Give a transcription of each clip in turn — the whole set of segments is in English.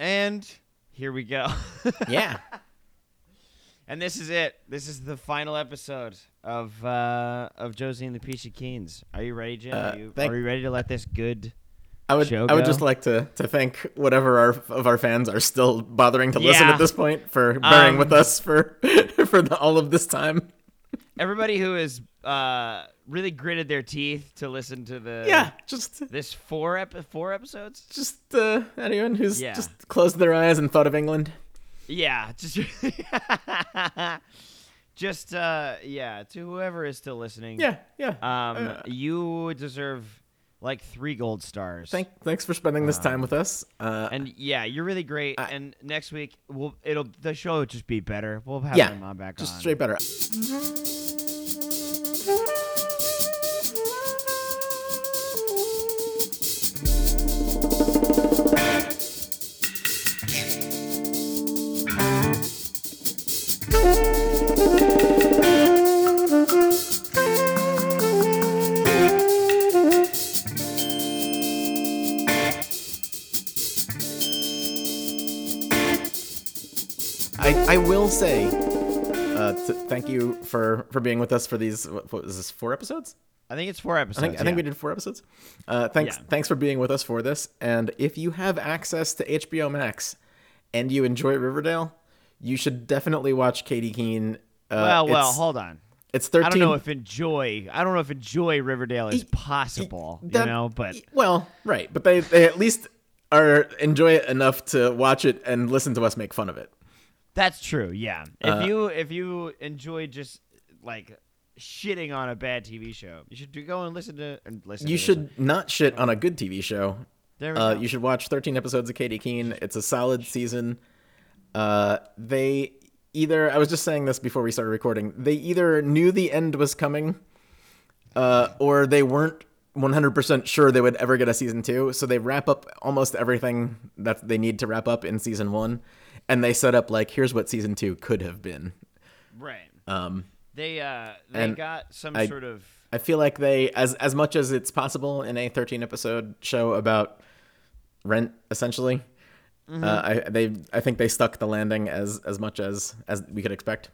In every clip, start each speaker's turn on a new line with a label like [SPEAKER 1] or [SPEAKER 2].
[SPEAKER 1] And here we go.
[SPEAKER 2] yeah.
[SPEAKER 1] and this is it. This is the final episode of uh, of Josie and the Peachy Keens. Are you ready, Jim?
[SPEAKER 2] Uh,
[SPEAKER 1] are, you,
[SPEAKER 2] thank-
[SPEAKER 1] are you ready to let this good?
[SPEAKER 2] I would
[SPEAKER 1] Show
[SPEAKER 2] I
[SPEAKER 1] go.
[SPEAKER 2] would just like to, to thank whatever our, of our fans are still bothering to listen
[SPEAKER 1] Yeah.
[SPEAKER 2] at this point for bearing
[SPEAKER 1] Um,
[SPEAKER 2] with us for for the, all of this time.
[SPEAKER 1] Everybody who has uh, really gritted their teeth to listen to the
[SPEAKER 2] Yeah, just
[SPEAKER 1] this four ep- four episodes.
[SPEAKER 2] just uh, anyone who's
[SPEAKER 1] Yeah.
[SPEAKER 2] just closed their eyes and thought of England.
[SPEAKER 1] Yeah, just just uh, yeah. To whoever is still listening.
[SPEAKER 2] Yeah, yeah.
[SPEAKER 1] Um,
[SPEAKER 2] Uh,
[SPEAKER 1] you deserve like three gold stars.
[SPEAKER 2] thank thanks for spending
[SPEAKER 1] um,
[SPEAKER 2] this time with us. Uh,
[SPEAKER 1] And yeah, you're really great. and next week, we'll it'll the show will just be better. We'll have
[SPEAKER 2] yeah,
[SPEAKER 1] my mom back
[SPEAKER 2] just
[SPEAKER 1] on.
[SPEAKER 2] straight better. I, I will say, uh, t- thank you for for being with us for these. What, what was this? Four episodes?
[SPEAKER 1] I think it's four episodes.
[SPEAKER 2] I think I think
[SPEAKER 1] yeah.
[SPEAKER 2] we did four episodes. Uh, thanks
[SPEAKER 1] Yeah.
[SPEAKER 2] thanks for being with us for this. And if you have access to HBO Max, and you enjoy Riverdale, you should definitely watch Katie Keene. Uh,
[SPEAKER 1] Well, well,
[SPEAKER 2] it's,
[SPEAKER 1] hold on.
[SPEAKER 2] It's thirteen.
[SPEAKER 1] I don't know if enjoy. I don't know if enjoy Riverdale is possible. you
[SPEAKER 2] that-
[SPEAKER 1] know, but
[SPEAKER 2] e, well, right, but they they at least are enjoy it enough to watch it and listen to us make fun of it.
[SPEAKER 1] that's true. Yeah. If
[SPEAKER 2] Uh-huh.
[SPEAKER 1] you if you enjoy just like shitting on a bad TV show, you should do, go and listen to and listen.
[SPEAKER 2] You
[SPEAKER 1] to this one.
[SPEAKER 2] should not shit on a good TV show.
[SPEAKER 1] There we
[SPEAKER 2] Uh,
[SPEAKER 1] go.
[SPEAKER 2] you should watch 13 episodes of Katie Keene. It's a solid season. Uh, they either, I was just saying this before we started recording, they either knew the end was coming uh, or they weren't 100% sure they would ever get a season two. So they wrap up almost everything that they need to wrap up in season one. And they set up, like, here's what season two could have been.
[SPEAKER 1] right.
[SPEAKER 2] Um,
[SPEAKER 1] They uh they
[SPEAKER 2] and
[SPEAKER 1] got some
[SPEAKER 2] I-
[SPEAKER 1] sort of
[SPEAKER 2] I feel like they as as much as it's possible in a 13 episode show about rent essentially.
[SPEAKER 1] Mm-hmm.
[SPEAKER 2] Uh, I they I think they stuck the landing as as much as as we could expect.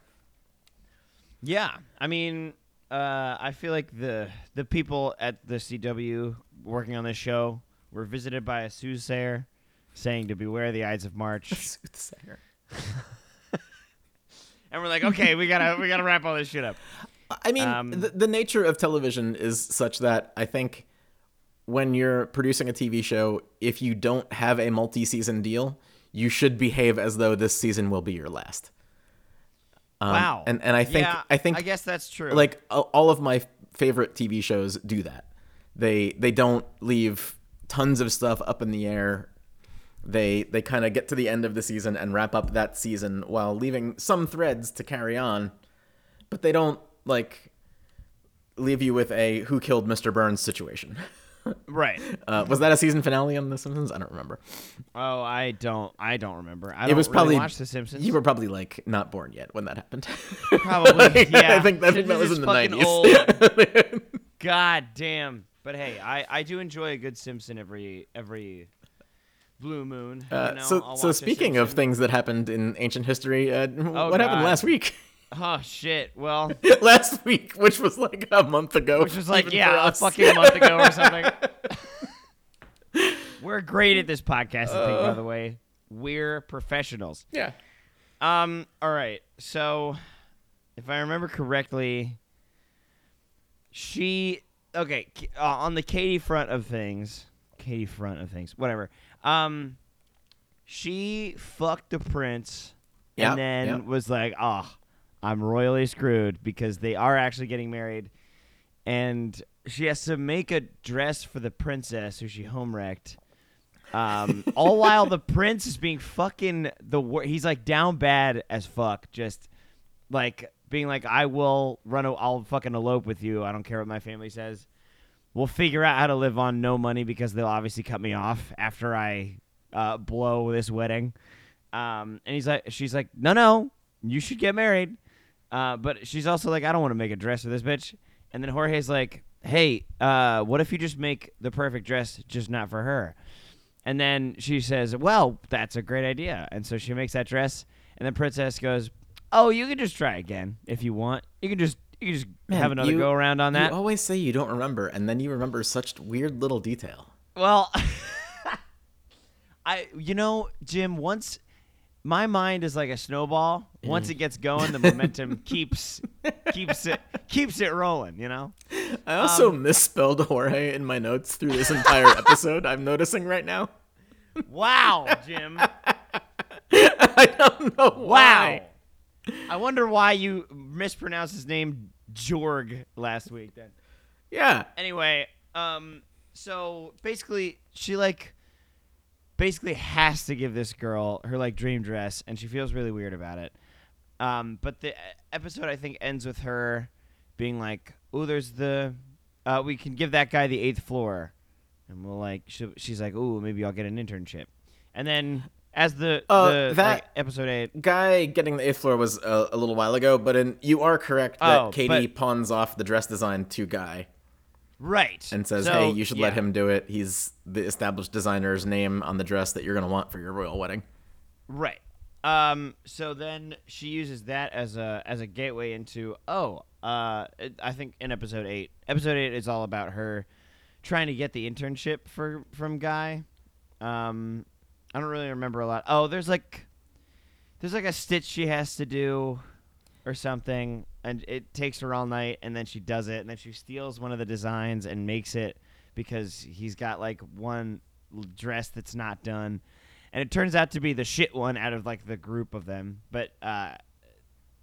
[SPEAKER 1] Yeah, I mean, uh, I feel like the the people at the CW working on this show were visited by a soothsayer saying to beware the Ides of March,
[SPEAKER 2] Soothsayer.
[SPEAKER 1] and we're like, okay, we gotta we gotta wrap all this shit up.
[SPEAKER 2] I mean,
[SPEAKER 1] Um,
[SPEAKER 2] the, the nature of television is such that I think when you're producing a TV show, if you don't have a multi-season deal, you should behave as though this season will be your last. Um,
[SPEAKER 1] wow,
[SPEAKER 2] And and I think
[SPEAKER 1] Yeah,
[SPEAKER 2] I think
[SPEAKER 1] I guess that's true.
[SPEAKER 2] like a- all of my favorite TV shows do that. They they don't leave tons of stuff up in the air. They they kind of get to the end of the season and wrap up that season while leaving some threads to carry on, but they don't like leave you with a who killed Mr. Burns situation.
[SPEAKER 1] right?
[SPEAKER 2] Uh, was that a season finale on The Simpsons? I don't remember.
[SPEAKER 1] Oh, I don't I don't remember. I don't
[SPEAKER 2] It was
[SPEAKER 1] really
[SPEAKER 2] probably
[SPEAKER 1] watch The Simpsons.
[SPEAKER 2] You were probably like not born yet when that happened.
[SPEAKER 1] Probably, yeah.
[SPEAKER 2] I think, I think
[SPEAKER 1] Simpsons
[SPEAKER 2] that was
[SPEAKER 1] is
[SPEAKER 2] in the
[SPEAKER 1] fucking
[SPEAKER 2] nineties.
[SPEAKER 1] God damn. But hey, I, I do enjoy a good Simpson every every blue moon. you
[SPEAKER 2] Uh,
[SPEAKER 1] know?
[SPEAKER 2] so,
[SPEAKER 1] I'll
[SPEAKER 2] so
[SPEAKER 1] watch a
[SPEAKER 2] speaking of
[SPEAKER 1] Simpson.
[SPEAKER 2] things that happened in ancient history, uh, what happened
[SPEAKER 1] God.
[SPEAKER 2] last week?
[SPEAKER 1] Oh shit! Well,
[SPEAKER 2] last week, which was like a month ago,
[SPEAKER 1] which was like
[SPEAKER 2] even
[SPEAKER 1] yeah,
[SPEAKER 2] for
[SPEAKER 1] a
[SPEAKER 2] us.
[SPEAKER 1] fucking month ago or something. We're great at this podcasting thing,
[SPEAKER 2] Uh.
[SPEAKER 1] by the way. We're professionals.
[SPEAKER 2] yeah.
[SPEAKER 1] Um. All right. So, if I remember correctly, she okay K- uh, on the Katie front of things. Katie front of things. Whatever. Um, she fucked the prince,
[SPEAKER 2] Yep,
[SPEAKER 1] and then
[SPEAKER 2] yep.
[SPEAKER 1] was like, "Ah, I'm royally screwed because they are actually getting married, and she has to make a dress for the princess who she home wrecked." Um, all while the prince is being fucking the wor- he's like down bad as fuck, just like being like, I will run, i I'll fucking elope with you. I don't care what my family says. We'll figure out how to live on no money because they'll obviously cut me off after I uh, blow this wedding. Um, and he's like, she's like, no, no, you should get married. Uh, but she's also like, I don't want to make a dress for this bitch. And then Jorge's like, hey, uh, what if you just make the perfect dress, just not for her? And then she says, "Well, that's a great idea." And so she makes that dress, and the princess goes, "Oh, you can just try again if you want. You can just you can just have another
[SPEAKER 2] you-
[SPEAKER 1] go around on that."
[SPEAKER 2] You always say you don't remember, and then you remember such weird little detail.
[SPEAKER 1] Well, I you know, Jim, once my mind is like a snowball. Once it gets going, the momentum keeps keeps it keeps it rolling, you know?
[SPEAKER 2] I also
[SPEAKER 1] Um,
[SPEAKER 2] misspelled Jorge in my notes through this entire episode. I'm noticing right now.
[SPEAKER 1] Wow, Jim.
[SPEAKER 2] I don't know why.
[SPEAKER 1] Wow. I wonder why you mispronounced his name Jorg last week then.
[SPEAKER 2] Yeah.
[SPEAKER 1] Anyway, um so basically she like basically has to give this girl her like dream dress and she feels really weird about it. Um but the e- episode I think ends with her being like, "Oh, there's the uh we can give that guy the 8th floor." And we'll like she, she's like, "Oh, maybe I'll get an internship." And then as the,
[SPEAKER 2] Uh,
[SPEAKER 1] the
[SPEAKER 2] that-
[SPEAKER 1] like, episode 8
[SPEAKER 2] Guy getting the eighth floor was a, a little while ago, but in, you are correct that
[SPEAKER 1] Oh,
[SPEAKER 2] Katie
[SPEAKER 1] but-
[SPEAKER 2] pawns off the dress design to Guy
[SPEAKER 1] Right.
[SPEAKER 2] and says,
[SPEAKER 1] So,
[SPEAKER 2] "Hey, you should let
[SPEAKER 1] yeah.
[SPEAKER 2] him do it. He's the established designer's name on the dress that you're going to want for your royal wedding."
[SPEAKER 1] Right. Um so then she uses that as a as a gateway into oh, uh it- I think in episode 8. Episode 8 is all about her trying to get the internship for from guy. Um I don't really remember a lot. Oh, there's like there's like a stitch she has to do or something and it takes her all night and then she does it and then she steals one of the designs and makes it because he's got like one l- dress that's not done and it turns out to be the shit one out of like the group of them but uh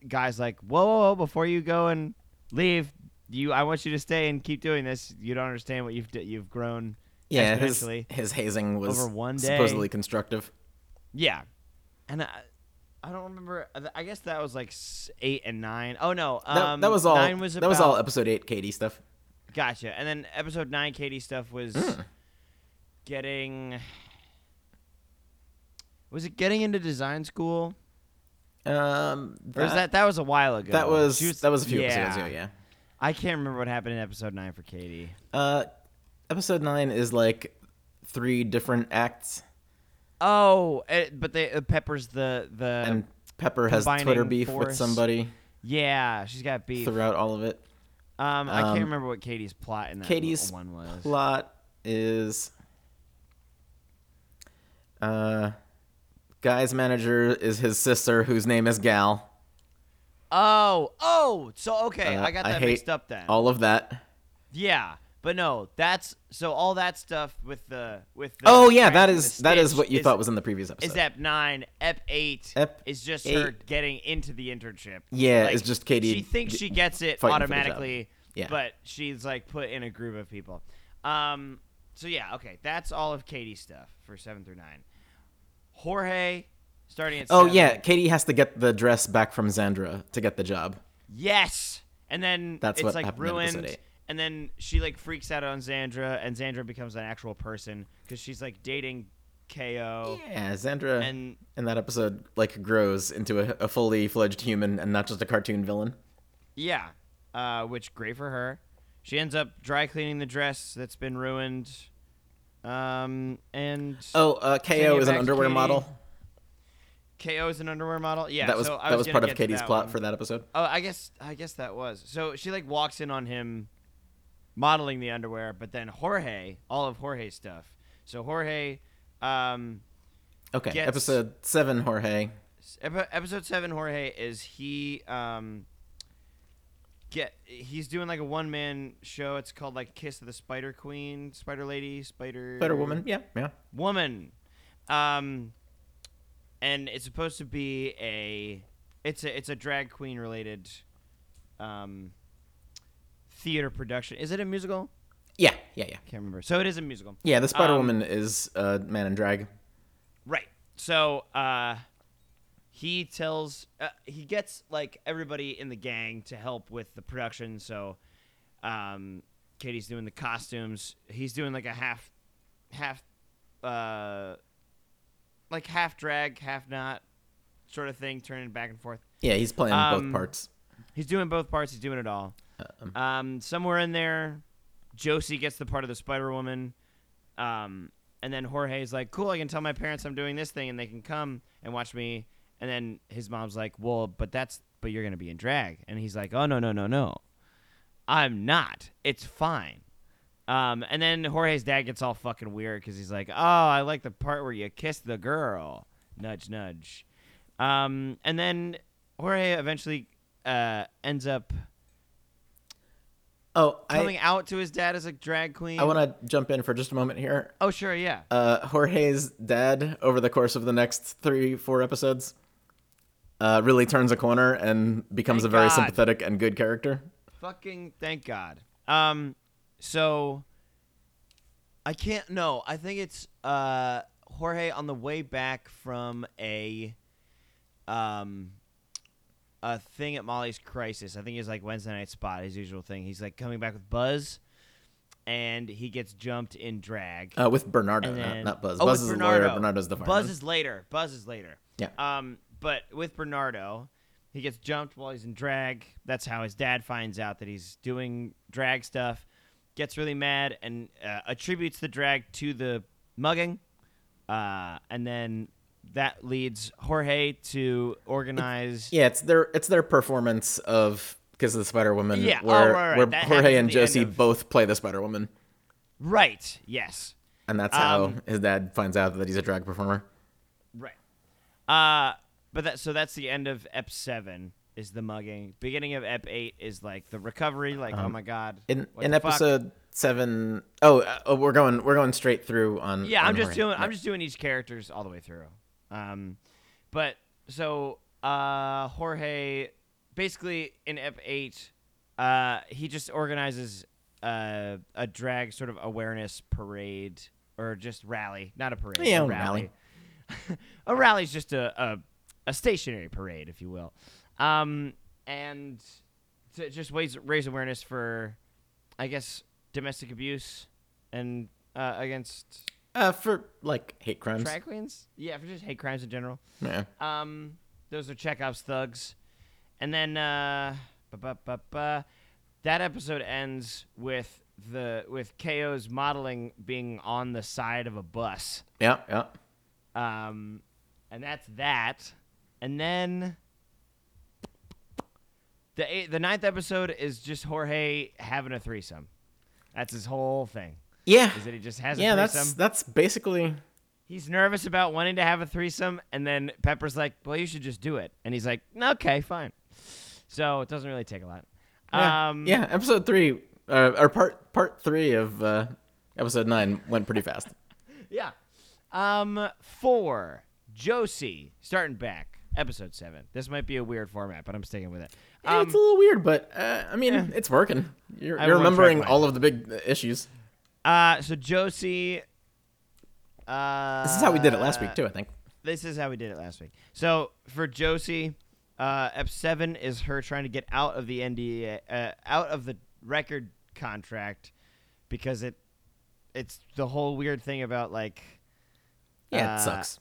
[SPEAKER 1] guys like whoa, whoa, whoa before you go and leave you i want you to stay and keep doing this you don't understand what you've d- you've grown
[SPEAKER 2] Yeah, his,
[SPEAKER 1] exponentially."
[SPEAKER 2] his hazing was
[SPEAKER 1] Over one day.
[SPEAKER 2] supposedly constructive.
[SPEAKER 1] Yeah, and I, I don't remember. I guess that was like s- eight and nine. Oh no,
[SPEAKER 2] That,
[SPEAKER 1] um,
[SPEAKER 2] that was all.
[SPEAKER 1] Nine was
[SPEAKER 2] that was all
[SPEAKER 1] about-
[SPEAKER 2] episode eight Katie stuff.
[SPEAKER 1] Gotcha. And then episode nine, Katie stuff was
[SPEAKER 2] Hmm.
[SPEAKER 1] getting. Was it getting into design school?
[SPEAKER 2] Um,
[SPEAKER 1] Or was that that was a while ago?
[SPEAKER 2] that was,
[SPEAKER 1] She
[SPEAKER 2] that was a few
[SPEAKER 1] yeah.
[SPEAKER 2] episodes ago. Yeah.
[SPEAKER 1] I can't remember what happened in episode nine for Katie.
[SPEAKER 2] Uh, episode nine is like three different acts,
[SPEAKER 1] Oh, eh, but they uh, Pepper's the the
[SPEAKER 2] and Pepper has
[SPEAKER 1] Uh, combining
[SPEAKER 2] Twitter beef with
[SPEAKER 1] force.
[SPEAKER 2] somebody
[SPEAKER 1] yeah she's got beef. Um,
[SPEAKER 2] throughout all of it.
[SPEAKER 1] I
[SPEAKER 2] um,
[SPEAKER 1] can't remember what Katie's plot in that
[SPEAKER 2] Katie's
[SPEAKER 1] one was.
[SPEAKER 2] plot is uh guy's manager is his sister whose name is Gal.
[SPEAKER 1] Oh, oh, so okay,
[SPEAKER 2] Uh,
[SPEAKER 1] I got
[SPEAKER 2] I
[SPEAKER 1] that
[SPEAKER 2] hate
[SPEAKER 1] mixed up then.
[SPEAKER 2] All of that.
[SPEAKER 1] yeah, but no, that's so all that stuff with the with. The
[SPEAKER 2] oh yeah, that
[SPEAKER 1] cracking
[SPEAKER 2] is
[SPEAKER 1] the
[SPEAKER 2] that is
[SPEAKER 1] stitch
[SPEAKER 2] what you thought was in the previous episode.
[SPEAKER 1] Is Ep nine, Ep eight?
[SPEAKER 2] Ep
[SPEAKER 1] is just her
[SPEAKER 2] eight.
[SPEAKER 1] getting into the internship.
[SPEAKER 2] Yeah, it's just Katie
[SPEAKER 1] She thinks
[SPEAKER 2] g-
[SPEAKER 1] she gets it
[SPEAKER 2] fighting for the job.
[SPEAKER 1] automatically,
[SPEAKER 2] Yeah.
[SPEAKER 1] but she's like put in a group of people. Um, so yeah, okay, that's all of Katie's stuff for seven through nine. Jorge, starting at.
[SPEAKER 2] oh
[SPEAKER 1] seven.
[SPEAKER 2] yeah, Katie has to get the dress back from Zandra to get the job.
[SPEAKER 1] Yes. And then
[SPEAKER 2] That's
[SPEAKER 1] it's
[SPEAKER 2] what
[SPEAKER 1] like
[SPEAKER 2] happened in episode
[SPEAKER 1] ruined.
[SPEAKER 2] eight.
[SPEAKER 1] And then she like freaks out on Xandra, and Xandra becomes an actual person because she's like dating KO.
[SPEAKER 2] Yeah, Zandra
[SPEAKER 1] And
[SPEAKER 2] in that episode like grows into a, a fully fledged human and not just a cartoon villain.
[SPEAKER 1] yeah, uh, which great for her. She ends up dry cleaning the dress that's been ruined. Um, and
[SPEAKER 2] Oh, uh,
[SPEAKER 1] Sending
[SPEAKER 2] KO
[SPEAKER 1] it
[SPEAKER 2] is an
[SPEAKER 1] back to
[SPEAKER 2] underwear
[SPEAKER 1] Katie.
[SPEAKER 2] model.
[SPEAKER 1] KO is an underwear model. Yeah,
[SPEAKER 2] that was
[SPEAKER 1] so I
[SPEAKER 2] that
[SPEAKER 1] was
[SPEAKER 2] was
[SPEAKER 1] gonna
[SPEAKER 2] part of
[SPEAKER 1] get to
[SPEAKER 2] Katie's
[SPEAKER 1] that
[SPEAKER 2] plot
[SPEAKER 1] one.
[SPEAKER 2] for that episode.
[SPEAKER 1] Oh, I guess I guess that was. So she like walks in on him modeling the underwear, but then Jorge, all of Jorge's stuff. So Jorge, um,
[SPEAKER 2] Okay,
[SPEAKER 1] gets-
[SPEAKER 2] episode seven, Jorge.
[SPEAKER 1] s- epi- episode seven, Jorge is he um get he's doing like a one man show. It's called like Kiss of the Spider Queen, Spider Lady, Spider
[SPEAKER 2] Better woman. Yeah, yeah.
[SPEAKER 1] woman. Um, and it's supposed to be a it's a it's a drag queen related um, theater production. Is it a musical?
[SPEAKER 2] Yeah, yeah, yeah.
[SPEAKER 1] Can't remember. So it is a musical,
[SPEAKER 2] Yeah, the Spider
[SPEAKER 1] Um,
[SPEAKER 2] Woman is uh, man in drag.
[SPEAKER 1] right? So uh, he tells uh, he gets like everybody in the gang to help with the production. So um, Katie's doing the costumes. He's doing like a half half uh, like half drag, half not sort of thing, turning back and forth.
[SPEAKER 2] Yeah, he's playing
[SPEAKER 1] um,
[SPEAKER 2] both parts.
[SPEAKER 1] He's doing both parts. He's doing it all. Um, somewhere in there, Josie gets the part of the Spider Woman, um, And then Jorge's like, cool, I can tell my parents I'm doing this thing and they can come and watch me. And then his mom's like, well, but that's, but you're going to be in drag. And he's like, oh, no, no, no, no. I'm not. It's fine. Um, and then Jorge's dad gets all fucking weird because he's like, oh, I like the part where you kiss the girl. Nudge, nudge. Um, and then Jorge eventually uh, ends up
[SPEAKER 2] Oh,
[SPEAKER 1] coming
[SPEAKER 2] I,
[SPEAKER 1] out to his dad as a drag queen.
[SPEAKER 2] I want to jump in for just a moment here.
[SPEAKER 1] oh, sure, yeah.
[SPEAKER 2] Uh, Jorge's dad, over the course of the next three, four episodes, uh, really turns a corner and becomes
[SPEAKER 1] Thank
[SPEAKER 2] a very
[SPEAKER 1] God.
[SPEAKER 2] sympathetic and good character.
[SPEAKER 1] Fucking thank God. Um, so I can't. No, I think it's uh Jorge on the way back from a um a thing at Molly's Crisis. I think it's like Wednesday night spot, his usual thing. He's like coming back with Buzz, and he gets jumped in drag.
[SPEAKER 2] Uh, with Bernardo,
[SPEAKER 1] And
[SPEAKER 2] not,
[SPEAKER 1] then-
[SPEAKER 2] not Buzz.
[SPEAKER 1] Oh,
[SPEAKER 2] Buzz
[SPEAKER 1] with
[SPEAKER 2] is a lawyer. Bernardo's the fireman.
[SPEAKER 1] Buzz is later. Buzz is later.
[SPEAKER 2] Yeah.
[SPEAKER 1] Um, but with Bernardo, he gets jumped while he's in drag. That's how his dad finds out that he's doing drag stuff. Gets really mad and uh, attributes the drag to the mugging, uh, and then that leads Jorge to organize.
[SPEAKER 2] Yeah, it's their it's their performance of because of the Spider Woman.
[SPEAKER 1] Yeah, oh,
[SPEAKER 2] where,
[SPEAKER 1] right, right.
[SPEAKER 2] where
[SPEAKER 1] That happens
[SPEAKER 2] Jorge
[SPEAKER 1] at
[SPEAKER 2] and
[SPEAKER 1] the end
[SPEAKER 2] Josie
[SPEAKER 1] of-
[SPEAKER 2] both play the Spider Woman,
[SPEAKER 1] Right. Yes.
[SPEAKER 2] and that's how
[SPEAKER 1] Um,
[SPEAKER 2] his dad finds out that he's a drag performer.
[SPEAKER 1] Right. Uh but that so that's the end of ep 7 is the mugging. Beginning of ep 8 is like the recovery like oh my god.
[SPEAKER 2] Um, In
[SPEAKER 1] what
[SPEAKER 2] in
[SPEAKER 1] the fuck?
[SPEAKER 2] episode seven oh uh, oh, we're going we're going straight through on.
[SPEAKER 1] Yeah, I'm
[SPEAKER 2] on
[SPEAKER 1] just
[SPEAKER 2] Jorge.
[SPEAKER 1] doing I'm just doing each characters all the way through. Um but so uh Jorge basically in ep 8 uh he just organizes uh, a drag sort of awareness parade or just rally, not a parade.
[SPEAKER 2] Yeah,
[SPEAKER 1] a
[SPEAKER 2] a
[SPEAKER 1] rally. a rally's just a, a a stationary parade, if you will, um, and to just raise raise awareness for, I guess, domestic abuse and uh, against
[SPEAKER 2] uh, for like hate crimes.
[SPEAKER 1] drag queens. Yeah, for just hate crimes in general.
[SPEAKER 2] Yeah.
[SPEAKER 1] Um, those are Chekhov's thugs, and then uh, ba ba ba ba. That episode ends with the with KO's modeling being on the side of a bus.
[SPEAKER 2] Yeah, yeah.
[SPEAKER 1] Um, and that's that. And then the eight, the ninth episode is just Jorge having a threesome. That's his whole thing.
[SPEAKER 2] Yeah.
[SPEAKER 1] Is that he just has
[SPEAKER 2] Yeah,
[SPEAKER 1] a
[SPEAKER 2] that's
[SPEAKER 1] threesome?
[SPEAKER 2] that's basically
[SPEAKER 1] He's nervous about wanting to have a threesome, and then Pepper's like, "Well, you should just do it," and he's like, "Okay, fine." So it doesn't really take a lot.
[SPEAKER 2] yeah,
[SPEAKER 1] um,
[SPEAKER 2] yeah, episode 3 uh, or part part 3 of uh, episode 9 went pretty fast.
[SPEAKER 1] Yeah. Um, four. Josie, starting back, episode seven. This might be a weird format, but I'm sticking with it.
[SPEAKER 2] Yeah, it's a little weird, but uh, I mean, it's working. You're,
[SPEAKER 1] Um, I
[SPEAKER 2] you're
[SPEAKER 1] have one
[SPEAKER 2] remembering
[SPEAKER 1] track
[SPEAKER 2] all of the big uh, issues.
[SPEAKER 1] Uh, so Josie. Uh,
[SPEAKER 2] This is how we did it last week too, I think.
[SPEAKER 1] This is how we did it last week. So for Josie, uh, F seven is her trying to get out of the NDA, uh, out of the record contract, because it, it's the whole weird thing about like,
[SPEAKER 2] Yeah,
[SPEAKER 1] uh,
[SPEAKER 2] it sucks.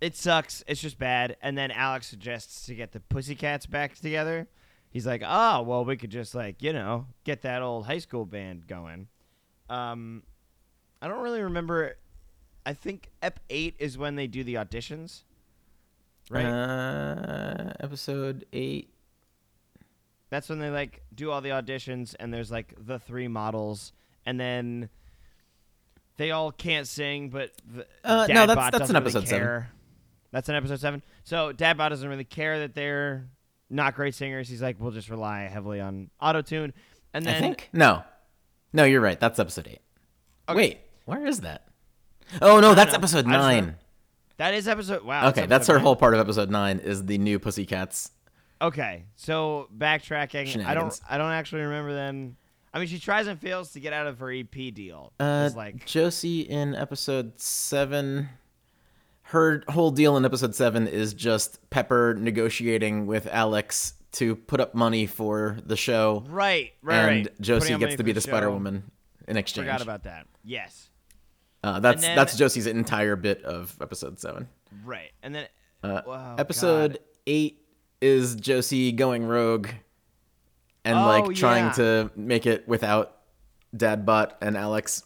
[SPEAKER 1] it sucks. It's just bad. And then Alex suggests to get the Pussycats back together. He's like, oh, well, we could just, like, you know, get that old high school band going. Um, I don't really remember. I think Ep 8 is when they do the auditions. Right?
[SPEAKER 2] Uh, episode eight.
[SPEAKER 1] That's when they, like, do all the auditions, and there's, like, the three models, and then they all can't sing, but the,
[SPEAKER 2] Uh,
[SPEAKER 1] Dad
[SPEAKER 2] no, that's-
[SPEAKER 1] Bod
[SPEAKER 2] that's an
[SPEAKER 1] doesn't really
[SPEAKER 2] episode seven.
[SPEAKER 1] care. That's an episode seven. So Dadbot doesn't really care that they're not great singers. He's like, we'll just rely heavily on auto tune. And then
[SPEAKER 2] I think no, no, you're right. That's episode eight. Wait, where is that? Oh no, that's
[SPEAKER 1] know.
[SPEAKER 2] episode
[SPEAKER 1] I just
[SPEAKER 2] nine.
[SPEAKER 1] remember- that is episode. Wow.
[SPEAKER 2] okay, that's her whole part of episode nine is the new Pussycats.
[SPEAKER 1] whole. Okay, so backtracking. I don't.
[SPEAKER 2] Shenanigans. I
[SPEAKER 1] I don't actually remember then. I mean, she tries and fails to get out of her EP deal.
[SPEAKER 2] Uh,
[SPEAKER 1] it's like
[SPEAKER 2] Josie in episode seven. Her whole deal in episode seven is just Pepper negotiating with Alex to put up money for the show,
[SPEAKER 1] right, right,
[SPEAKER 2] and
[SPEAKER 1] right. Putting
[SPEAKER 2] Josie
[SPEAKER 1] on
[SPEAKER 2] gets
[SPEAKER 1] money
[SPEAKER 2] to be
[SPEAKER 1] for
[SPEAKER 2] the
[SPEAKER 1] show.
[SPEAKER 2] Spider Woman in exchange.
[SPEAKER 1] Forgot about that. Yes,
[SPEAKER 2] Uh, that's
[SPEAKER 1] And then-
[SPEAKER 2] that's Josie's entire bit of episode seven.
[SPEAKER 1] right. And then
[SPEAKER 2] Uh,
[SPEAKER 1] Wow,
[SPEAKER 2] episode
[SPEAKER 1] Oh, God.
[SPEAKER 2] eight is Josie going rogue and
[SPEAKER 1] Oh,
[SPEAKER 2] like trying
[SPEAKER 1] yeah.
[SPEAKER 2] to make it without Dadbot and Alex.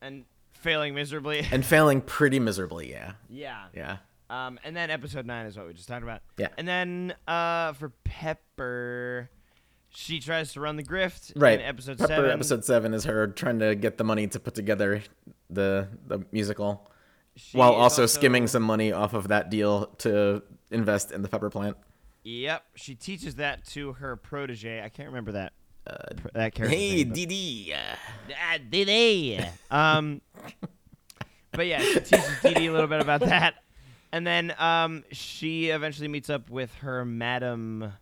[SPEAKER 1] and failing miserably.
[SPEAKER 2] and failing pretty miserably. Yeah,
[SPEAKER 1] yeah.
[SPEAKER 2] yeah.
[SPEAKER 1] Um, and then episode nine is what we just talked about.
[SPEAKER 2] Yeah.
[SPEAKER 1] And then uh, for Pepper, she tries to run the grift.
[SPEAKER 2] Right.
[SPEAKER 1] In episode
[SPEAKER 2] Pepper
[SPEAKER 1] seven.
[SPEAKER 2] Episode seven is her trying to get the money to put together the the musical,
[SPEAKER 1] She
[SPEAKER 2] while
[SPEAKER 1] is
[SPEAKER 2] also, skimming some money off of that deal to invest in the pepper plant.
[SPEAKER 1] Yep. She teaches that to her protege. I can't remember that.
[SPEAKER 2] Uh,
[SPEAKER 1] pr- that character.
[SPEAKER 2] Hey, DD. uh,
[SPEAKER 1] Ah, Dee Dee. Um, but yeah, she teaches Dee Dee a little bit about that, and then um, she eventually meets up with her madam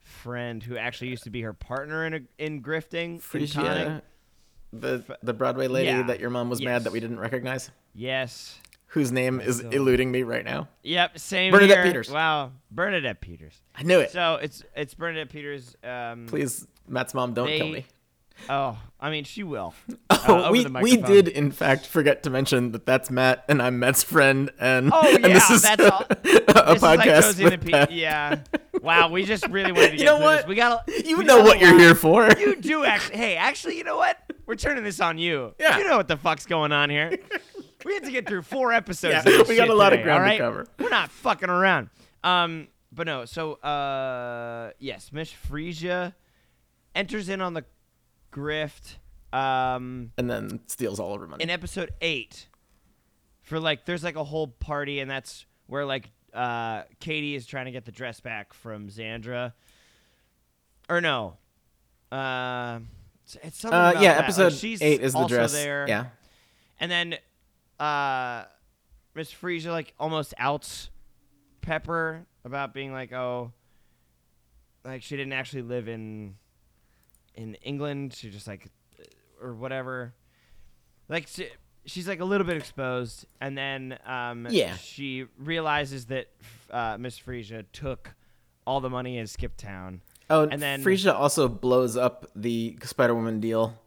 [SPEAKER 1] friend, who actually used to be her partner in a, in grifting. in Tonic.
[SPEAKER 2] yeah. The the Broadway lady
[SPEAKER 1] Yeah.
[SPEAKER 2] that your mom was mad
[SPEAKER 1] Yes.
[SPEAKER 2] that we didn't recognize,
[SPEAKER 1] Yes.
[SPEAKER 2] whose name is
[SPEAKER 1] God.
[SPEAKER 2] eluding me right now.
[SPEAKER 1] Yep. Same.
[SPEAKER 2] Bernadette
[SPEAKER 1] here.
[SPEAKER 2] Peters.
[SPEAKER 1] Wow. Bernadette Peters.
[SPEAKER 2] I knew it.
[SPEAKER 1] So it's it's Bernadette Peters. Um,
[SPEAKER 2] Please, Matt's mom, don't kill
[SPEAKER 1] They-
[SPEAKER 2] me.
[SPEAKER 1] Oh, I mean, she will. Uh,
[SPEAKER 2] Oh,
[SPEAKER 1] over
[SPEAKER 2] we,
[SPEAKER 1] the
[SPEAKER 2] we
[SPEAKER 1] microphone.
[SPEAKER 2] did in fact forget to mention that that's Matt and I'm Matt's friend and
[SPEAKER 1] Oh,
[SPEAKER 2] and
[SPEAKER 1] yeah,
[SPEAKER 2] this is
[SPEAKER 1] that's all-
[SPEAKER 2] a
[SPEAKER 1] This is like
[SPEAKER 2] podcast
[SPEAKER 1] Josie and
[SPEAKER 2] with
[SPEAKER 1] the Pe-
[SPEAKER 2] Matt.
[SPEAKER 1] Yeah. Wow. We just really wanted to get
[SPEAKER 2] You know
[SPEAKER 1] through this.
[SPEAKER 2] what?
[SPEAKER 1] We got.
[SPEAKER 2] You know what you're here for.
[SPEAKER 1] You do actually. Hey, actually, you know what? We're turning this on you.
[SPEAKER 2] Yeah.
[SPEAKER 1] You know what the fuck's going on here. We had to get through four episodes.
[SPEAKER 2] Yeah,
[SPEAKER 1] of this
[SPEAKER 2] we got
[SPEAKER 1] shit
[SPEAKER 2] a lot of
[SPEAKER 1] today,
[SPEAKER 2] ground to
[SPEAKER 1] alright?
[SPEAKER 2] cover.
[SPEAKER 1] We're not fucking around. Um, but no. So, uh, yes, Miss Frisia enters in on the grift. Um,
[SPEAKER 2] and then steals all of her money. Uh,
[SPEAKER 1] in episode eight for like there's like a whole party and that's where like uh katie is trying to get the dress back from xandra or no uh it's, it's something
[SPEAKER 2] uh,
[SPEAKER 1] about
[SPEAKER 2] yeah,
[SPEAKER 1] that. Like,
[SPEAKER 2] episode
[SPEAKER 1] she's
[SPEAKER 2] eight is the
[SPEAKER 1] also
[SPEAKER 2] dress.
[SPEAKER 1] there
[SPEAKER 2] Yeah,
[SPEAKER 1] and then uh miss Frieza like almost outs pepper about being like oh like she didn't actually live in in england she just like or whatever like she, she's like a little bit exposed and then um
[SPEAKER 2] Yeah.
[SPEAKER 1] she realizes that uh miss Frieza took all the money and skipped town
[SPEAKER 2] Oh, and
[SPEAKER 1] And
[SPEAKER 2] then
[SPEAKER 1] then-
[SPEAKER 2] Frisia also blows up the Spider Woman deal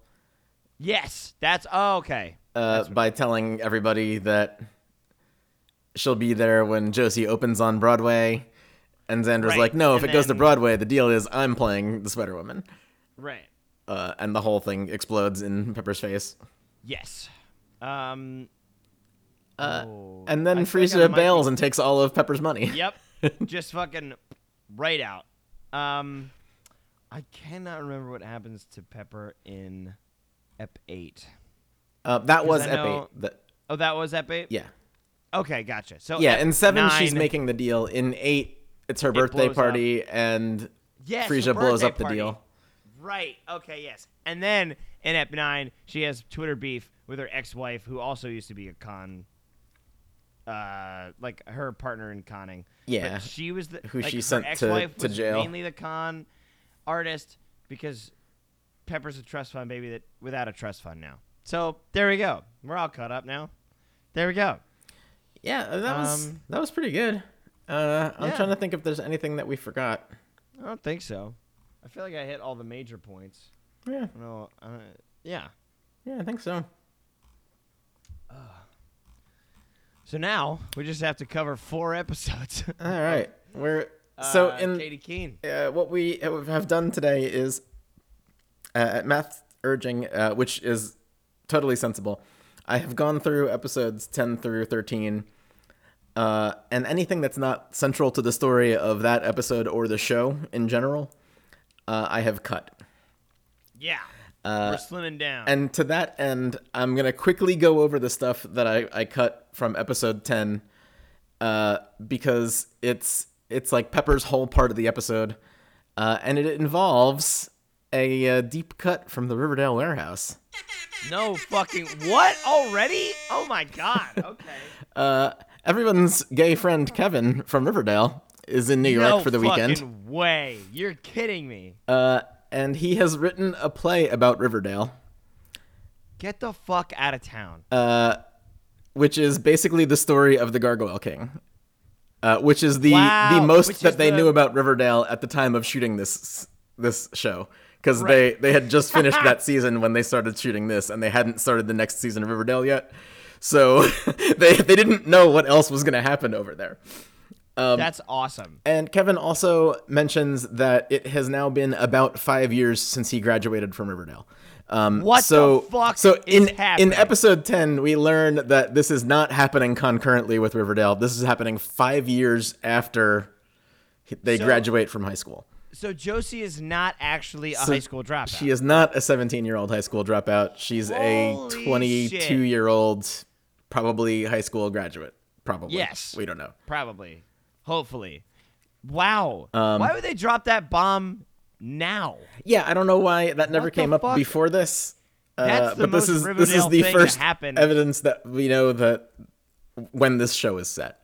[SPEAKER 1] yes that's oh, okay
[SPEAKER 2] uh, by telling everybody that she'll be there when Josie opens on Broadway. And Xandra's
[SPEAKER 1] Right,
[SPEAKER 2] like, no, if
[SPEAKER 1] and
[SPEAKER 2] it goes to
[SPEAKER 1] then-
[SPEAKER 2] Broadway, the deal is I'm playing the Spider Woman.
[SPEAKER 1] right
[SPEAKER 2] Uh, and the whole thing explodes in Pepper's face.
[SPEAKER 1] yes um
[SPEAKER 2] Uh,
[SPEAKER 1] oh,
[SPEAKER 2] and then
[SPEAKER 1] I feel like I
[SPEAKER 2] Frieza
[SPEAKER 1] might be
[SPEAKER 2] bails and takes all of Pepper's money.
[SPEAKER 1] Yep. Just fucking right out. Um, I cannot remember what happens to Pepper in Ep Eight.
[SPEAKER 2] Uh, that was
[SPEAKER 1] I
[SPEAKER 2] Ep
[SPEAKER 1] know-
[SPEAKER 2] 8. That,
[SPEAKER 1] Oh, that was Ep Eight.
[SPEAKER 2] yeah.
[SPEAKER 1] Okay, gotcha. So
[SPEAKER 2] Yeah,
[SPEAKER 1] Ep
[SPEAKER 2] in 7, she's
[SPEAKER 1] nine-
[SPEAKER 2] making the deal. In 8, it's her birthday
[SPEAKER 1] blows up.
[SPEAKER 2] party, and
[SPEAKER 1] Yes, her
[SPEAKER 2] Frieza blows
[SPEAKER 1] birthday
[SPEAKER 2] up the
[SPEAKER 1] party.
[SPEAKER 2] deal.
[SPEAKER 1] Right. Okay. Yes. And then in Ep Nine, she has Twitter beef with her ex-wife, who also used to be a con. Uh, like her partner in conning. But
[SPEAKER 2] Yeah.
[SPEAKER 1] she was the
[SPEAKER 2] Who
[SPEAKER 1] like,
[SPEAKER 2] she
[SPEAKER 1] her
[SPEAKER 2] sent to-
[SPEAKER 1] ex-wife
[SPEAKER 2] to
[SPEAKER 1] was
[SPEAKER 2] jail.
[SPEAKER 1] Mainly the con artist because Pepper's a trust fund baby that without a trust fund now. So there we go. We're all caught up now. There we go.
[SPEAKER 2] Yeah, that was
[SPEAKER 1] Um,
[SPEAKER 2] that was pretty good. Uh, I'm
[SPEAKER 1] yeah.
[SPEAKER 2] trying to think if there's anything that we forgot.
[SPEAKER 1] I don't think so. I feel like I hit all the major points.
[SPEAKER 2] Yeah,
[SPEAKER 1] No. Uh, yeah.
[SPEAKER 2] yeah, I think so.
[SPEAKER 1] So now we just have to cover four episodes.
[SPEAKER 2] All right, we're so
[SPEAKER 1] Uh,
[SPEAKER 2] in
[SPEAKER 1] Katie Keene.
[SPEAKER 2] uh, what we have done today is uh, at Matt's urging, uh, which is totally sensible. I have gone through episodes 10 through 13, uh, and anything that's not central to the story of that episode or the show in general, uh, I have cut.
[SPEAKER 1] Yeah. We're slimming down.
[SPEAKER 2] Uh, And to that end, I'm going to quickly go over the stuff that I, I cut from episode 10 uh, because it's it's like Pepper's whole part of the episode. Uh, and it involves a uh, deep cut from the Riverdale warehouse.
[SPEAKER 1] no fucking what already? Oh my god. Okay.
[SPEAKER 2] Uh, everyone's gay friend Kevin from Riverdale is in New York
[SPEAKER 1] no
[SPEAKER 2] for the
[SPEAKER 1] fucking
[SPEAKER 2] weekend.
[SPEAKER 1] way. You're kidding me.
[SPEAKER 2] Uh, and he has written a play about Riverdale.
[SPEAKER 1] Get the fuck out of town.
[SPEAKER 2] um, which is basically the story of the Gargoyle King, uh, which is the
[SPEAKER 1] Wow,
[SPEAKER 2] the most
[SPEAKER 1] which
[SPEAKER 2] that
[SPEAKER 1] is
[SPEAKER 2] they
[SPEAKER 1] the-
[SPEAKER 2] knew about Riverdale at the time of shooting this this show because
[SPEAKER 1] Right.
[SPEAKER 2] they they had just finished that season when they started shooting this, and they hadn't started the next season of Riverdale yet, so they they didn't know what else was going to happen over there.
[SPEAKER 1] That's awesome.
[SPEAKER 2] And Kevin also mentions that it has now been about five years since he graduated from Riverdale. Um,
[SPEAKER 1] What
[SPEAKER 2] so,
[SPEAKER 1] the fuck
[SPEAKER 2] So
[SPEAKER 1] is
[SPEAKER 2] in
[SPEAKER 1] happening?
[SPEAKER 2] in episode ten, we learn that this is not happening concurrently with Riverdale. This is happening five years after they
[SPEAKER 1] So-
[SPEAKER 2] graduate from high school.
[SPEAKER 1] So Josie is not actually a
[SPEAKER 2] So
[SPEAKER 1] high school dropout.
[SPEAKER 2] She is not a 17 year old high school dropout. She's
[SPEAKER 1] Holy
[SPEAKER 2] a 22
[SPEAKER 1] shit.
[SPEAKER 2] year old, probably high school graduate. Probably.
[SPEAKER 1] Yes.
[SPEAKER 2] We don't know.
[SPEAKER 1] Probably. Hopefully. Wow.
[SPEAKER 2] Um,
[SPEAKER 1] Why would they drop that bomb now?
[SPEAKER 2] Yeah, I don't know why that never
[SPEAKER 1] What the
[SPEAKER 2] came up
[SPEAKER 1] fuck?
[SPEAKER 2] before this. Uh,
[SPEAKER 1] That's the
[SPEAKER 2] but this
[SPEAKER 1] most
[SPEAKER 2] is this is
[SPEAKER 1] Riverdale
[SPEAKER 2] the
[SPEAKER 1] thing to
[SPEAKER 2] first
[SPEAKER 1] happen.
[SPEAKER 2] evidence that we know that when this show is set.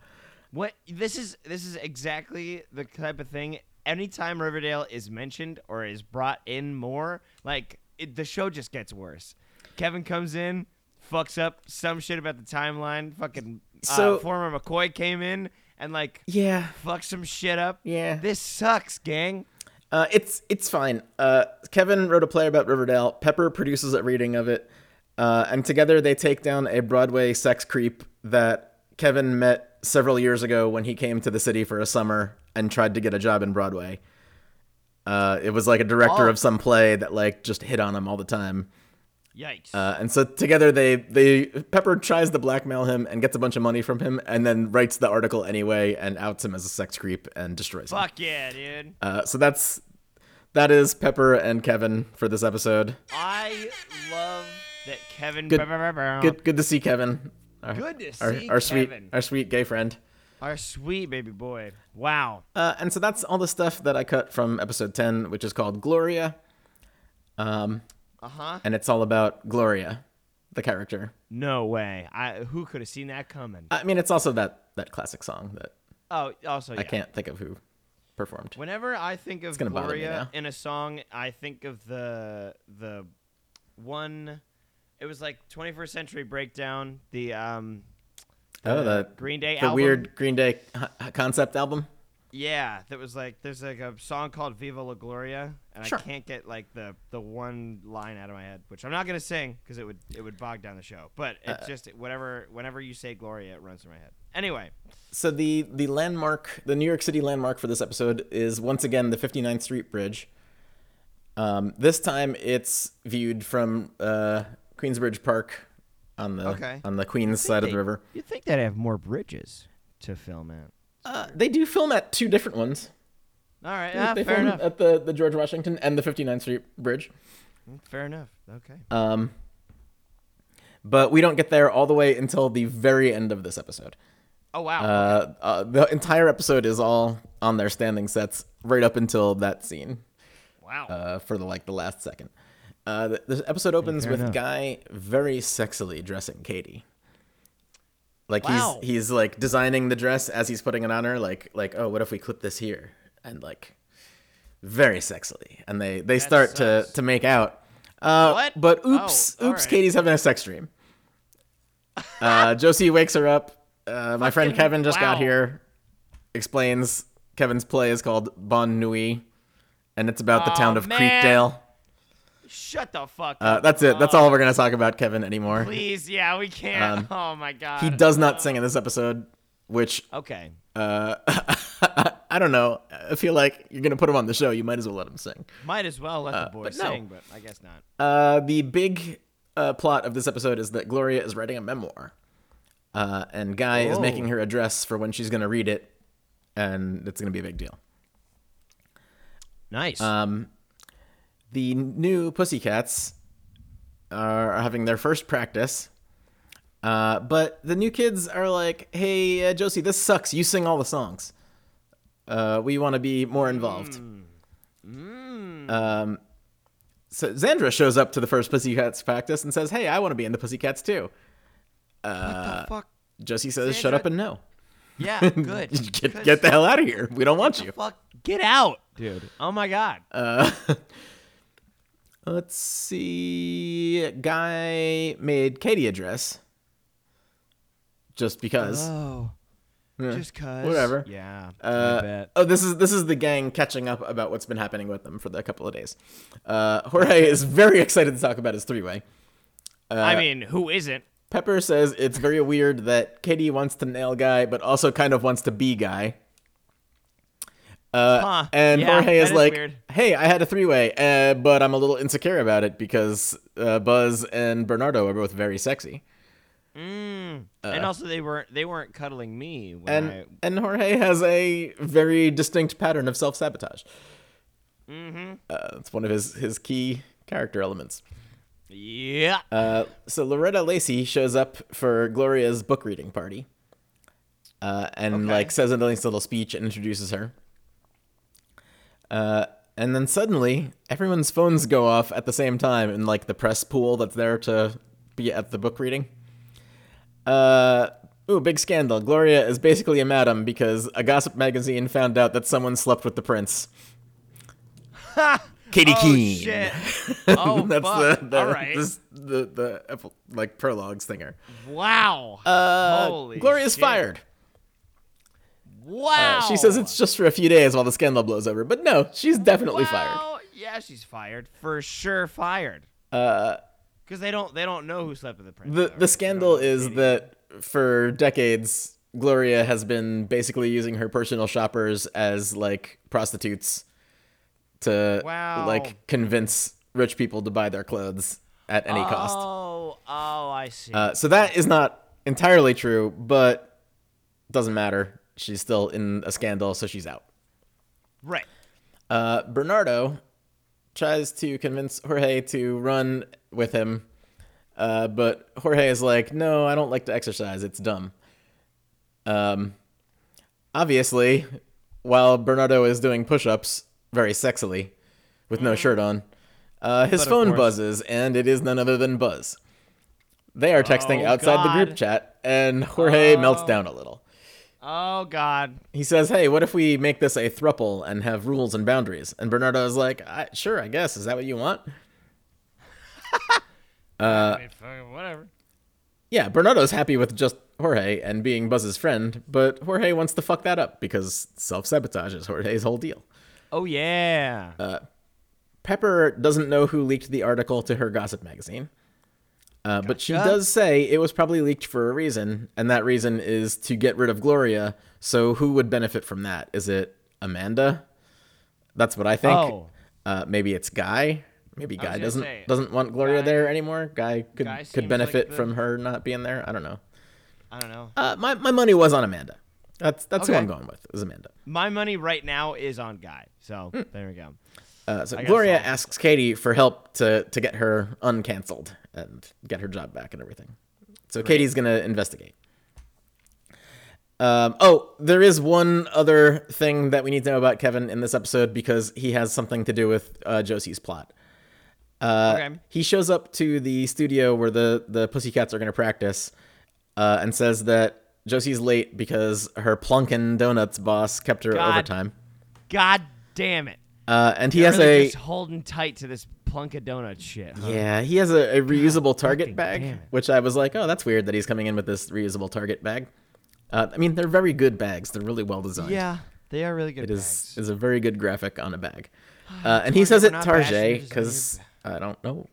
[SPEAKER 1] What this is this is exactly the type of thing anytime Riverdale is mentioned or is brought in more, like it, the show just gets worse. Kevin comes in, fucks up some shit about the timeline, fucking uh,
[SPEAKER 2] So-
[SPEAKER 1] former McCoy came in and like
[SPEAKER 2] Yeah,
[SPEAKER 1] fucked some shit up.
[SPEAKER 2] Yeah.
[SPEAKER 1] This sucks, gang.
[SPEAKER 2] Uh, it's it's fine. Uh, Kevin wrote a play about Riverdale. Pepper produces a reading of it, uh, and together they take down a Broadway sex creep that Kevin met several years ago when he came to the city for a summer and tried to get a job in Broadway. Uh, it was like a director
[SPEAKER 1] Oh.
[SPEAKER 2] of some play that like just hit on him all the time.
[SPEAKER 1] Yikes.
[SPEAKER 2] Uh, and so together they they Pepper tries to blackmail him and gets a bunch of money from him, and then writes the article anyway and outs him as a sex creep and destroys him.
[SPEAKER 1] Fuck yeah, dude.
[SPEAKER 2] Uh, so that's that is Pepper and Kevin for this episode.
[SPEAKER 1] I love that Kevin.
[SPEAKER 2] Good-
[SPEAKER 1] Good,
[SPEAKER 2] Good good to see Kevin. Our,
[SPEAKER 1] good to see
[SPEAKER 2] our, our sweet
[SPEAKER 1] Kevin,
[SPEAKER 2] our sweet gay friend.
[SPEAKER 1] our sweet baby boy. Wow.
[SPEAKER 2] Uh, and so that's all the stuff that I cut from episode ten, which is called Gloria, um,
[SPEAKER 1] Uh huh.
[SPEAKER 2] and it's all about Gloria, the character.
[SPEAKER 1] No way. I who could have seen that coming?
[SPEAKER 2] I mean, it's also that that classic song that
[SPEAKER 1] Oh, also yeah.
[SPEAKER 2] I can't think of who performed.
[SPEAKER 1] Whenever I think of
[SPEAKER 2] gonna bother me
[SPEAKER 1] Gloria
[SPEAKER 2] now.
[SPEAKER 1] in a song, I think of the the one. It was like 21st Century Breakdown, the um,
[SPEAKER 2] oh, the
[SPEAKER 1] Green Day
[SPEAKER 2] the
[SPEAKER 1] album.
[SPEAKER 2] weird Green Day h- concept album.
[SPEAKER 1] Yeah, that was like there's like a song called Viva la Gloria, and
[SPEAKER 2] Sure.
[SPEAKER 1] I can't get like the the one line out of my head, which I'm not gonna sing because it would it would bog down the show. But it
[SPEAKER 2] Uh,
[SPEAKER 1] just whatever whenever you say Gloria, it runs through my head. Anyway,
[SPEAKER 2] So the the landmark, the New York City landmark for this episode is once again the 59th Street Bridge. Um, this time it's viewed from uh, Queensbridge Park on the
[SPEAKER 1] Okay.
[SPEAKER 2] on the Queens side of the river.
[SPEAKER 1] You'd think they'd have more bridges to film at.
[SPEAKER 2] Uh, they do film at two different ones.
[SPEAKER 1] All right, ah,
[SPEAKER 2] they
[SPEAKER 1] fair
[SPEAKER 2] film
[SPEAKER 1] enough.
[SPEAKER 2] at the, the George Washington and the 59th Street Bridge.
[SPEAKER 1] fair enough. Okay.
[SPEAKER 2] Um, but we don't get there all the way until the very end of this episode.
[SPEAKER 1] oh wow.
[SPEAKER 2] Uh, uh, the entire episode is all on their standing sets right up until that scene.
[SPEAKER 1] wow.
[SPEAKER 2] uh, for the like the last second. Uh, the, the episode opens
[SPEAKER 1] fair
[SPEAKER 2] with
[SPEAKER 1] enough.
[SPEAKER 2] Guy very sexily dressing Katie. Like
[SPEAKER 1] Wow.
[SPEAKER 2] he's he's like designing the dress as he's putting it on her. Like like oh, what if we clip this here and like very sexily, and they they start to
[SPEAKER 1] sucks.
[SPEAKER 2] to make out. Uh,
[SPEAKER 1] What?
[SPEAKER 2] But oops,
[SPEAKER 1] Oh, all
[SPEAKER 2] oops,
[SPEAKER 1] right.
[SPEAKER 2] Katie's having a sex dream. Uh, Josie wakes her up. Uh, my friend
[SPEAKER 1] Fucking
[SPEAKER 2] Kevin just got
[SPEAKER 1] wow.
[SPEAKER 2] here. Explains Kevin's play is called Bon Nuit, and it's about the
[SPEAKER 1] Aw,
[SPEAKER 2] town of
[SPEAKER 1] man.
[SPEAKER 2] Creekdale.
[SPEAKER 1] Shut the fuck
[SPEAKER 2] Uh,
[SPEAKER 1] up.
[SPEAKER 2] that's it. That's
[SPEAKER 1] Oh,
[SPEAKER 2] all we're gonna talk about Kevin anymore.
[SPEAKER 1] Please, yeah, we can't. oh my god.
[SPEAKER 2] um, He does not sing in this episode, which
[SPEAKER 1] Okay.
[SPEAKER 2] uh, I don't know. I feel like you're gonna put him on the show. You might as well let him sing.
[SPEAKER 1] Might as well let the boy
[SPEAKER 2] Uh, but no.
[SPEAKER 1] sing, but I guess not.
[SPEAKER 2] Uh, the big uh, plot of this episode is that Gloria is writing a memoir, uh, and Guy is
[SPEAKER 1] Oh.
[SPEAKER 2] making her a dress for when she's gonna read it, and it's gonna be a big deal.
[SPEAKER 1] Nice.
[SPEAKER 2] Um, the new Pussycats are having their first practice. Uh, but the new kids are like, hey, uh, Josie, this sucks. You sing all the songs. Uh, we want to be more involved. Um, so Xandra shows up to the first Pussycats practice and says, hey, I want to be in the Pussycats too.
[SPEAKER 1] what the fuck?
[SPEAKER 2] Josie says, shut
[SPEAKER 1] Xandra-
[SPEAKER 2] up and no.
[SPEAKER 1] Yeah, good.
[SPEAKER 2] Get,
[SPEAKER 1] Good
[SPEAKER 2] get the hell out of here. We don't want you.
[SPEAKER 1] fuck. Get out, dude. Oh my god.
[SPEAKER 2] Uh, let's see. Guy made Katie a dress. Just because.
[SPEAKER 1] oh.
[SPEAKER 2] Yeah.
[SPEAKER 1] Just cuz.
[SPEAKER 2] whatever.
[SPEAKER 1] Yeah. I
[SPEAKER 2] Uh,
[SPEAKER 1] bet.
[SPEAKER 2] oh, this is this is the gang catching up about what's been happening with them for the couple of days. Uh, Jorge is very excited to talk about his three-way. uh,
[SPEAKER 1] I mean, who isn't?
[SPEAKER 2] Pepper says it's very weird that Katie wants to nail guy, but also kind of wants to be guy. Uh,
[SPEAKER 1] Huh.
[SPEAKER 2] And
[SPEAKER 1] Yeah,
[SPEAKER 2] Jorge is
[SPEAKER 1] that is
[SPEAKER 2] like,
[SPEAKER 1] weird.
[SPEAKER 2] "Hey, I had a three-way, uh, but I'm a little insecure about it because uh, Buzz and Bernardo are both very sexy."
[SPEAKER 1] Mm. and also, they weren't they weren't cuddling me when
[SPEAKER 2] uh, And
[SPEAKER 1] I
[SPEAKER 2] and Jorge has a very distinct pattern of self-sabotage. Mm-hmm. Uh, it's one of his his key character elements.
[SPEAKER 1] yeah.
[SPEAKER 2] Uh, so Loretta Lacey shows up for Gloria's book reading party, uh, and like says a nice little speech and introduces her. Uh, and then suddenly, everyone's phones go off at the same time in like the press pool that's there to be at the book reading. Uh, ooh, big scandal! Gloria is basically a madam because a gossip magazine found out that someone slept with the prince. Katie
[SPEAKER 1] oh
[SPEAKER 2] Keene.
[SPEAKER 1] shit. Oh
[SPEAKER 2] that's
[SPEAKER 1] fuck.
[SPEAKER 2] the the,
[SPEAKER 1] All right.
[SPEAKER 2] this- the the ep- like prologue stinger.
[SPEAKER 1] Wow.
[SPEAKER 2] Uh,
[SPEAKER 1] Holy
[SPEAKER 2] Gloria's
[SPEAKER 1] shit.
[SPEAKER 2] fired.
[SPEAKER 1] Wow.
[SPEAKER 2] Uh, She says it's just for a few days while the scandal blows over, but no, she's definitely fired.
[SPEAKER 1] Well, Yeah, she's fired for sure. Fired.
[SPEAKER 2] Uh,
[SPEAKER 1] Because they don't they don't know who slept with the prince.
[SPEAKER 2] the the scandal is that for decades, Gloria has been basically using her personal shoppers as like prostitutes to
[SPEAKER 1] Wow.
[SPEAKER 2] like convince rich people to buy their clothes at any cost.
[SPEAKER 1] Oh, oh, I see.
[SPEAKER 2] Uh, so that is not entirely true, but doesn't matter. She's still in a scandal, so she's out.
[SPEAKER 1] right.
[SPEAKER 2] Uh, Bernardo tries to convince Jorge to run with him, uh, but Jorge is like, "No, I don't like to exercise. It's dumb." Um, obviously, while Bernardo is doing push-ups very sexily with no shirt on, uh, his
[SPEAKER 1] Mm-hmm. But of
[SPEAKER 2] phone
[SPEAKER 1] course.
[SPEAKER 2] buzzes, and it is none other than Buzz. They are texting
[SPEAKER 1] Oh,
[SPEAKER 2] outside the
[SPEAKER 1] God.
[SPEAKER 2] group chat, and Jorge melts
[SPEAKER 1] Oh.
[SPEAKER 2] down a little.
[SPEAKER 1] Oh God.
[SPEAKER 2] He says, "Hey, what if we make this a thruple and have rules and boundaries?" And Bernardo is like, I, "Sure, I guess. Is that what you want?" uh,
[SPEAKER 1] I mean, fucking whatever.
[SPEAKER 2] Yeah, Bernardo's happy with just Jorge and being Buzz's friend, but Jorge wants to fuck that up because self-sabotage is Jorge's whole deal.
[SPEAKER 1] Oh yeah.
[SPEAKER 2] Uh, Pepper doesn't know who leaked the article to her gossip magazine. Uh, But she
[SPEAKER 1] Gotcha.
[SPEAKER 2] does say it was probably leaked for a reason, and that reason is to get rid of Gloria. So who would benefit from that? Is it Amanda? That's what I think.
[SPEAKER 1] Oh.
[SPEAKER 2] Uh, maybe it's Guy. Maybe Guy
[SPEAKER 1] gonna
[SPEAKER 2] doesn't
[SPEAKER 1] say,
[SPEAKER 2] doesn't want Gloria
[SPEAKER 1] Guy-
[SPEAKER 2] there anymore. Guy could
[SPEAKER 1] Guy seems
[SPEAKER 2] could
[SPEAKER 1] like
[SPEAKER 2] benefit
[SPEAKER 1] the-
[SPEAKER 2] from her not being there. I don't know.
[SPEAKER 1] I don't know.
[SPEAKER 2] Uh, my my money was on Amanda. That's that's who
[SPEAKER 1] Okay.
[SPEAKER 2] I'm going with. Is Amanda.
[SPEAKER 1] My money right now is on Guy. So
[SPEAKER 2] Hmm.
[SPEAKER 1] there we go.
[SPEAKER 2] Uh, so
[SPEAKER 1] guess
[SPEAKER 2] Gloria
[SPEAKER 1] I'll-
[SPEAKER 2] asks Katie for help to to get her uncanceled and get her job back and everything. So Katie's gonna investigate. Um, oh, there is one other thing that we need to know about Kevin in this episode because he has something to do with uh, Josie's plot. Uh,
[SPEAKER 1] Okay.
[SPEAKER 2] He shows up to the studio where the the pussycats are gonna practice, uh, and says that Josie's late because her Plunkin Donuts boss kept her
[SPEAKER 1] God.
[SPEAKER 2] overtime.
[SPEAKER 1] God damn it.
[SPEAKER 2] Uh, and he
[SPEAKER 1] They're
[SPEAKER 2] has
[SPEAKER 1] really
[SPEAKER 2] a
[SPEAKER 1] just holding tight to this plunk of donut shit. Huh?
[SPEAKER 2] Yeah, he has a, a reusable target
[SPEAKER 1] fucking
[SPEAKER 2] bag,
[SPEAKER 1] damn it.
[SPEAKER 2] which I was like, oh, that's weird that he's coming in with this reusable target bag. Uh, I mean, they're very good bags. They're really well designed.
[SPEAKER 1] Yeah, they are really good.
[SPEAKER 2] it is
[SPEAKER 1] bags.
[SPEAKER 2] is a very good graphic on a bag. Uh, and he says
[SPEAKER 1] we're
[SPEAKER 2] it
[SPEAKER 1] not
[SPEAKER 2] Target
[SPEAKER 1] bashing, just
[SPEAKER 2] because I don't know,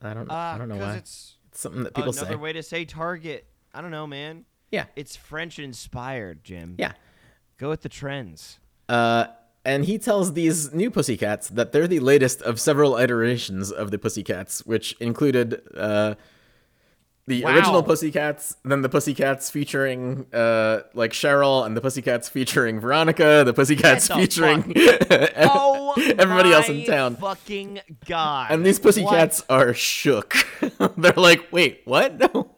[SPEAKER 2] I don't, I
[SPEAKER 1] Uh,
[SPEAKER 2] don't know
[SPEAKER 1] 'cause
[SPEAKER 2] why. It's
[SPEAKER 1] It's
[SPEAKER 2] something that people
[SPEAKER 1] another
[SPEAKER 2] say.
[SPEAKER 1] way to say Target. I don't know, man.
[SPEAKER 2] Yeah,
[SPEAKER 1] It's French inspired, Jim.
[SPEAKER 2] yeah.
[SPEAKER 1] Go with the trends.
[SPEAKER 2] Uh, and he tells these new pussycats that they're the latest of several iterations of the pussycats, which included uh, the
[SPEAKER 1] Wow.
[SPEAKER 2] original pussycats, then the pussycats featuring uh, like Cheryl, and the pussycats featuring Veronica, the pussycats
[SPEAKER 1] Get the
[SPEAKER 2] featuring
[SPEAKER 1] Oh,
[SPEAKER 2] everybody else in
[SPEAKER 1] my
[SPEAKER 2] town.
[SPEAKER 1] Fucking god.
[SPEAKER 2] and these pussycats are shook. they're like, wait, what? No.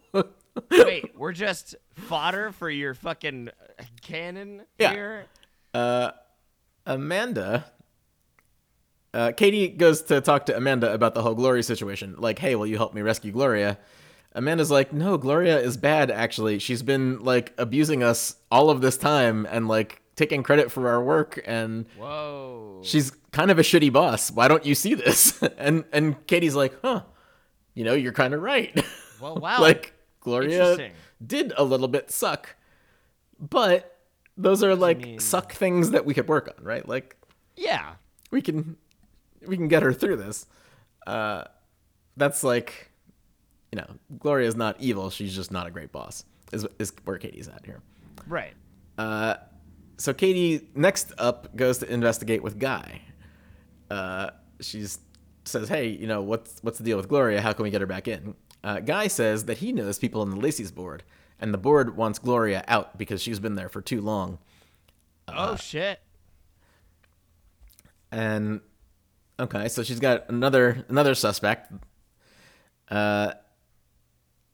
[SPEAKER 1] What? Wait, we're just fodder for your fucking uh, cannon
[SPEAKER 2] Yeah.
[SPEAKER 1] here.
[SPEAKER 2] Amanda. Uh, Katie goes to talk to Amanda about the whole Gloria situation. Like, hey, will you help me rescue Gloria? Amanda's like, no, Gloria is bad, actually. She's been, like, abusing us all of this time and, like, taking credit for our work, and
[SPEAKER 1] Whoa.
[SPEAKER 2] she's kind of a shitty boss. Why don't you see this? and and Katie's like, huh, you know, you're kind of right.
[SPEAKER 1] Well, wow.
[SPEAKER 2] like, Gloria
[SPEAKER 1] Oh. Interesting.
[SPEAKER 2] did a little bit suck, but those are, like,
[SPEAKER 1] mean-
[SPEAKER 2] suck things that we could work on, right? Like,
[SPEAKER 1] yeah.
[SPEAKER 2] we can we can get her through this. Uh, that's like, you know, Gloria's not evil. She's just not a great boss. Is is where Katie's at here.
[SPEAKER 1] Right.
[SPEAKER 2] so Katie next up goes to investigate with Guy. Uh, she's says, "Hey, you know what's what's the deal with Gloria? How can we get her back in?" Uh, Guy says that he knows people on the Lacey's board, and the board wants Gloria out because she's been there for too long. Uh,
[SPEAKER 1] oh shit.
[SPEAKER 2] And okay, so she's got another another suspect. Uh,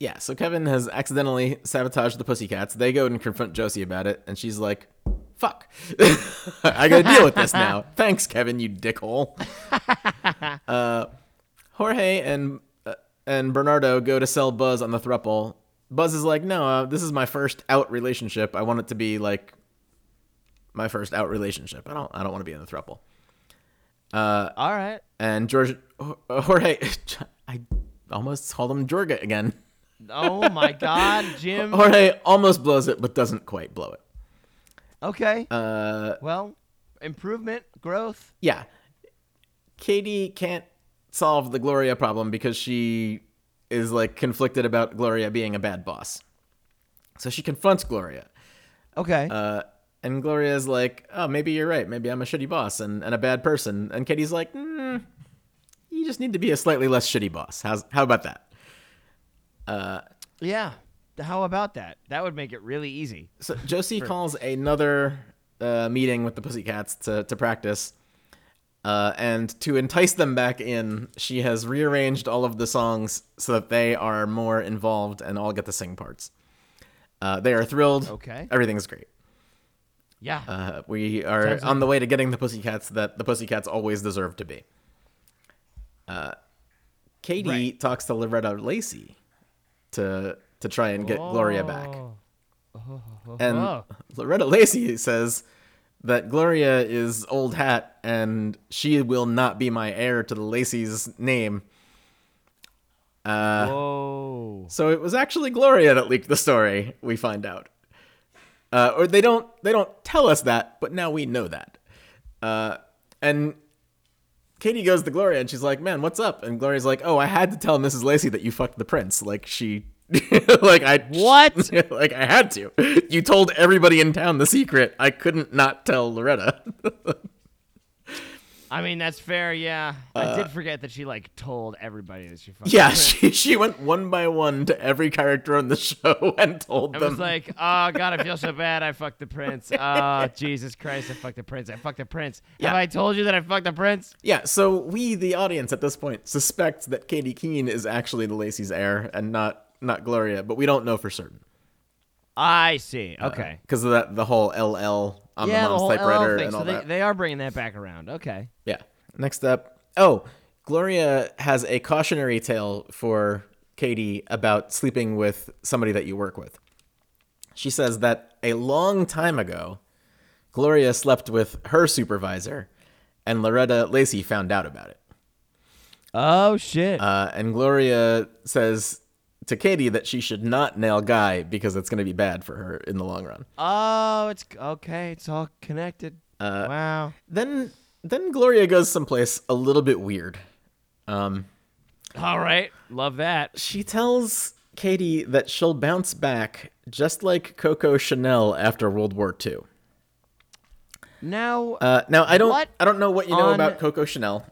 [SPEAKER 2] yeah. So Kevin has accidentally sabotaged the Pussycats. They go and confront Josie about it, and she's like, "Fuck, I gotta deal with this now." Thanks, Kevin, you dickhole. uh, Jorge and uh, and Bernardo go to sell Buzz on the thruple. Buzz is like, "No, uh, this is my first out relationship. I want it to be like my first out relationship. I don't I don't want to be in the thruple." uh,
[SPEAKER 1] All right.
[SPEAKER 2] and George uh, Jorge. I almost called him Jorga again.
[SPEAKER 1] Oh my god, Jim.
[SPEAKER 2] Jorge almost blows it, but doesn't quite blow it.
[SPEAKER 1] Okay. Uh, well, improvement, growth.
[SPEAKER 2] Yeah, Katie can't solve the Gloria problem because she is like conflicted about Gloria being a bad boss. So she confronts Gloria,
[SPEAKER 1] Okay.
[SPEAKER 2] uh, and Gloria is like, "Oh, maybe you're right. Maybe I'm a shitty boss and, and a bad person." And Katie's like, mm, "You just need to be a slightly less shitty boss. How's how about that?"
[SPEAKER 1] yeah. How about that? That would make it really easy.
[SPEAKER 2] So Josie calls another uh, meeting with the Pussycats to, to practice. Uh, and to entice them back in, she has rearranged all of the songs so that they are more involved and all get to sing parts. Uh, they are thrilled.
[SPEAKER 1] Okay.
[SPEAKER 2] Everything's great.
[SPEAKER 1] Yeah.
[SPEAKER 2] Uh, we are
[SPEAKER 1] Sounds like-
[SPEAKER 2] on the way to getting the Pussycats that the Pussycats always deserve to be. Uh, Katie
[SPEAKER 1] Right.
[SPEAKER 2] talks to Loretta Lacey to, to try and get Gloria back.
[SPEAKER 1] Oh.
[SPEAKER 2] And
[SPEAKER 1] Oh.
[SPEAKER 2] Loretta Lacey says that Gloria is old hat and she will not be my heir to the Lacey's name.
[SPEAKER 1] Whoa.
[SPEAKER 2] So it was actually Gloria that leaked the story, we find out. Uh, or they don't they don't tell us that, but now we know that. Uh, and Katie goes to Gloria and she's like, "Man, what's up?" And Gloria's like, "Oh, I had to tell Mrs. Lacey that you fucked the prince. Like she like I
[SPEAKER 1] What?
[SPEAKER 2] like I had to. You told everybody in town the secret. I couldn't not tell Loretta."
[SPEAKER 1] I mean, that's fair. Yeah. I did forget that she like told everybody that she fucking.
[SPEAKER 2] Uh, yeah, she she went one by one to every character on the show and told
[SPEAKER 1] I
[SPEAKER 2] them.
[SPEAKER 1] was like, oh god, I feel so bad. I fucked the prince. Oh Jesus Christ, I fucked the prince. I fucked the prince. Have
[SPEAKER 2] Yeah.
[SPEAKER 1] I told you that I fucked the prince?
[SPEAKER 2] Yeah, so we, the audience, at this point suspect that Katie Keene is actually the Lacey's heir and not not Gloria, but we don't know for certain
[SPEAKER 1] I see. Okay.
[SPEAKER 2] because of that the whole LL on
[SPEAKER 1] yeah, the
[SPEAKER 2] Uh, the mom's
[SPEAKER 1] whole
[SPEAKER 2] typewriter
[SPEAKER 1] LL thing.
[SPEAKER 2] and all
[SPEAKER 1] So they,
[SPEAKER 2] that.
[SPEAKER 1] they are bringing that back around. Okay.
[SPEAKER 2] yeah. Next up, oh, Gloria has a cautionary tale for Katie about sleeping with somebody that you work with. She says that a long time ago, Gloria slept with her supervisor, and Loretta Lacey found out about it.
[SPEAKER 1] Oh shit.
[SPEAKER 2] Uh, and Gloria says to Katie that she should not nail Guy because it's going to be bad for her in the long run.
[SPEAKER 1] oh, it's okay. It's all connected.
[SPEAKER 2] Uh,
[SPEAKER 1] wow.
[SPEAKER 2] Then, then Gloria goes someplace a little bit weird. Um,
[SPEAKER 1] All right. Love that.
[SPEAKER 2] she tells Katie that she'll bounce back just like Coco Chanel after World War II.
[SPEAKER 1] Now
[SPEAKER 2] Uh, now I don't,
[SPEAKER 1] What
[SPEAKER 2] I don't know what you know
[SPEAKER 1] on-
[SPEAKER 2] about Coco Chanel,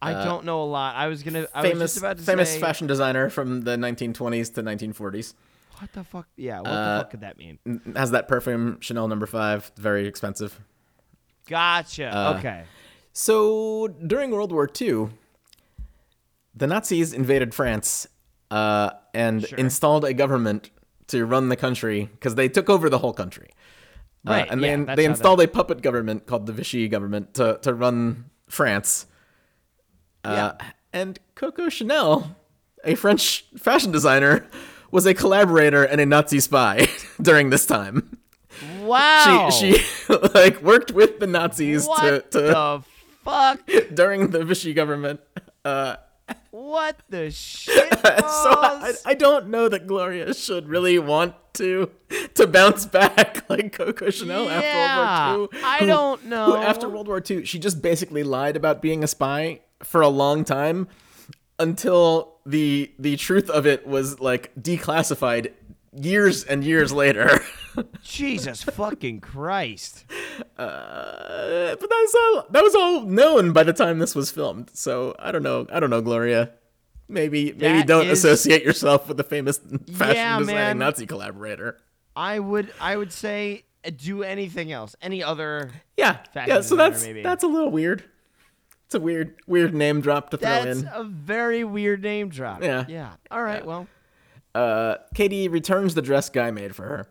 [SPEAKER 1] I don't know a lot. I was gonna. I was
[SPEAKER 2] famous
[SPEAKER 1] just about to
[SPEAKER 2] famous
[SPEAKER 1] say,
[SPEAKER 2] fashion designer from the 1920s to 1940s.
[SPEAKER 1] What the fuck? Yeah. What
[SPEAKER 2] Uh,
[SPEAKER 1] the fuck could that mean?
[SPEAKER 2] Has that perfume Chanel number five, very expensive.
[SPEAKER 1] Gotcha.
[SPEAKER 2] Uh,
[SPEAKER 1] okay.
[SPEAKER 2] So during World War II, the Nazis invaded France uh, and installed a government to run the country because they took over the whole country. Uh,
[SPEAKER 1] Right,
[SPEAKER 2] and
[SPEAKER 1] yeah,
[SPEAKER 2] they,
[SPEAKER 1] that's
[SPEAKER 2] they
[SPEAKER 1] how that-
[SPEAKER 2] installed a puppet government called the Vichy government to, to run France. Uh, And Coco Chanel, a French fashion designer, was a collaborator and a Nazi spy during this time.
[SPEAKER 1] Wow.
[SPEAKER 2] She, she like worked with the Nazis to,
[SPEAKER 1] Oh. what
[SPEAKER 2] to
[SPEAKER 1] the fuck?
[SPEAKER 2] during the Vichy government. Uh,
[SPEAKER 1] What the shit?
[SPEAKER 2] so I, I don't know that Gloria should really want to to bounce back like Coco Chanel
[SPEAKER 1] Yeah,
[SPEAKER 2] after World War II.
[SPEAKER 1] I
[SPEAKER 2] who-
[SPEAKER 1] don't
[SPEAKER 2] Who after
[SPEAKER 1] know.
[SPEAKER 2] World War II, she just basically lied about being a spy for a long time until the the truth of it was like declassified years and years later.
[SPEAKER 1] Jesus fucking Christ.
[SPEAKER 2] Uh, but that's all. That was all known by the time this was filmed. So I don't know. I don't know, Gloria. Maybe maybe
[SPEAKER 1] That
[SPEAKER 2] don't
[SPEAKER 1] is-
[SPEAKER 2] associate yourself with the famous fashion
[SPEAKER 1] Yeah, man.
[SPEAKER 2] designing Nazi collaborator.
[SPEAKER 1] I would I would say uh, do anything else. Any other
[SPEAKER 2] Yeah,
[SPEAKER 1] Fashion
[SPEAKER 2] yeah. So
[SPEAKER 1] designer,
[SPEAKER 2] that's
[SPEAKER 1] maybe.
[SPEAKER 2] that's a little weird. It's a weird weird name drop to throw
[SPEAKER 1] That's
[SPEAKER 2] in.
[SPEAKER 1] a very weird name drop.
[SPEAKER 2] Yeah.
[SPEAKER 1] Yeah. All right, well.
[SPEAKER 2] uh, Katie returns the dress Guy made for her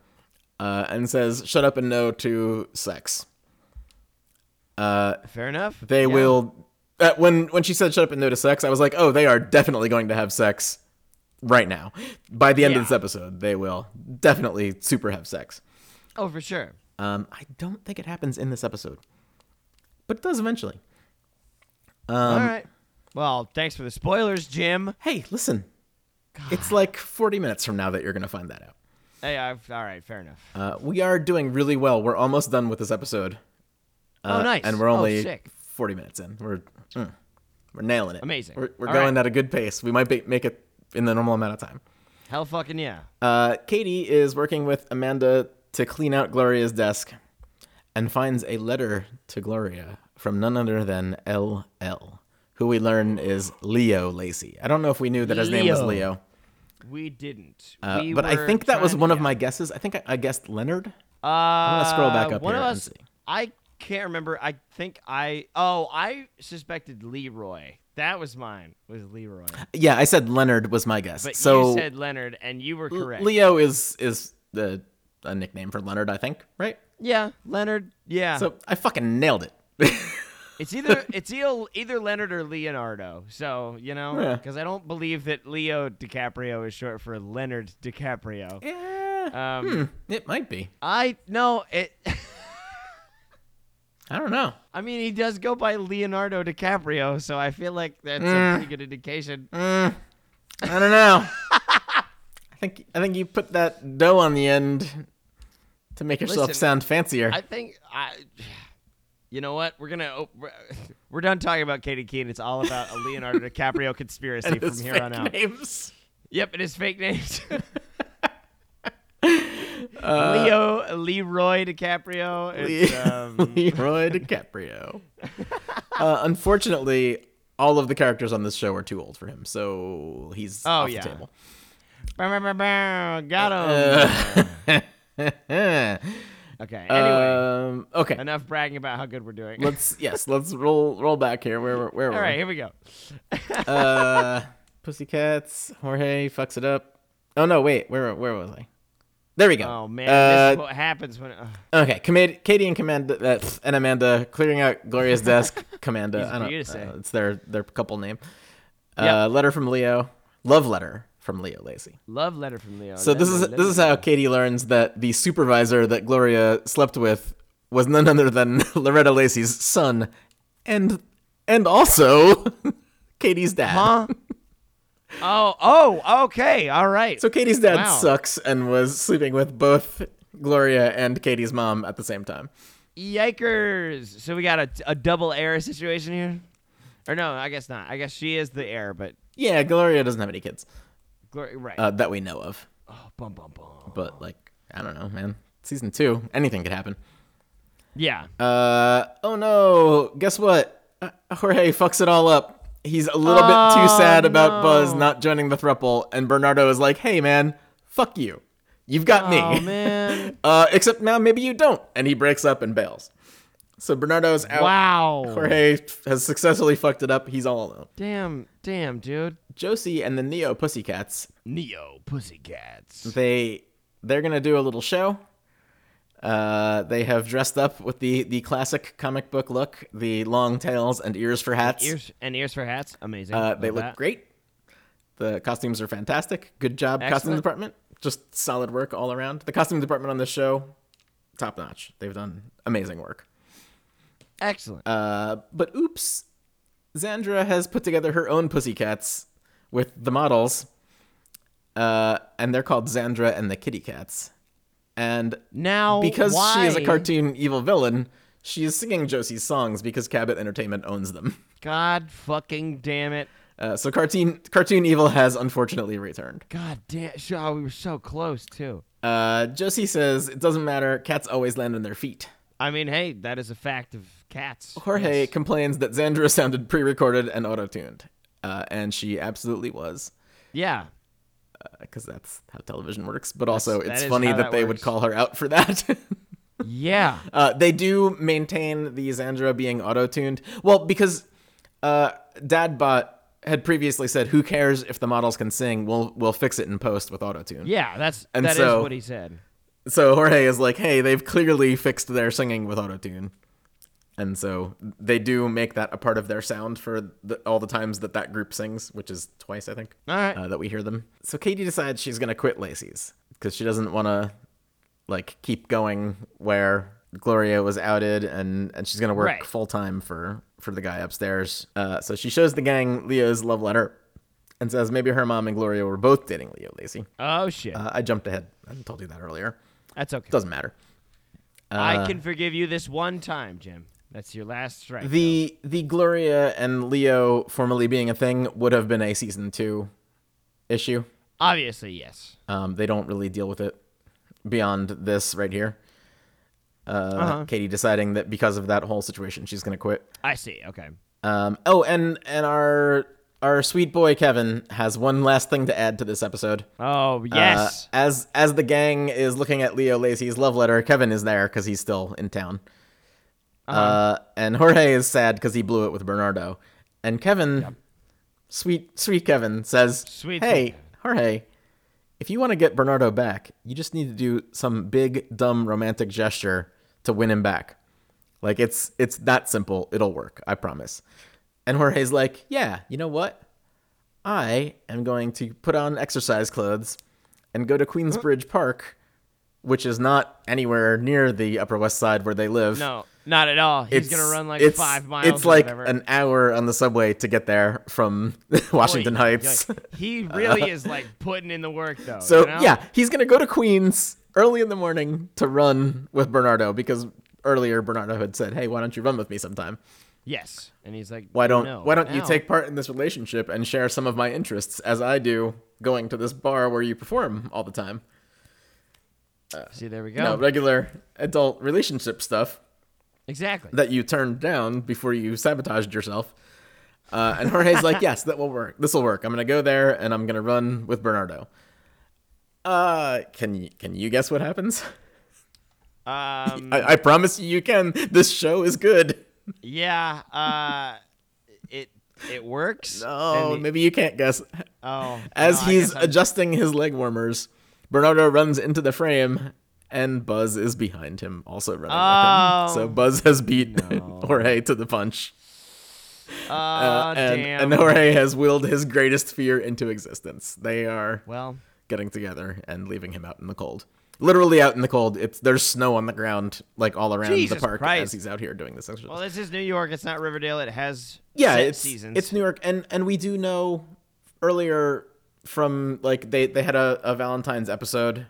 [SPEAKER 2] uh, and says, "Shut up and no to sex."
[SPEAKER 1] Fair enough.
[SPEAKER 2] They
[SPEAKER 1] Yeah.
[SPEAKER 2] will. Uh, when when she said shut up and no to sex, I was like, oh, they are definitely going to have sex right now. By the end of
[SPEAKER 1] Yeah.
[SPEAKER 2] this episode, they will definitely super have sex.
[SPEAKER 1] Oh, for sure.
[SPEAKER 2] Um, I don't think it happens in this episode, but it does eventually. Um,
[SPEAKER 1] All right. Well, thanks for the spoilers, Jim.
[SPEAKER 2] Hey, listen, it's like 40 minutes from now that you're going to find that out.
[SPEAKER 1] Hey, I've, all right, fair enough.
[SPEAKER 2] Uh, we are doing really well. We're almost done with this episode. Uh,
[SPEAKER 1] Oh, nice.
[SPEAKER 2] And we're
[SPEAKER 1] Oh,
[SPEAKER 2] only
[SPEAKER 1] sick.
[SPEAKER 2] 40 minutes in. We're mm, we're nailing it.
[SPEAKER 1] Amazing.
[SPEAKER 2] We're, we're
[SPEAKER 1] All
[SPEAKER 2] going
[SPEAKER 1] right.
[SPEAKER 2] at a good pace. We might be, make it in the normal amount of time.
[SPEAKER 1] Hell fucking yeah.
[SPEAKER 2] Uh, Katie is working with Amanda to clean out Gloria's desk and finds a letter to Gloria from none other than LL, who we learn is Leo Lacey. I don't know if we knew that his name was
[SPEAKER 1] Leo.
[SPEAKER 2] Leo,
[SPEAKER 1] We didn't.
[SPEAKER 2] uh,
[SPEAKER 1] We
[SPEAKER 2] but I
[SPEAKER 1] were
[SPEAKER 2] think that was
[SPEAKER 1] trying-
[SPEAKER 2] one of
[SPEAKER 1] yeah.
[SPEAKER 2] my guesses. I think I, I guessed Leonard.
[SPEAKER 1] Uh,
[SPEAKER 2] gonna scroll back up
[SPEAKER 1] one
[SPEAKER 2] here
[SPEAKER 1] of
[SPEAKER 2] and
[SPEAKER 1] us.
[SPEAKER 2] see.
[SPEAKER 1] I can't remember. I think I. Oh, I suspected Leroy. That was mine. Was Leroy.
[SPEAKER 2] Yeah, I said Leonard was my guess.
[SPEAKER 1] But
[SPEAKER 2] so
[SPEAKER 1] you said Leonard, and you were
[SPEAKER 2] L-
[SPEAKER 1] correct.
[SPEAKER 2] Leo is is the a nickname for Leonard, I think, right?
[SPEAKER 1] yeah, Leonard. Yeah.
[SPEAKER 2] So I fucking nailed it.
[SPEAKER 1] It's either it's either, either Leonard or Leonardo. So you know,
[SPEAKER 2] Yeah.
[SPEAKER 1] because I don't believe that Leo DiCaprio is short for Leonard DiCaprio.
[SPEAKER 2] yeah, Hmm.
[SPEAKER 1] Um,
[SPEAKER 2] it might be.
[SPEAKER 1] I no it.
[SPEAKER 2] I don't know.
[SPEAKER 1] I mean, he does go by Leonardo DiCaprio, so I feel like that's a
[SPEAKER 2] Mm.
[SPEAKER 1] pretty good indication.
[SPEAKER 2] I don't know. I think I think you put that dough on the end to make yourself
[SPEAKER 1] Listen,
[SPEAKER 2] sound fancier.
[SPEAKER 1] I think I. You know what? We're gonna oh, we're- we're done talking about Katie Keene. It's all about a Leonardo DiCaprio conspiracy from
[SPEAKER 2] Those
[SPEAKER 1] here
[SPEAKER 2] fake
[SPEAKER 1] on out.
[SPEAKER 2] names.
[SPEAKER 1] Yep, it is fake names. Uh,
[SPEAKER 2] Uh,
[SPEAKER 1] Leo Leroy DiCaprio. It's, um,
[SPEAKER 2] Leroy DiCaprio. uh, unfortunately, all of the characters on this show are too old for him, so he's
[SPEAKER 1] Oh,
[SPEAKER 2] off
[SPEAKER 1] yeah.
[SPEAKER 2] the table.
[SPEAKER 1] bow, bow, bow, bow, got
[SPEAKER 2] Uh,
[SPEAKER 1] him.
[SPEAKER 2] uh,
[SPEAKER 1] okay. Anyway,
[SPEAKER 2] um, okay.
[SPEAKER 1] enough bragging about how good we're doing.
[SPEAKER 2] let's yes, let's roll roll back here. Where were- where were
[SPEAKER 1] All right,
[SPEAKER 2] we?
[SPEAKER 1] here we go.
[SPEAKER 2] Uh, Pussycats. Jorge fucks it up. Oh no, wait. Where where was I? There we go.
[SPEAKER 1] Oh man, this is
[SPEAKER 2] Uh,
[SPEAKER 1] what happens when. Uh,
[SPEAKER 2] okay. Command, Katie and Commanda uh, pff, and Amanda clearing out Gloria's desk. Commanda. I
[SPEAKER 1] for
[SPEAKER 2] don't.
[SPEAKER 1] you to say.
[SPEAKER 2] uh, it's their their couple name. Uh,
[SPEAKER 1] Yep.
[SPEAKER 2] Letter from Leo. Love letter from Leo Lacey.
[SPEAKER 1] love letter from Leo.
[SPEAKER 2] So this is this is how Katie learns that the supervisor that Gloria slept with was none other than Loretta Lacey's son, and and also Katie's dad.
[SPEAKER 1] Huh? Uh-huh. oh, oh, okay, all right.
[SPEAKER 2] So Katie's dad
[SPEAKER 1] Wow.
[SPEAKER 2] sucks and was sleeping with both Gloria and Katie's mom at the same time.
[SPEAKER 1] Yikers! So we got a, a double heir situation here, or no? I guess not. I guess she is the heir, but
[SPEAKER 2] Yeah, Gloria doesn't have any kids
[SPEAKER 1] Gloria, right?
[SPEAKER 2] uh, that we know of,
[SPEAKER 1] oh, bum bum bum.
[SPEAKER 2] but like I don't know, man. Season two, anything could happen.
[SPEAKER 1] Yeah.
[SPEAKER 2] Uh oh no! Guess what? Uh, Jorge fucks it all up. He's a little bit too
[SPEAKER 1] Oh,
[SPEAKER 2] sad about Buzz
[SPEAKER 1] no.
[SPEAKER 2] not joining the thruple, and Bernardo is like, "Hey man, fuck you. You've got
[SPEAKER 1] Oh
[SPEAKER 2] me.
[SPEAKER 1] man!
[SPEAKER 2] Uh, except now maybe you don't." And he breaks up and bails. So Bernardo's out.
[SPEAKER 1] wow.
[SPEAKER 2] Jorge has successfully fucked it up. He's all alone.
[SPEAKER 1] Damn, damn, dude.
[SPEAKER 2] Josie and the Neo Pussycats,
[SPEAKER 1] Neo Pussycats.
[SPEAKER 2] they they're gonna do a little show. Uh, they have dressed up with the the classic comic book look, the long tails and ears for hats.
[SPEAKER 1] Ears and ears for hats. Amazing.
[SPEAKER 2] Uh,
[SPEAKER 1] Love
[SPEAKER 2] they look
[SPEAKER 1] that.
[SPEAKER 2] great. The costumes are fantastic. Good job, costume
[SPEAKER 1] Excellent.
[SPEAKER 2] department. Just solid work all around. The costume department on this show, top notch. They've done amazing work.
[SPEAKER 1] Excellent.
[SPEAKER 2] Uh, but oops, Zandra has put together her own pussycats with the models, uh, and they're called Zandra and the Kitty Cats. And
[SPEAKER 1] now,
[SPEAKER 2] because she is a
[SPEAKER 1] why-
[SPEAKER 2] cartoon evil villain, she is singing Josie's songs because Cabot Entertainment owns them.
[SPEAKER 1] God fucking damn it.
[SPEAKER 2] Uh, so cartoon cartoon evil has unfortunately returned.
[SPEAKER 1] God damn. Oh, we were so close too.
[SPEAKER 2] Uh, Josie says it doesn't matter. Cats always land on their feet.
[SPEAKER 1] I mean, hey, that is a fact of cats.
[SPEAKER 2] Jorge
[SPEAKER 1] Yes.
[SPEAKER 2] complains that Xandra sounded pre recorded and auto tuned. Uh, and she absolutely was,
[SPEAKER 1] Yeah.
[SPEAKER 2] because that's how television works. But also,
[SPEAKER 1] that
[SPEAKER 2] it's
[SPEAKER 1] is
[SPEAKER 2] funny
[SPEAKER 1] how
[SPEAKER 2] that,
[SPEAKER 1] that
[SPEAKER 2] they would
[SPEAKER 1] works.
[SPEAKER 2] call her out for that.
[SPEAKER 1] Yeah.
[SPEAKER 2] uh, they do maintain the Xandra being auto tuned. Well, because uh, Dadbot had previously said, Who cares if the models can sing? We'll, we'll fix it in post with auto tune.
[SPEAKER 1] Yeah, that's
[SPEAKER 2] And
[SPEAKER 1] that is
[SPEAKER 2] so-
[SPEAKER 1] what he said.
[SPEAKER 2] so Jorge is like, hey, they've clearly fixed their singing with autotune. And so they do make that a part of their sound for the, all the times that that group sings, which is twice, I think,
[SPEAKER 1] All right.
[SPEAKER 2] uh, that we hear them. So Katie decides she's going to quit Lacey's because she doesn't want to, like, keep going where Gloria was outed and, and she's going to work
[SPEAKER 1] Right.
[SPEAKER 2] full time for, for the guy upstairs. Uh, so she shows the gang Leo's love letter and says maybe her mom and Gloria were both dating Leo Lacey.
[SPEAKER 1] oh shit.
[SPEAKER 2] Uh, I jumped ahead. I told you that earlier.
[SPEAKER 1] that's okay.
[SPEAKER 2] Doesn't matter. uh,
[SPEAKER 1] I can forgive you this one time, Jim. That's your last strike.
[SPEAKER 2] The the Gloria and Leo formerly being a thing would have been a season two issue.
[SPEAKER 1] though. Obviously, yes.
[SPEAKER 2] Um, they don't really deal with it beyond this right here. Uh, Katie deciding that because of that whole situation, she's gonna quit.
[SPEAKER 1] I see. Okay.
[SPEAKER 2] Um, oh, and and our our sweet boy Kevin has one last thing to add to this episode.
[SPEAKER 1] Oh
[SPEAKER 2] Uh,
[SPEAKER 1] yes.
[SPEAKER 2] as as the gang is looking at Leo Lacey's love letter, Kevin is there because he's still in town.
[SPEAKER 1] Uh-huh.
[SPEAKER 2] uh and Jorge is sad because he blew it with Bernardo. And Kevin, sweet sweet Kevin, says,
[SPEAKER 1] Sweet,
[SPEAKER 2] "Hey
[SPEAKER 1] sweet
[SPEAKER 2] Jorge, if you want to get Bernardo back, you just need to do some big dumb romantic gesture to win him back. Like it's it's that simple. It'll work. I promise." And Jorge's like, "Yeah, you know what? I am going to put on exercise clothes and go to Queensbridge Park, which is not anywhere near the Upper West Side where they live.
[SPEAKER 1] no, not at all. He's gonna
[SPEAKER 2] It's-
[SPEAKER 1] run like
[SPEAKER 2] it's-
[SPEAKER 1] five miles.
[SPEAKER 2] It's
[SPEAKER 1] or
[SPEAKER 2] like
[SPEAKER 1] whatever.
[SPEAKER 2] an hour on the subway to get there from Washington
[SPEAKER 1] Oy,
[SPEAKER 2] Heights. Uh,
[SPEAKER 1] oy. He really is like putting in the work though.
[SPEAKER 2] So
[SPEAKER 1] you know?
[SPEAKER 2] yeah, he's gonna go to Queens early in the morning to run with Bernardo because earlier Bernardo had said, "Hey, why don't you run with me sometime?
[SPEAKER 1] Yes. And he's like,
[SPEAKER 2] Why don't
[SPEAKER 1] no,
[SPEAKER 2] Why don't you
[SPEAKER 1] now."
[SPEAKER 2] take part in this relationship and share some of my interests as I do going to this bar where you perform all the time?
[SPEAKER 1] See, there we
[SPEAKER 2] You know,
[SPEAKER 1] go.
[SPEAKER 2] regular adult relationship stuff."
[SPEAKER 1] exactly.
[SPEAKER 2] that you turned down before you sabotaged yourself. Uh, and Jorge's like, yes, that will work. This will work. I'm gonna go there and I'm gonna run with Bernardo. Uh, can you can you guess what happens?
[SPEAKER 1] Um.
[SPEAKER 2] I, I promise you, you can. This show is good.
[SPEAKER 1] yeah. Uh. It. It works.
[SPEAKER 2] Oh,
[SPEAKER 1] And he-
[SPEAKER 2] maybe you can't guess.
[SPEAKER 1] oh.
[SPEAKER 2] As
[SPEAKER 1] no, I
[SPEAKER 2] he's
[SPEAKER 1] guess I'm-
[SPEAKER 2] adjusting his leg warmers, Bernardo runs into the frame, and Buzz is behind him, also running with him. So
[SPEAKER 1] Oh.
[SPEAKER 2] Buzz has beat Jorge to the punch.
[SPEAKER 1] Oh,
[SPEAKER 2] Uh, and,
[SPEAKER 1] damn.
[SPEAKER 2] and Jorge has willed his greatest fear into existence. They are
[SPEAKER 1] well.
[SPEAKER 2] getting together and leaving him out in the cold. Literally out in the cold. It's there's snow on the ground like all around
[SPEAKER 1] Jesus
[SPEAKER 2] the park as
[SPEAKER 1] Christ.
[SPEAKER 2] he's out here doing this exercise.
[SPEAKER 1] Well, this is New York. It's not Riverdale. It has
[SPEAKER 2] yeah,
[SPEAKER 1] set
[SPEAKER 2] it's
[SPEAKER 1] seasons.
[SPEAKER 2] it's New York, and and we do know earlier from like they they had a, a Valentine's episode,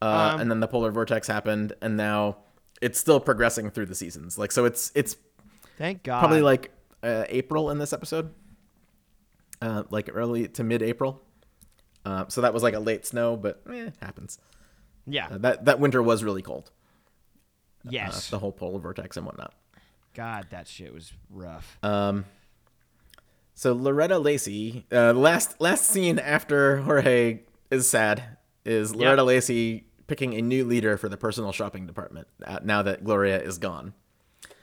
[SPEAKER 2] uh,
[SPEAKER 1] Um,
[SPEAKER 2] and then the polar vortex happened, and now it's still progressing through the seasons. Like so, it's it's
[SPEAKER 1] Thank God.
[SPEAKER 2] probably like uh, April in this episode, uh, like early to mid April. Uh, so that was like a late snow, but eh, happens.
[SPEAKER 1] yeah.
[SPEAKER 2] Uh, that that winter was really cold. Uh,
[SPEAKER 1] yes.
[SPEAKER 2] the whole polar vortex and whatnot.
[SPEAKER 1] God, that shit was rough.
[SPEAKER 2] Uh, So Loretta Lacey, uh, last last scene after Jorge is sad is Loretta Lacey picking a new leader for the personal shopping department uh, now that Gloria is gone.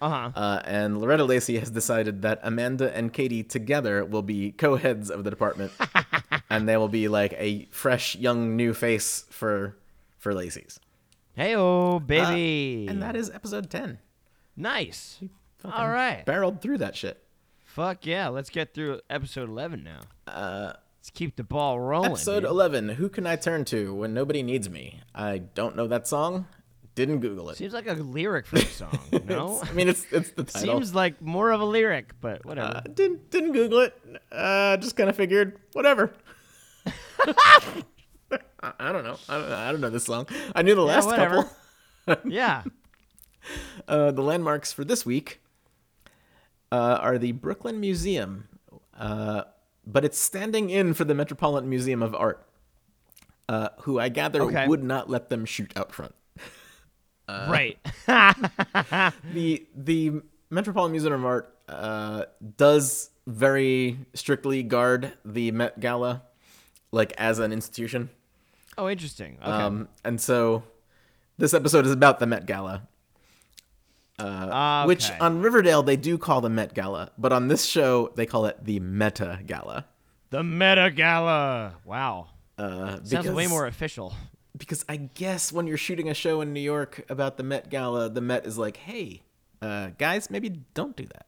[SPEAKER 1] Uh huh.
[SPEAKER 2] Uh, and Loretta Lacey has decided that Amanda and Katie together will be co heads of the department. and they will be like a fresh, young, new face for for Lacey's.
[SPEAKER 1] Hey, oh baby.
[SPEAKER 2] uh, And that is episode 10.
[SPEAKER 1] nice. All right.
[SPEAKER 2] Barreled through that shit.
[SPEAKER 1] Fuck yeah. Let's get through episode eleven now. Uh, let's keep the ball rolling.
[SPEAKER 2] Episode
[SPEAKER 1] dude.
[SPEAKER 2] 11 Who Can I Turn to When Nobody Needs Me? I don't know that song. Didn't Google it.
[SPEAKER 1] Seems like a lyric for a song. No.
[SPEAKER 2] I mean, it's, it's the title.
[SPEAKER 1] Seems like more of a lyric, but whatever.
[SPEAKER 2] Uh, didn't didn't Google it. Uh, just kind of figured whatever. I, I don't know. I don't, I don't know this song. I knew the last
[SPEAKER 1] whatever.
[SPEAKER 2] couple.
[SPEAKER 1] yeah.
[SPEAKER 2] Uh, the landmarks for this week uh, are the Brooklyn Museum, uh, but it's standing in for the Metropolitan Museum of Art, uh, who I gather
[SPEAKER 1] Okay.
[SPEAKER 2] would not let them shoot out front.
[SPEAKER 1] right.
[SPEAKER 2] the the Metropolitan Museum of Art uh, does very strictly guard the Met Gala, like as an institution.
[SPEAKER 1] oh, interesting. Okay.
[SPEAKER 2] Um, and so this episode is about the Met Gala, uh, which
[SPEAKER 1] Okay.
[SPEAKER 2] on Riverdale they do call the Met Gala, but on this show they call it the Meta Gala.
[SPEAKER 1] the Meta Gala. Wow.
[SPEAKER 2] Uh,
[SPEAKER 1] Sounds way
[SPEAKER 2] because-
[SPEAKER 1] more official.
[SPEAKER 2] because I guess when you're shooting a show in New York about the Met Gala, the Met is like, hey, uh, guys, maybe don't do that.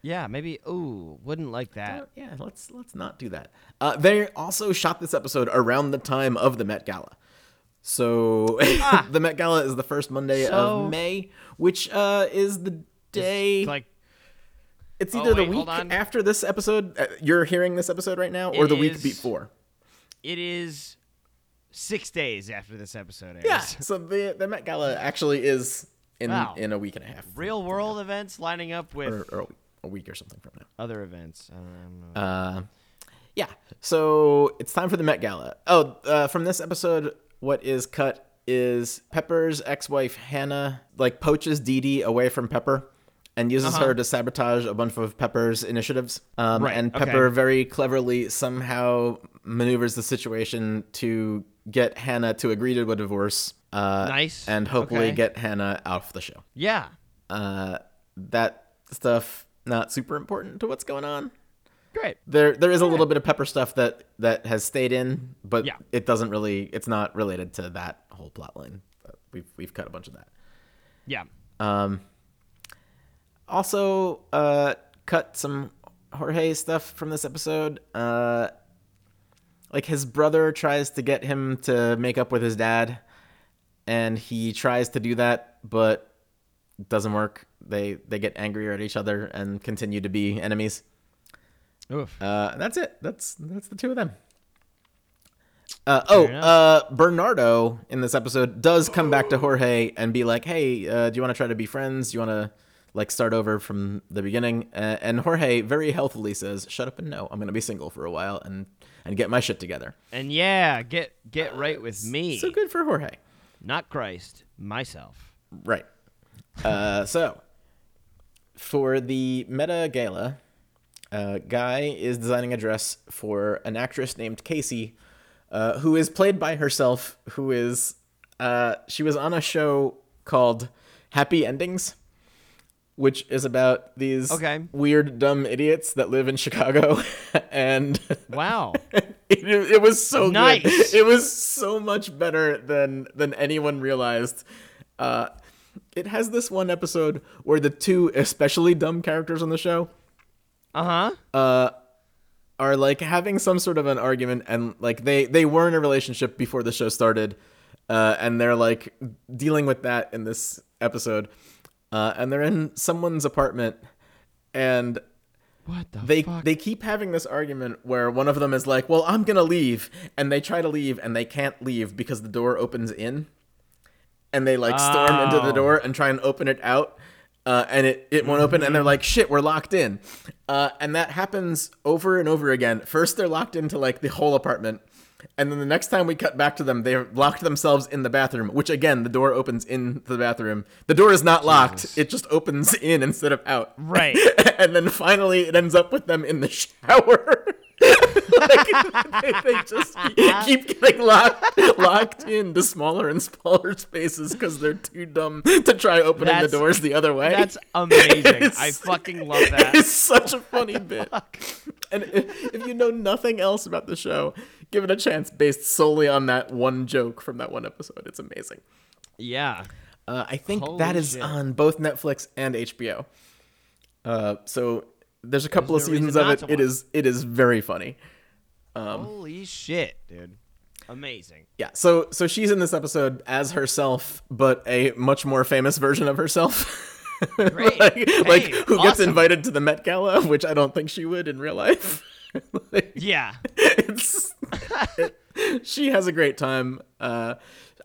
[SPEAKER 1] Yeah, maybe. Ooh, wouldn't like that.
[SPEAKER 2] Uh, yeah, let's let's not do that. Uh, they also shot this episode around the time of the Met Gala, so the Met Gala is the first Monday
[SPEAKER 1] Ah. So-
[SPEAKER 2] of May, which uh, is the day.
[SPEAKER 1] Like
[SPEAKER 2] it's
[SPEAKER 1] oh,
[SPEAKER 2] either
[SPEAKER 1] wait,
[SPEAKER 2] the
[SPEAKER 1] hold
[SPEAKER 2] week
[SPEAKER 1] on.
[SPEAKER 2] after this episode. Uh, you're hearing this episode right now, or
[SPEAKER 1] It
[SPEAKER 2] the week
[SPEAKER 1] is-
[SPEAKER 2] before.
[SPEAKER 1] it is six days after this episode airs.
[SPEAKER 2] Yeah. So the the Met Gala actually is in
[SPEAKER 1] Wow.
[SPEAKER 2] in a week and a half,
[SPEAKER 1] Real world events lining up with
[SPEAKER 2] or, or a week or something from now.
[SPEAKER 1] other events. I don't know.
[SPEAKER 2] Uh, yeah. So it's time for the Met Gala. Oh, uh, from this episode, what is cut is Pepper's ex-wife Hannah like poaches Dee Dee away from Pepper and uses her to sabotage a bunch of Pepper's initiatives. Um,
[SPEAKER 1] Uh-huh. Right,
[SPEAKER 2] And
[SPEAKER 1] okay.
[SPEAKER 2] Pepper very cleverly somehow maneuvers the situation to get Hannah to agree to a divorce. Uh,
[SPEAKER 1] Nice.
[SPEAKER 2] And hopefully
[SPEAKER 1] Okay.
[SPEAKER 2] get Hannah off the show.
[SPEAKER 1] yeah.
[SPEAKER 2] Uh, that stuff not super important to what's going on
[SPEAKER 1] Great.
[SPEAKER 2] there there is a little bit of pepper stuff that that has stayed in but
[SPEAKER 1] Yeah.
[SPEAKER 2] it doesn't really it's not related to that whole plot line But we've we've cut a bunch of that
[SPEAKER 1] Yeah.
[SPEAKER 2] also uh cut some jorge stuff from this episode uh like his brother tries to get him to make up with his dad and he tries to do that but it doesn't work they they get angrier at each other and continue to be enemies
[SPEAKER 1] Oof.
[SPEAKER 2] Uh, that's it. That's that's the two of them. Uh, oh, uh, Bernardo in this episode does come back to Jorge and be like, "Hey, uh, do you want to try to be friends? Do you want to like start over from the beginning?" Uh, and Jorge very healthily says, "Shut up and no. I'm gonna be single for a while and and get my shit together."
[SPEAKER 1] and yeah, get get right with me.
[SPEAKER 2] So good for Jorge.
[SPEAKER 1] Not Christ, myself.
[SPEAKER 2] Right. Uh, so, for the Meta Gala, uh, Guy is designing a dress for an actress named Casey, uh, who is played by herself, who is. Uh, she was on a show called Happy Endings, which is about these
[SPEAKER 1] Okay.
[SPEAKER 2] weird, dumb idiots that live in Chicago. and
[SPEAKER 1] Wow.
[SPEAKER 2] it, it was so good.
[SPEAKER 1] Nice.
[SPEAKER 2] It was so much better than than anyone realized. Uh, it has this one episode where the two especially dumb characters on the show
[SPEAKER 1] uh huh.
[SPEAKER 2] are like having some sort of an argument and like they they were in a relationship before the show started uh, and they're like dealing with that in this episode uh, and they're in someone's apartment and
[SPEAKER 1] What the
[SPEAKER 2] they
[SPEAKER 1] fuck?
[SPEAKER 2] they keep having this argument where one of them is like, "Well, I'm gonna leave," and they try to leave and they can't leave because the door opens in, and they like storm into the
[SPEAKER 1] Oh.
[SPEAKER 2] door and try and open it out, uh, and it it won't open, and they're like, "Shit, we're locked in," uh, and that happens over and over again. First, they're locked into like the whole apartment. And then the next time we cut back to them, they locked themselves in the bathroom, which again, the door opens into the bathroom. The door is not locked, it just opens in instead of out
[SPEAKER 1] Right.
[SPEAKER 2] and then finally it ends up with them in the shower. like, they, they just keep getting locked, locked into smaller and smaller spaces because they're too dumb to try opening
[SPEAKER 1] That's-
[SPEAKER 2] the doors the other way.
[SPEAKER 1] That's amazing.
[SPEAKER 2] It's-
[SPEAKER 1] I fucking love that.
[SPEAKER 2] It's such a funny bit. And if, if you know nothing else about the show, give it a chance based solely on that one joke from that one episode. It's amazing.
[SPEAKER 1] Yeah.
[SPEAKER 2] Uh, I think
[SPEAKER 1] Holy
[SPEAKER 2] that is
[SPEAKER 1] shit.
[SPEAKER 2] on both Netflix and HBO. Uh, so there's a couple
[SPEAKER 1] no
[SPEAKER 2] of seasons
[SPEAKER 1] reason
[SPEAKER 2] of
[SPEAKER 1] not
[SPEAKER 2] it.
[SPEAKER 1] to
[SPEAKER 2] It
[SPEAKER 1] watch.
[SPEAKER 2] is it is very funny.
[SPEAKER 1] Holy shit, dude. Amazing.
[SPEAKER 2] Yeah. So so she's in this episode as herself, but a much more famous version of herself.
[SPEAKER 1] Great.
[SPEAKER 2] like,
[SPEAKER 1] Hey,
[SPEAKER 2] like who gets
[SPEAKER 1] awesome.
[SPEAKER 2] invited to the Met Gala, which I don't think she would in real life. Like,
[SPEAKER 1] Yeah.
[SPEAKER 2] it's she has a great time. Uh,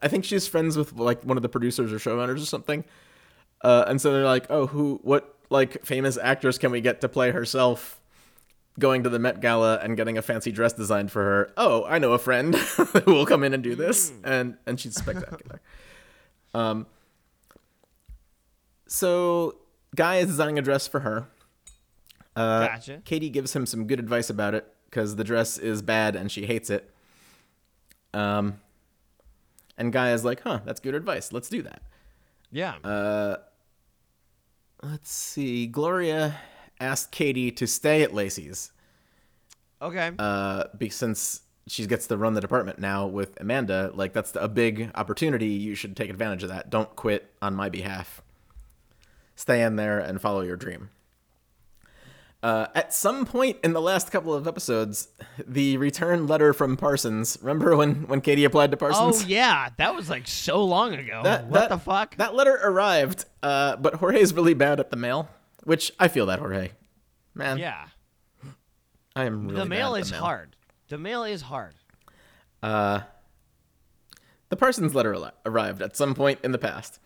[SPEAKER 2] I think she's friends with like one of the producers or showrunners or something. Uh, and so they're like, "Oh, who? What like famous actress can we get to play herself?" Going to the Met Gala and getting a fancy dress designed for her. Oh, I know a friend who will come in and do this, and and she's spectacular. um, So, Guy is designing a dress for her. Uh,
[SPEAKER 1] Gotcha.
[SPEAKER 2] Katie gives him some good advice about it because the dress is bad and she hates it. Um, and Guy is like, huh, that's good advice. Let's do that.
[SPEAKER 3] Yeah.
[SPEAKER 2] uh, Let's see. Gloria asked Katie to stay at Lacey's
[SPEAKER 1] Okay.
[SPEAKER 2] uh, be, since she gets to run the department now with Amanda. Like, that's a big opportunity. You should take advantage of that. Don't quit on my behalf. Stay in there and follow your dream. Uh, at some point in the last couple of episodes, the return letter from Parsons. Remember when, when Katie applied to Parsons?
[SPEAKER 3] oh yeah, that was like so long ago.
[SPEAKER 2] That-
[SPEAKER 3] what
[SPEAKER 2] that-
[SPEAKER 3] the fuck?
[SPEAKER 2] That letter arrived, uh, but Jorge's really bad at the mail, which I feel that Jorge. Man,
[SPEAKER 3] yeah.
[SPEAKER 2] I am really
[SPEAKER 3] the mail
[SPEAKER 2] bad at
[SPEAKER 3] is
[SPEAKER 2] the mail.
[SPEAKER 3] hard. The mail is hard.
[SPEAKER 2] The Parsons letter al- arrived at some point in the past.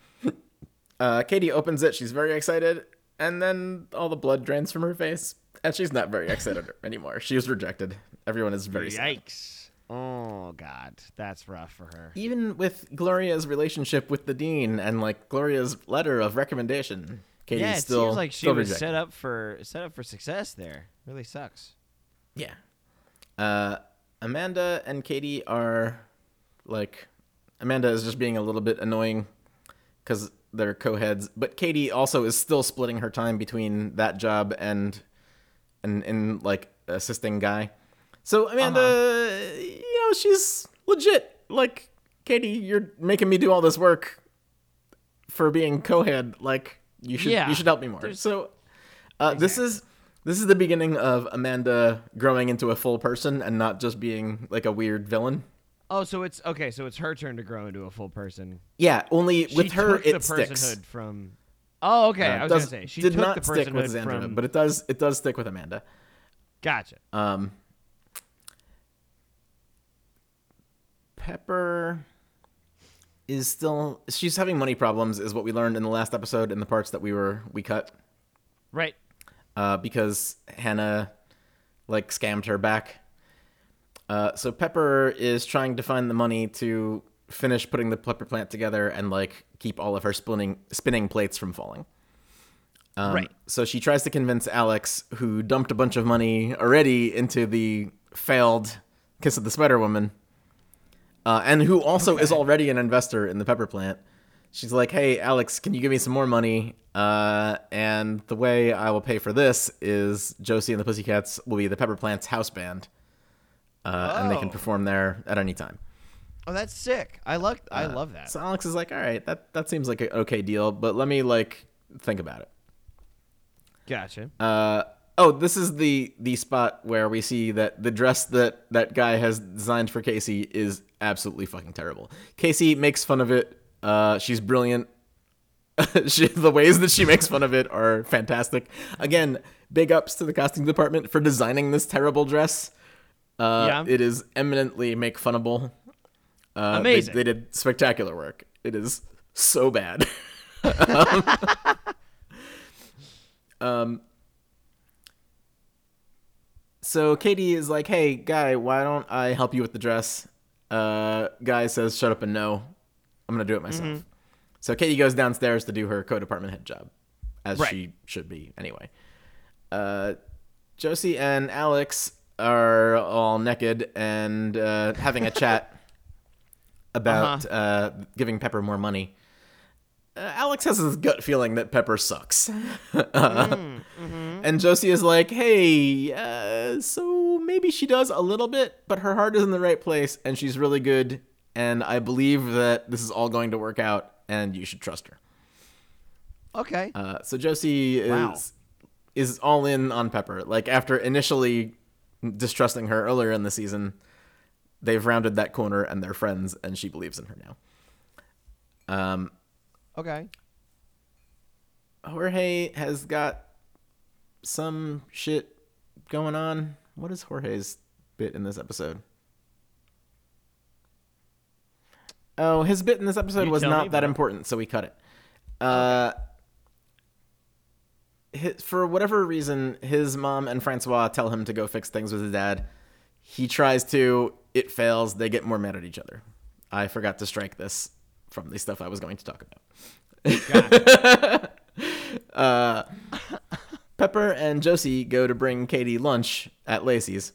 [SPEAKER 2] uh, Katie opens it. She's very excited, and then all the blood drains from her face, and she's not very excited anymore. She was rejected. Everyone is very sad.
[SPEAKER 3] Yikes. Oh god, that's rough for her.
[SPEAKER 2] Even with Gloria's relationship with the dean and like Gloria's letter of recommendation, Katie's
[SPEAKER 1] yeah, it
[SPEAKER 2] still
[SPEAKER 1] seems like she
[SPEAKER 2] still
[SPEAKER 1] was
[SPEAKER 2] rejected.
[SPEAKER 1] set up for set up for success there. Really sucks.
[SPEAKER 2] Yeah. Uh, Amanda and Katie are like, Amanda is just being a little bit annoying because they're co-heads, but Katie also is still splitting her time between that job and and in like assisting guy. So Amanda, you know, she's legit. Like Katie, you're making me do all this work for being co-head. Like you should
[SPEAKER 3] Yeah.
[SPEAKER 2] you should help me more. So uh, this is this is the beginning of Amanda growing into a full person and not just being like a weird villain.
[SPEAKER 1] Oh, so it's okay. So it's her turn to grow into a full person.
[SPEAKER 2] Yeah, only
[SPEAKER 1] She
[SPEAKER 2] with her
[SPEAKER 1] took the
[SPEAKER 2] it
[SPEAKER 1] personhood
[SPEAKER 2] sticks. Uh,
[SPEAKER 1] from. Oh, okay. I was
[SPEAKER 2] Does-
[SPEAKER 1] gonna say she
[SPEAKER 2] did
[SPEAKER 1] took
[SPEAKER 2] not
[SPEAKER 1] the
[SPEAKER 2] stick with
[SPEAKER 1] personhood
[SPEAKER 2] Xandra,
[SPEAKER 1] from.
[SPEAKER 2] but it does it does stick with Amanda.
[SPEAKER 1] gotcha.
[SPEAKER 2] Um, Pepper is still she's having money problems, is what we learned in the last episode in the parts that we were we cut
[SPEAKER 3] Right.
[SPEAKER 2] uh, because Hannah like scammed her back. Uh, so Pepper is trying to find the money to finish putting the pepper plant together and like keep all of her spinning spinning plates from falling. Um,
[SPEAKER 3] Right.
[SPEAKER 2] So she tries to convince Alex, who dumped a bunch of money already into the failed Kiss of the Spider Woman, uh, and who also is already an investor in the pepper plant. She's like, "Hey, Alex, can you give me some more money? Uh, and the way I will pay for this is Josie and the Pussycats will be the Pepper Plant's house band, uh, and they can
[SPEAKER 1] Oh.
[SPEAKER 2] perform there at any time."
[SPEAKER 1] Oh, that's sick. I love. I love that.
[SPEAKER 2] Uh, So Alex is like, "All right, that that seems like an okay deal, but let me like think about it."
[SPEAKER 1] Gotcha.
[SPEAKER 2] Uh, oh, this is the the spot where we see that the dress that that guy has designed for Casey is absolutely fucking terrible. Casey makes fun of it. Uh, she's brilliant. she, the ways that she makes fun of it are fantastic. Again, big ups to the costume department for designing this terrible dress. Uh,
[SPEAKER 3] Yeah.
[SPEAKER 2] It is eminently make funnable. Uh, they-
[SPEAKER 3] Amazing.
[SPEAKER 2] they did spectacular work. It is so bad. Um, So Katie is like, "Hey, guy, why don't I help you with the dress?" Uh, guy says, "Shut up and no, I'm gonna do it myself." So Katie goes downstairs to do her co-department head job, as
[SPEAKER 3] Right.
[SPEAKER 2] she should be anyway. Uh, Josie and Alex are all naked and uh, having a chat about uh giving Pepper more money. Uh, Alex has this gut feeling that Pepper sucks. And Josie is like, hey, uh, so maybe she does a little bit, but her heart is in the right place and she's really good. And I believe that this is all going to work out and you should trust her.
[SPEAKER 1] Okay.
[SPEAKER 2] Uh, so Josie is
[SPEAKER 3] Wow.
[SPEAKER 2] is all in on Pepper. Like after initially distrusting her earlier in the season, they've rounded that corner and they're friends and she believes in her now. Um,
[SPEAKER 1] okay.
[SPEAKER 2] Jorge has got some shit going on. What is Jorge's bit in this episode? Oh, his bit in this episode
[SPEAKER 3] You
[SPEAKER 2] was
[SPEAKER 3] tell
[SPEAKER 2] not
[SPEAKER 3] me,
[SPEAKER 2] that
[SPEAKER 3] bro.
[SPEAKER 2] important, so we cut it. Uh, hi- for whatever reason, his mom and Francois tell him to go fix things with his dad. He tries to, it fails, they get more mad at each other. I forgot to strike this from the stuff I was going to talk about. Uh, Pepper and Josie go to bring Katie lunch at Lacey's.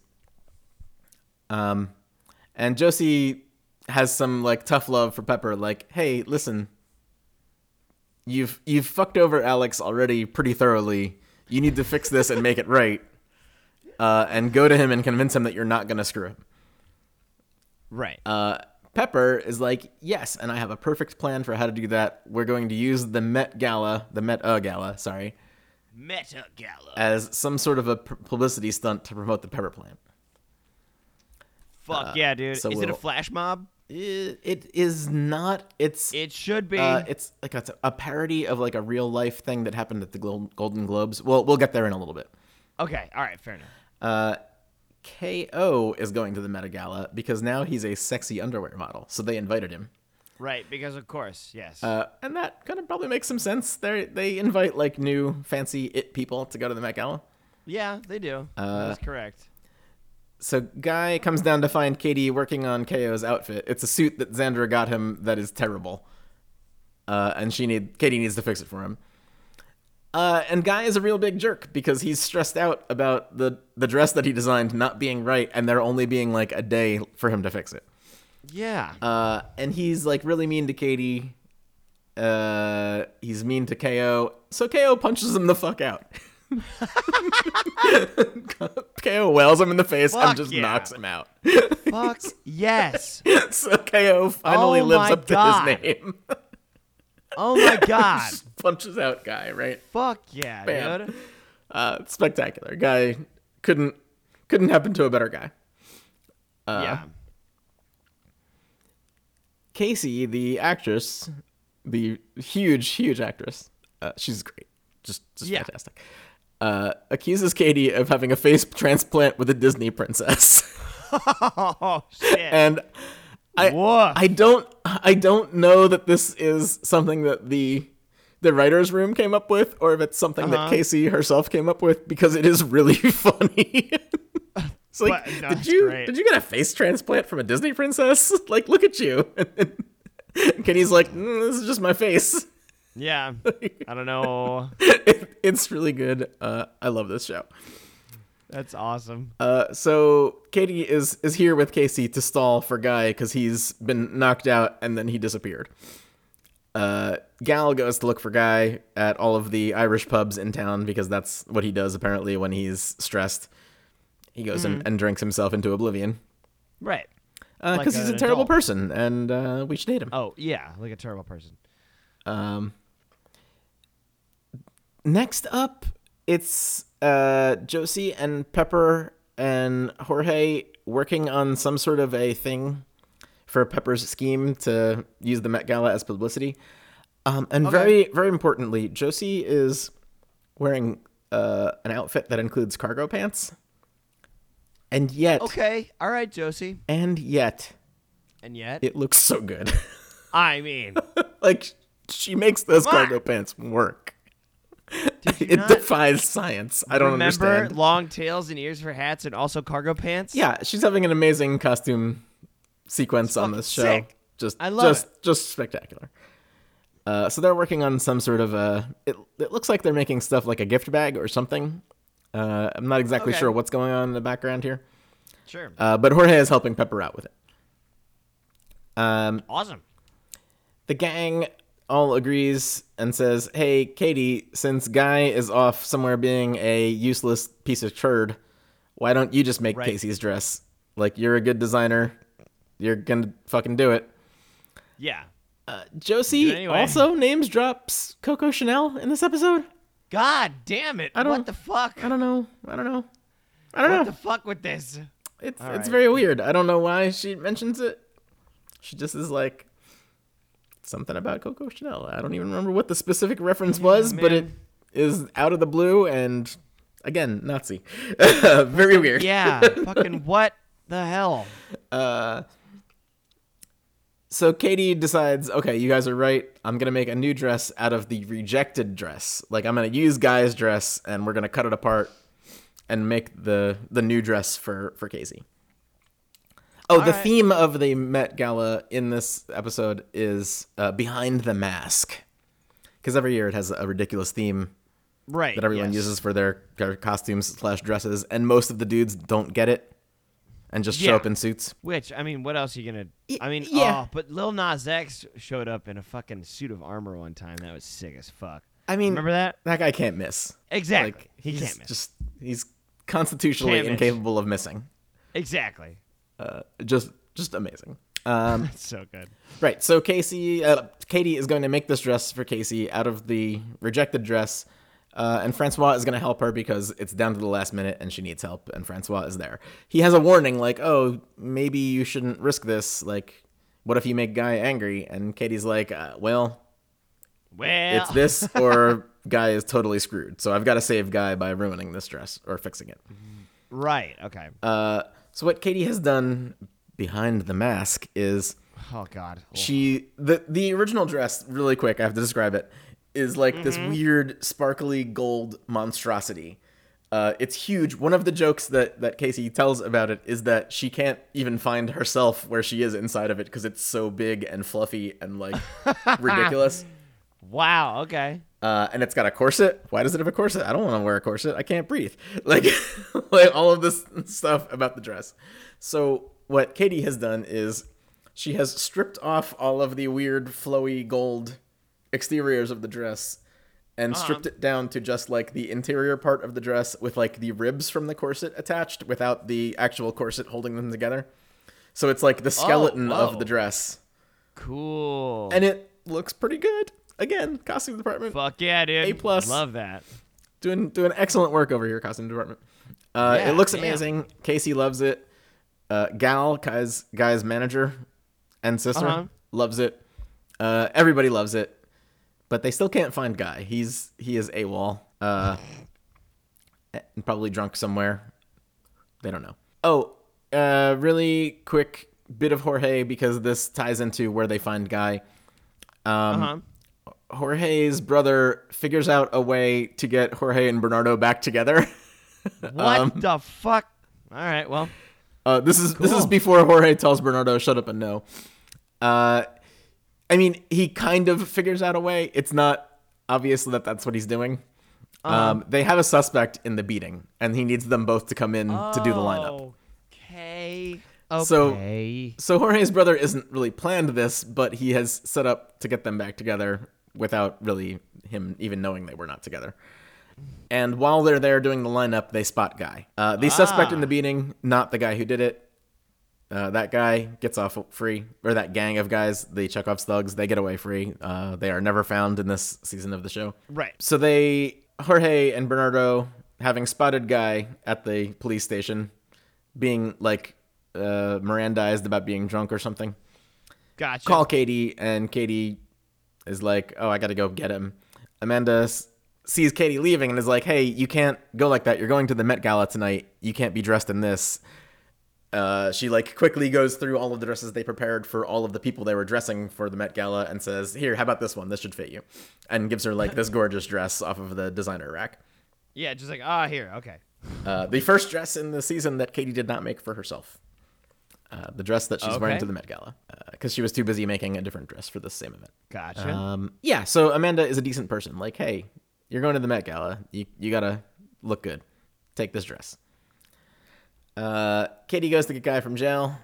[SPEAKER 2] Um, and Josie has some like tough love for Pepper. Like, hey, listen, you've you've fucked over Alex already pretty thoroughly. You need to fix this and make it right. Uh, and go to him and convince him that you're not gonna screw him.
[SPEAKER 1] Right.
[SPEAKER 2] Uh, Pepper is like, yes, and I have a perfect plan for how to do that. We're going to use the Met Gala, the Met uh Gala, sorry,
[SPEAKER 1] Meta Gala.
[SPEAKER 2] as some sort of a pu- publicity stunt to promote the Pepper plant.
[SPEAKER 1] Fuck yeah, dude.
[SPEAKER 2] uh, so
[SPEAKER 1] Is it a
[SPEAKER 2] we'll-
[SPEAKER 1] flash mob?
[SPEAKER 2] I- It is not. It's
[SPEAKER 1] It should be.
[SPEAKER 2] uh, it's like a, a parody of like a real life thing that happened at the Glo- Golden Globes. Well, we'll get there in a little bit.
[SPEAKER 1] okay. All right. Fair enough.
[SPEAKER 2] Uh, Ko is going to the Met Gala because now he's a sexy underwear model, so they invited him.
[SPEAKER 1] Right. Because of course, yes.
[SPEAKER 2] Uh, and that kind of probably makes some sense. They they invite like new fancy it people to go to the Met Gala.
[SPEAKER 1] yeah, they do.
[SPEAKER 2] uh,
[SPEAKER 1] That's correct.
[SPEAKER 2] So guy comes down to find Katie working on Ko's outfit. It's a suit that Xandra got him that is terrible, uh, and she need Katie needs to fix it for him. Uh, and guy is a real big jerk because he's stressed out about the the dress that he designed not being right, and there only being like a day for him to fix it.
[SPEAKER 1] Yeah.
[SPEAKER 2] Uh, and he's like really mean to Katie. Uh, he's mean to KO. So KO punches him the fuck out. KO wails him in the face
[SPEAKER 1] Fuck
[SPEAKER 2] and just
[SPEAKER 1] yeah.
[SPEAKER 2] knocks him out.
[SPEAKER 1] Fuck yes.
[SPEAKER 2] so KO finally
[SPEAKER 1] Oh
[SPEAKER 2] lives
[SPEAKER 1] my
[SPEAKER 2] up to
[SPEAKER 1] God.
[SPEAKER 2] his name.
[SPEAKER 1] Oh my god.
[SPEAKER 2] Just punches out guy, right?
[SPEAKER 1] Fuck yeah,
[SPEAKER 2] Bam.
[SPEAKER 1] dude.
[SPEAKER 2] Uh, spectacular. Guy couldn't couldn't happen to a better guy. Uh,
[SPEAKER 1] yeah.
[SPEAKER 2] Casey, the actress, the huge, huge actress, uh, she's great. Just, just
[SPEAKER 1] Yeah.
[SPEAKER 2] fantastic. Uh, accuses Katie of having a face transplant with a Disney princess,
[SPEAKER 1] Oh shit.
[SPEAKER 2] and I,
[SPEAKER 1] Woof.
[SPEAKER 2] I don't, I don't know that this is something that the the writers' room came up with, or if it's something
[SPEAKER 1] Uh-huh.
[SPEAKER 2] that Casey herself came up with, because it is really funny. it's like,
[SPEAKER 1] But- no,
[SPEAKER 2] did
[SPEAKER 1] that's
[SPEAKER 2] you
[SPEAKER 1] great.
[SPEAKER 2] did you get a face transplant from a Disney princess? Like, look at you. And Kenny's like, mm, this is just my face.
[SPEAKER 1] Yeah. I don't know.
[SPEAKER 2] It- it's really good. Uh, I love this show.
[SPEAKER 1] That's awesome.
[SPEAKER 2] Uh, so Katie is is here with Casey to stall for Guy because he's been knocked out and then he disappeared. Uh, Gal goes to look for Guy at all of the Irish pubs in town because that's what he does apparently when he's stressed. He goes
[SPEAKER 1] Hmm.
[SPEAKER 2] and, and drinks himself into oblivion
[SPEAKER 1] Right.
[SPEAKER 2] because
[SPEAKER 1] Like
[SPEAKER 2] he's a
[SPEAKER 1] an
[SPEAKER 2] terrible
[SPEAKER 1] adult.
[SPEAKER 2] person and uh, we should hate him.
[SPEAKER 1] Oh yeah, like a terrible person.
[SPEAKER 2] Um, next up, it's uh, Josie and Pepper and Jorge working on some sort of a thing for Pepper's scheme to use the Met Gala as publicity. Um, and very, very importantly, Josie is wearing uh, an outfit that includes cargo pants. And yet,
[SPEAKER 1] Okay. All right, Josie.
[SPEAKER 2] and yet,
[SPEAKER 1] And yet,
[SPEAKER 2] it looks so good.
[SPEAKER 1] I mean,
[SPEAKER 2] like she makes those
[SPEAKER 1] Come on.
[SPEAKER 2] cargo pants work.
[SPEAKER 1] you
[SPEAKER 2] It
[SPEAKER 1] not
[SPEAKER 2] defies science. I don't
[SPEAKER 1] remember
[SPEAKER 2] understand.
[SPEAKER 1] long tails and ears for hats and also cargo pants?
[SPEAKER 2] Yeah, she's having an amazing costume sequence on this show.
[SPEAKER 1] sick.
[SPEAKER 2] Just,
[SPEAKER 1] I love
[SPEAKER 2] just, just spectacular. Uh, so they're working on some sort of a. It, it looks like they're making stuff like a gift bag or something. Uh, I'm not exactly
[SPEAKER 1] Okay.
[SPEAKER 2] sure what's going on in the background here,
[SPEAKER 1] Sure.
[SPEAKER 2] uh, but Jorge is helping Pepper out with it. Um,
[SPEAKER 1] awesome.
[SPEAKER 2] The gang all agrees and says, "Hey, Katie, since Guy is off somewhere being a useless piece of turd, why don't you just make
[SPEAKER 1] Right.
[SPEAKER 2] Casey's dress? Like you're a good designer, you're gonna fucking do it."
[SPEAKER 1] Yeah.
[SPEAKER 2] Uh, Josie
[SPEAKER 1] it anyway.
[SPEAKER 2] also names drops Coco Chanel in this episode.
[SPEAKER 1] God damn it.
[SPEAKER 2] don't-
[SPEAKER 1] What the fuck?
[SPEAKER 2] I don't know. I don't know. I don't
[SPEAKER 1] What
[SPEAKER 2] know.
[SPEAKER 1] the fuck with this?
[SPEAKER 2] it's
[SPEAKER 1] All
[SPEAKER 2] it's
[SPEAKER 1] right.
[SPEAKER 2] very weird. I don't know why she mentions it. She just is like something about Coco Chanel. I don't even remember what the specific reference was, but it
[SPEAKER 1] man.
[SPEAKER 2] is out of the blue and again Nazi. very weird.
[SPEAKER 1] Yeah. fucking what the hell?
[SPEAKER 2] So Katie decides, okay, you guys are right. I'm gonna make a new dress out of the rejected dress. Like I'm gonna use Guy's dress and we're gonna cut it apart and make the the new dress for for Casey. Oh, the
[SPEAKER 1] right.
[SPEAKER 2] theme of the Met Gala in this episode is uh, behind the mask, because every year it has a ridiculous theme
[SPEAKER 1] Right.
[SPEAKER 2] that everyone
[SPEAKER 1] yes.
[SPEAKER 2] uses for their, their costumes slash dresses, and most of the dudes don't get it and just show
[SPEAKER 1] Yeah.
[SPEAKER 2] up in suits.
[SPEAKER 1] Which I mean, what else are you gonna?
[SPEAKER 2] Y-
[SPEAKER 1] I mean,
[SPEAKER 2] yeah.
[SPEAKER 1] oh, but Lil Nas X showed up in a fucking suit of armor one time. That was sick as fuck.
[SPEAKER 2] I mean,
[SPEAKER 1] Remember that?
[SPEAKER 2] That guy can't miss.
[SPEAKER 1] Exactly.
[SPEAKER 2] Like
[SPEAKER 1] he
[SPEAKER 2] he's
[SPEAKER 1] can't miss.
[SPEAKER 2] Just he's constitutionally
[SPEAKER 1] Can't miss.
[SPEAKER 2] incapable of missing.
[SPEAKER 1] exactly.
[SPEAKER 2] Uh, just just amazing. Um,
[SPEAKER 1] That's so good.
[SPEAKER 2] right. So Casey, uh, Katie is going to make this dress for Casey out of the rejected dress. Uh, and Francois is going to help her because it's down to the last minute and she needs help. And Francois is there. He has a warning like, "Oh, maybe you shouldn't risk this. Like, what if you make Guy angry?" And Katie's like, uh, "Well,
[SPEAKER 1] Well,
[SPEAKER 2] it's this or Guy is totally screwed. So I've got to save Guy by ruining this dress or fixing it."
[SPEAKER 1] right. Okay.
[SPEAKER 2] Uh, so what Katie has done behind the mask is
[SPEAKER 1] oh God. Oh,
[SPEAKER 2] she the the original dress. Really quick, I have to describe it. Is like this weird sparkly gold monstrosity. Uh, it's huge. One of the jokes that that Casey tells about it is that she can't even find herself where she is inside of it because it's so big and fluffy and like ridiculous.
[SPEAKER 1] Wow. Okay.
[SPEAKER 2] Uh, and it's got a corset. Why does it have a corset? I don't want to wear a corset. I can't breathe. Like, like all of this stuff about the dress. So what Katie has done is she has stripped off all of the weird flowy gold exteriors of the dress and stripped it down to just like the interior part of the dress with like the ribs from the corset attached without the actual corset holding them together. So it's like the skeleton of
[SPEAKER 1] whoa.
[SPEAKER 2] the dress.
[SPEAKER 1] Cool.
[SPEAKER 2] And it looks pretty good. Again, costume department.
[SPEAKER 1] Fuck yeah, dude.
[SPEAKER 2] A plus.
[SPEAKER 1] Love that.
[SPEAKER 2] doing doing excellent work over here, costume department. Uh,
[SPEAKER 1] Yeah,
[SPEAKER 2] it looks
[SPEAKER 1] damn.
[SPEAKER 2] amazing. Casey loves it. Uh, Gal, Guy's Guy's manager and sister,
[SPEAKER 1] Uh-huh.
[SPEAKER 2] loves it. Uh, everybody loves it, but they still can't find Guy. He's he is AWOL. Uh, and probably drunk somewhere. They don't know. Oh, uh, really quick bit of Jorge because this ties into where they find Guy. Um,
[SPEAKER 1] Uh huh.
[SPEAKER 2] Jorge's brother figures out a way to get Jorge and Bernardo back together.
[SPEAKER 1] What
[SPEAKER 2] um,
[SPEAKER 1] the fuck? All right. Well.
[SPEAKER 2] Uh, this is this is before Jorge tells Bernardo shut up and no. Uh, I mean, he kind of figures out a way. It's not obvious that that's what he's doing. Um, they have a suspect in the beating, and he needs them both to come in to
[SPEAKER 1] Oh.
[SPEAKER 2] do the lineup.
[SPEAKER 1] Okay.
[SPEAKER 2] So-
[SPEAKER 1] Okay.
[SPEAKER 2] So Jorge's brother isn't really planned this, but he has set up to get them back together without really him even knowing they were not together. And while they're there doing the lineup, they spot Guy. Uh, the suspect in the beating, not the guy who did it. Uh, that guy gets off free, or that gang of guys, the Chekhov's thugs, they get away free. Uh, they are never found in this season of the show.
[SPEAKER 1] right.
[SPEAKER 2] So they, Jorge and Bernardo, having spotted Guy at the police station, being like uh, Mirandized about being drunk or something,
[SPEAKER 1] Gotcha.
[SPEAKER 2] call Katie, and Katie is like, "Oh, I got to go get him." Amanda s- sees Katie leaving and is like, "Hey, you can't go like that. You're going to the Met Gala tonight. You can't be dressed in this." Uh, she like quickly goes through all of the dresses they prepared for all of the people they were dressing for the Met Gala and says, "Here, how about this one? This should fit you," and gives her like this gorgeous dress off of the designer rack.
[SPEAKER 1] Yeah. Just like ah here. Okay.
[SPEAKER 2] Uh, the first dress in the season that Katie did not make for herself. Uh, the dress that she's wearing
[SPEAKER 1] Okay.
[SPEAKER 2] to the Met Gala because she was too busy making a different dress for the same event.
[SPEAKER 1] Gotcha.
[SPEAKER 2] Um, yeah, so Amanda is a decent person. Like, hey, you're going to the Met Gala. You you gotta look good. Take this dress. Uh, Katie goes to get guy from jail.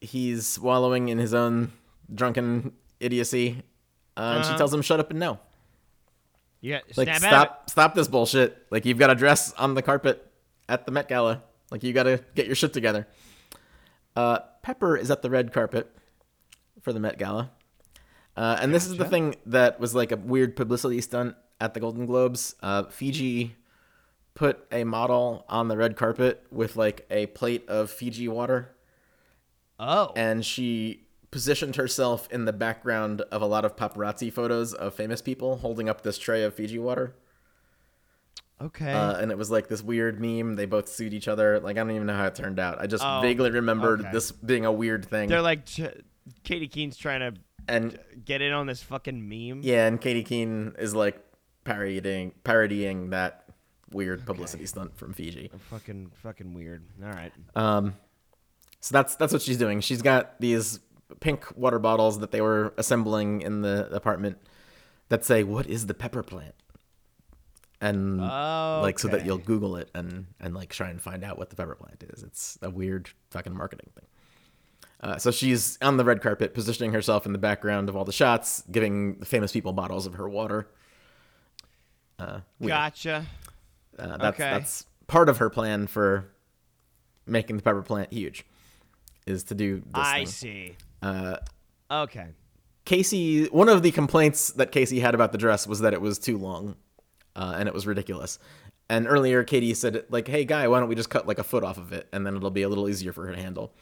[SPEAKER 2] He's wallowing in his own drunken idiocy, uh, and she tells him, "Shut up and no."
[SPEAKER 1] yeah. snap
[SPEAKER 2] Like,
[SPEAKER 1] out of it.
[SPEAKER 2] stop, stop this bullshit. Like, you've got a dress on the carpet at the Met Gala. Like, you gotta get your shit together. Uh, Pepper is at the red carpet for the Met Gala. Uh, and this is the thing that was like a weird publicity stunt at the Golden Globes. Uh, Fiji put a model on the red carpet with like a plate of Fiji water,
[SPEAKER 1] Oh.
[SPEAKER 2] and she positioned herself in the background of a lot of paparazzi photos of famous people holding up this tray of Fiji water.
[SPEAKER 1] Okay.
[SPEAKER 2] Uh, and it was like this weird meme. They both sued each other. Like I don't even know how it turned out. I just
[SPEAKER 1] Oh,
[SPEAKER 2] vaguely remembered
[SPEAKER 1] okay.
[SPEAKER 2] this being a weird thing.
[SPEAKER 1] They're like ch- Katie Keene's trying to
[SPEAKER 2] and
[SPEAKER 1] get in on this fucking meme.
[SPEAKER 2] yeah, and Katie Keene is like parodying parodying that weird publicity stunt from Fiji.
[SPEAKER 1] Fucking fucking weird. All right.
[SPEAKER 2] Um, so that's that's what she's doing. She's got these pink water bottles that they were assembling in the apartment that say, "What is the pepper plant?" and
[SPEAKER 1] Oh,
[SPEAKER 2] like so that
[SPEAKER 1] okay.
[SPEAKER 2] you'll Google it and and like try and find out what the pepper plant is. It's a weird fucking marketing thing. Uh, so she's on the red carpet, positioning herself in the background of all the shots, giving the famous people bottles of her water.
[SPEAKER 1] Gotcha.
[SPEAKER 2] Uh, that's
[SPEAKER 1] Okay.
[SPEAKER 2] that's part of her plan for making the pepper plant huge, is to do this.
[SPEAKER 1] I
[SPEAKER 2] thing.
[SPEAKER 1] see. Uh, okay.
[SPEAKER 2] Casey, one of the complaints that Casey had about the dress was that it was too long, uh, and it was ridiculous. And earlier, Katie said, "Like, hey, guy, why don't we just cut like a foot off of it, and then it'll be a little easier for her to handle."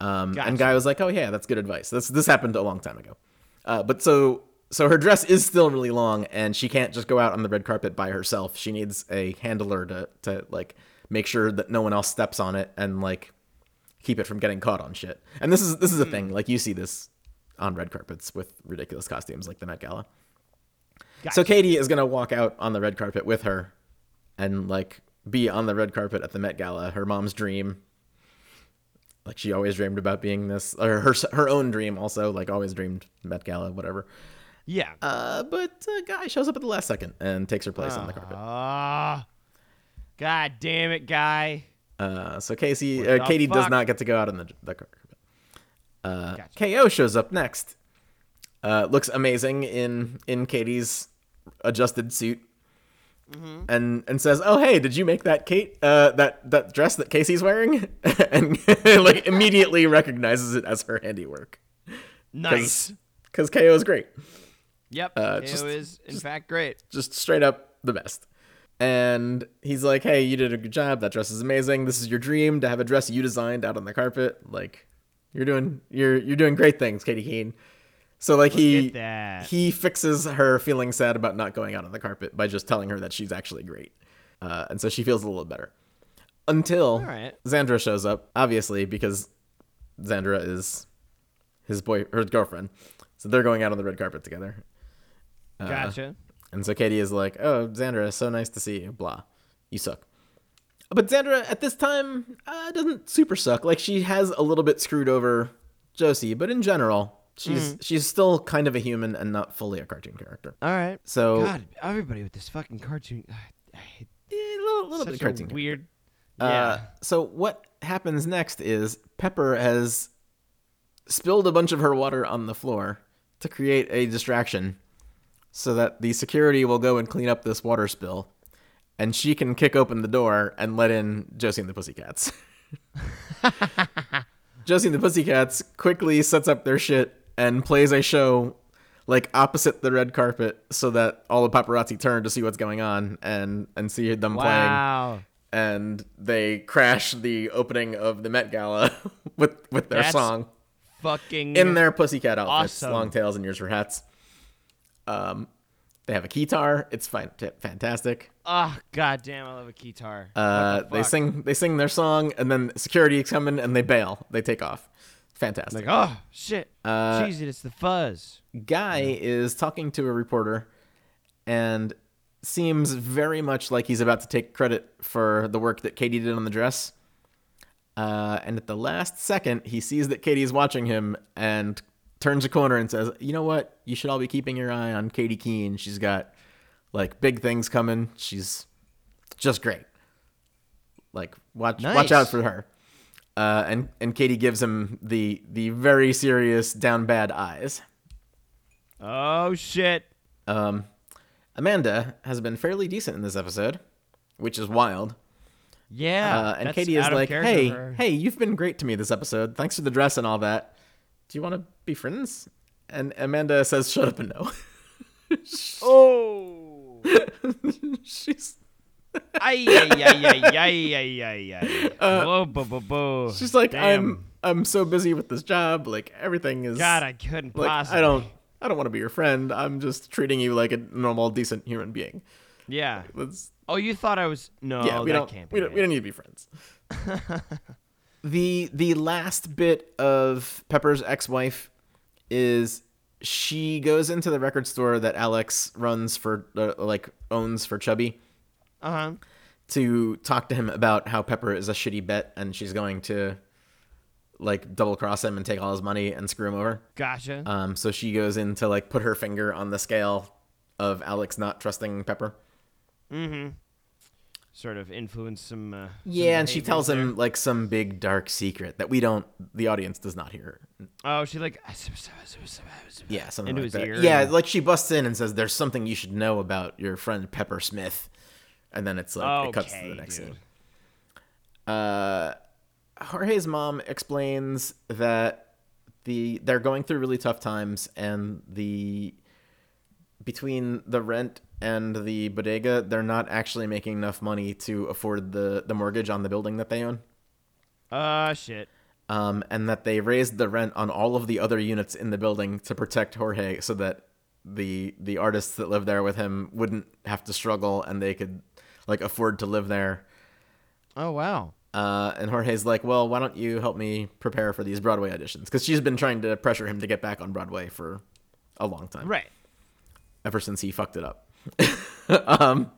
[SPEAKER 2] Um,
[SPEAKER 1] Gotcha.
[SPEAKER 2] And guy was like, "Oh yeah, that's good advice. This this happened a long time ago." Uh, but so so her dress is still really long, and she can't just go out on the red carpet by herself. She needs a handler to to like make sure that no one else steps on it and like keep it from getting caught on shit. And this is this
[SPEAKER 1] Hmm.
[SPEAKER 2] is a thing. Like you see this on red carpets with ridiculous costumes like the Met Gala. So Katie is gonna walk out on the red carpet with her, and like be on the red carpet at the Met Gala. Her mom's dream. Like she always dreamed about being this, or her her own dream also. Like always dreamed Met Gala, whatever.
[SPEAKER 1] Yeah.
[SPEAKER 2] Uh, but a guy shows up at the last second and takes her place on the carpet.
[SPEAKER 1] Ah. God damn it, guy.
[SPEAKER 2] Uh, so Casey,
[SPEAKER 1] What
[SPEAKER 2] uh,
[SPEAKER 1] the
[SPEAKER 2] Katie does
[SPEAKER 1] fuck?
[SPEAKER 2] not get to go out on the, the carpet. Uh,
[SPEAKER 1] Gotcha.
[SPEAKER 2] KO shows up next. Uh, looks amazing in in Katie's adjusted suit, and and says, "Oh hey, did you make that Kate uh, that that dress that Casey's wearing?" and like immediately recognizes it as her handiwork
[SPEAKER 1] Nice.
[SPEAKER 2] because KO is great.
[SPEAKER 1] Yep.
[SPEAKER 2] uh,
[SPEAKER 1] it
[SPEAKER 2] just-
[SPEAKER 1] was in fact great.
[SPEAKER 2] just straight up the best. And he's like, "Hey, you did a good job. That dress is amazing. This is your dream to have a dress you designed out on the carpet. Like, you're doing you're you're doing great things, Katie Keene." So like he
[SPEAKER 1] at that.
[SPEAKER 2] he fixes her feeling sad about not going out on the carpet by just telling her that she's actually great, uh, and so she feels a little better. Until
[SPEAKER 1] right.
[SPEAKER 2] Xandra shows up, obviously because Xandra is his boy her girlfriend, so they're going out on the red carpet together, uh,
[SPEAKER 1] Gotcha.
[SPEAKER 2] and so Katie is like, "Oh, Xandra, so nice to see you." Blah, you suck. But Xandra at this time uh, doesn't super suck. Like she has a little bit screwed over Josie, but in general, she's
[SPEAKER 1] Mm-hmm.
[SPEAKER 2] she's still kind of a human and not fully a cartoon character.
[SPEAKER 1] All right.
[SPEAKER 2] So
[SPEAKER 1] God, everybody with this fucking cartoon. I hate
[SPEAKER 2] eh, a little, little bit
[SPEAKER 1] such
[SPEAKER 2] cartoon.
[SPEAKER 1] a weird.
[SPEAKER 2] character.
[SPEAKER 1] yeah.
[SPEAKER 2] Uh, so what happens next is Pepper has spilled a bunch of her water on the floor to create a distraction so that the security will go and clean up this water spill and she can kick open the door and let in Josie and the Pussycats. Josie and the Pussycats quickly sets up their shit and plays a show like opposite the red carpet so that all the paparazzi turn to see what's going on and and see them playing
[SPEAKER 1] Wow.
[SPEAKER 2] and they crash the opening of the Met Gala with with their
[SPEAKER 1] That's
[SPEAKER 2] song
[SPEAKER 1] Fucking.
[SPEAKER 2] in their pussycat outfits,
[SPEAKER 1] awesome.
[SPEAKER 2] long tails and ears for hats. Um, they have a guitar. It's fin- t- fantastic.
[SPEAKER 1] Oh, god damn, I love a guitar.
[SPEAKER 2] Uh, they sing they sing their song, and then security come in and they bail. They take off. Fantastic.
[SPEAKER 1] Like, oh, shit. Uh, Jeez, it's the fuzz.
[SPEAKER 2] Guy is talking to a reporter, and seems very much like he's about to take credit for the work that Katie did on the dress. Uh, and at the last second, he sees that Katie's watching him and turns a corner and says, You know what? You should all be keeping your eye on Katie Keene. She's got like big things coming. She's just great. Like watch watch
[SPEAKER 1] Nice.
[SPEAKER 2] out for her. Uh, and and Katie gives him the the very serious down bad eyes.
[SPEAKER 1] Oh, shit.
[SPEAKER 2] Um, Amanda has been fairly decent in this episode, which is wild.
[SPEAKER 1] Yeah.
[SPEAKER 2] Uh, and
[SPEAKER 1] that's
[SPEAKER 2] Katie is
[SPEAKER 1] out of
[SPEAKER 2] like,
[SPEAKER 1] character
[SPEAKER 2] "Hey,
[SPEAKER 1] for her.
[SPEAKER 2] hey, you've been great to me this episode. Thanks for the dress and all that. Do you want to be friends?" And Amanda says, "Shut up and no."
[SPEAKER 1] Oh.
[SPEAKER 2] she's
[SPEAKER 1] Ay, ay, ay, ay, ay, ay, ay, ay. Whoa, boo, boo, boo.
[SPEAKER 2] Uh, she's like,
[SPEAKER 1] Damn.
[SPEAKER 2] "I'm I'm so busy with this job. Like everything is
[SPEAKER 1] God, I couldn't
[SPEAKER 2] like
[SPEAKER 1] possibly.
[SPEAKER 2] I don't I don't want to be your friend. I'm just treating you like a normal, decent human being."
[SPEAKER 1] Yeah.
[SPEAKER 2] Let's
[SPEAKER 1] Oh, you thought I was. No,
[SPEAKER 2] yeah, we
[SPEAKER 1] that
[SPEAKER 2] don't,
[SPEAKER 1] can't be.
[SPEAKER 2] we don't we don't need to Oh, be friends. the the last bit of Pepper's ex-wife is she goes into the record store that Alex runs for uh, like owns for Chubby
[SPEAKER 1] Uh huh.
[SPEAKER 2] to talk to him about how Pepper is a shitty bet and she's going to like double cross him and take all his money and screw him over.
[SPEAKER 1] Gotcha.
[SPEAKER 2] Um, so she goes in to like put her finger on the scale of Alex not trusting Pepper.
[SPEAKER 1] Mm-hmm. Sort of influence some. Uh, some
[SPEAKER 2] Yeah, and she
[SPEAKER 1] behaviors
[SPEAKER 2] tells
[SPEAKER 1] there.
[SPEAKER 2] him like some big dark secret that we don't, the audience does not hear.
[SPEAKER 1] Oh, she like.
[SPEAKER 2] Yeah, something
[SPEAKER 1] Into
[SPEAKER 2] like
[SPEAKER 1] his
[SPEAKER 2] that.
[SPEAKER 1] ear
[SPEAKER 2] yeah,
[SPEAKER 1] and-
[SPEAKER 2] like she busts in and says, "There's something you should know about your friend Pepper Smith," and then it's like it cuts to
[SPEAKER 1] Okay,
[SPEAKER 2] the next
[SPEAKER 1] dude.
[SPEAKER 2] scene. Uh, Jorge's mom explains that the they're going through really tough times, and the between the rent and the bodega, they're not actually making enough money to afford the the mortgage on the building that they own
[SPEAKER 1] Uh, shit.
[SPEAKER 2] um, and that they raised the rent on all of the other units in the building to protect Jorge, so that the the artists that live there with him wouldn't have to struggle and they could like afford to live there.
[SPEAKER 1] Oh wow.
[SPEAKER 2] Uh, and Jorge's like, well, why don't you help me prepare for these Broadway auditions? Because she's been trying to pressure him to get back on Broadway for a long time
[SPEAKER 1] Right.
[SPEAKER 2] ever since he fucked it up. um,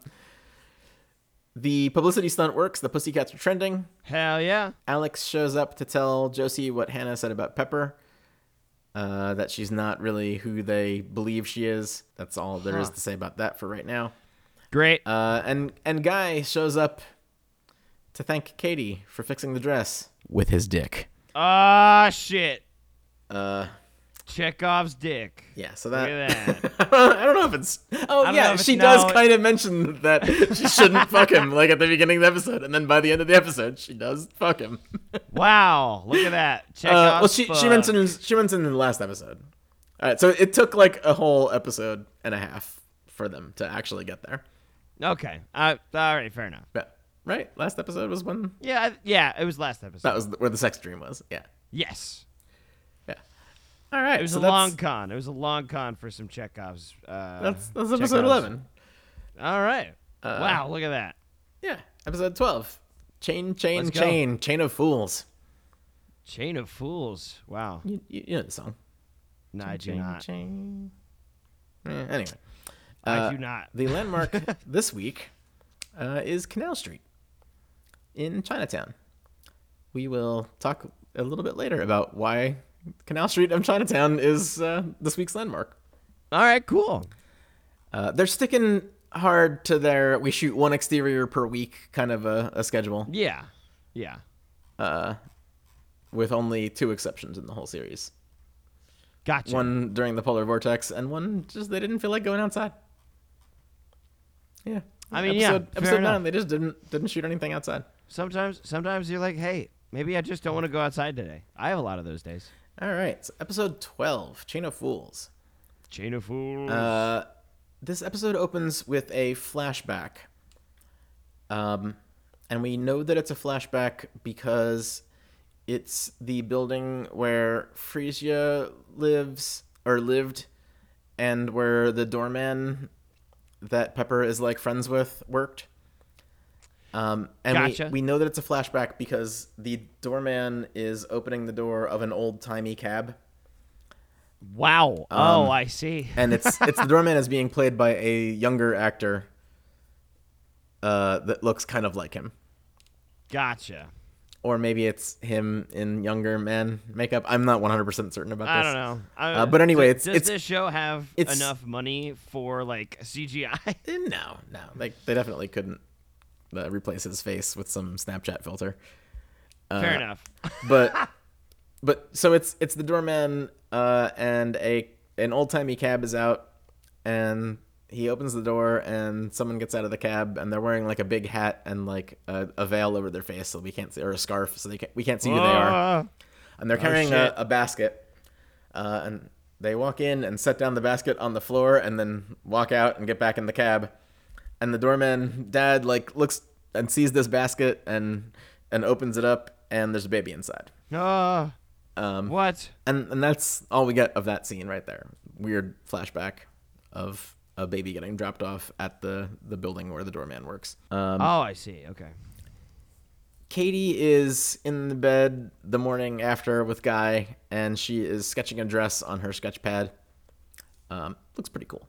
[SPEAKER 2] the publicity stunt works. The pussycats are trending.
[SPEAKER 1] Hell yeah.
[SPEAKER 2] Alex shows up to tell Josie what Hannah said about Pepper. Uh, that she's not really who they believe she is. That's all there is to say about that for right now.
[SPEAKER 1] Great.
[SPEAKER 2] Uh, and and Guy shows up to thank Katie for fixing the dress with his dick.
[SPEAKER 1] Ah, shit.
[SPEAKER 2] Uh,
[SPEAKER 1] Chekhov's dick.
[SPEAKER 2] yeah. So that,
[SPEAKER 1] Look
[SPEAKER 2] I don't know if it's. Oh
[SPEAKER 1] don't know
[SPEAKER 2] yeah,
[SPEAKER 1] if
[SPEAKER 2] she
[SPEAKER 1] it's-
[SPEAKER 2] does
[SPEAKER 1] no.
[SPEAKER 2] kind of mention that she shouldn't fuck him like at the beginning of the episode, and then by the end of the episode, she does fuck him.
[SPEAKER 1] Wow. Look at that. Chekhov's
[SPEAKER 2] Uh, well, she she
[SPEAKER 1] fuck.
[SPEAKER 2] mentions she mentioned in the last episode. All right, so it took like a whole episode and a half for them to actually get there.
[SPEAKER 1] Okay. Uh, all right. Fair enough.
[SPEAKER 2] But right, last episode was when
[SPEAKER 1] Yeah. I- Yeah. It was last episode.
[SPEAKER 2] that was where the sex dream was. Yeah,
[SPEAKER 1] Yes.
[SPEAKER 2] yeah. All right,
[SPEAKER 1] It was
[SPEAKER 2] so
[SPEAKER 1] a
[SPEAKER 2] that's,
[SPEAKER 1] long con. It was a long con for some Chekhov's. Uh,
[SPEAKER 2] That's Uh. that's
[SPEAKER 1] Chekhov's-
[SPEAKER 2] episode eleven.
[SPEAKER 1] All right. wow. Look at that.
[SPEAKER 2] Yeah, episode twelve. Chain, chain,
[SPEAKER 1] Let's go.
[SPEAKER 2] chain, chain of fools.
[SPEAKER 1] Chain of Fools. Wow.
[SPEAKER 2] You, you, you know the song.
[SPEAKER 1] No, I do
[SPEAKER 2] chain,
[SPEAKER 1] not.
[SPEAKER 2] chain. Yeah, anyway,
[SPEAKER 1] I do not.
[SPEAKER 2] Uh, the landmark this week uh, is Canal Street in Chinatown. We will talk a little bit later about why Canal Street in Chinatown is uh, this week's landmark.
[SPEAKER 1] All right. Cool.
[SPEAKER 2] Uh, they're sticking hard to their we shoot one exterior per week kind of a, a schedule
[SPEAKER 1] Yeah. Yeah.
[SPEAKER 2] with only two exceptions in the whole series
[SPEAKER 1] Gotcha.
[SPEAKER 2] one during the polar vortex and one just they didn't feel like going outside yeah
[SPEAKER 1] I mean, yeah,
[SPEAKER 2] episode,
[SPEAKER 1] fair
[SPEAKER 2] episode
[SPEAKER 1] enough.
[SPEAKER 2] nine they just didn't didn't shoot anything outside
[SPEAKER 1] Sometimes, sometimes you're like, hey, maybe I just don't want to go outside today. I have a lot of those days.
[SPEAKER 2] All right, so episode 12, Chain of Fools.
[SPEAKER 1] Chain of Fools.
[SPEAKER 2] Uh, this episode opens with a flashback. Um, and we know that it's a flashback because it's the building where Frisia lives or lived and where the doorman that Pepper is like friends with worked. Um, and we-
[SPEAKER 1] Gotcha.
[SPEAKER 2] we know that it's a flashback because the doorman is opening the door of an old timey cab.
[SPEAKER 1] wow.
[SPEAKER 2] um,
[SPEAKER 1] oh, I see.
[SPEAKER 2] and it's it's the doorman is being played by a younger actor uh, that looks kind of like him,
[SPEAKER 1] Gotcha.
[SPEAKER 2] or maybe it's him in younger man makeup. I'm not 100 percent certain about this.
[SPEAKER 1] I don't know. I-
[SPEAKER 2] Uh, but anyway,
[SPEAKER 1] d-
[SPEAKER 2] it's-
[SPEAKER 1] does
[SPEAKER 2] it's-
[SPEAKER 1] this show have
[SPEAKER 2] it's-
[SPEAKER 1] enough money for like CGI?
[SPEAKER 2] Eh, No, no, like they definitely couldn't uh, replace his face with some Snapchat filter. Uh,
[SPEAKER 1] Fair enough.
[SPEAKER 2] but but so it's it's the doorman uh, and a an old timey cab is out and he opens the door and someone gets out of the cab and they're wearing like a big hat and like a, a veil over their face so we can't see or a scarf so they can't, we can't see who they are
[SPEAKER 1] Uh,
[SPEAKER 2] and they're carrying a,
[SPEAKER 1] shit.
[SPEAKER 2] a basket uh, and they walk in and set down the basket on the floor and then walk out and get back in the cab and the doorman dad like looks and sees this basket and and opens it up and there's a baby inside
[SPEAKER 1] uh,
[SPEAKER 2] um,
[SPEAKER 1] what?
[SPEAKER 2] and and that's all we get of that scene right there. Weird flashback of a baby getting dropped off at the the building where the doorman works. Um,
[SPEAKER 1] oh, I see. Okay.
[SPEAKER 2] Katie is in the bed the morning after with Guy, and she is sketching a dress on her sketch pad. Um, looks pretty cool.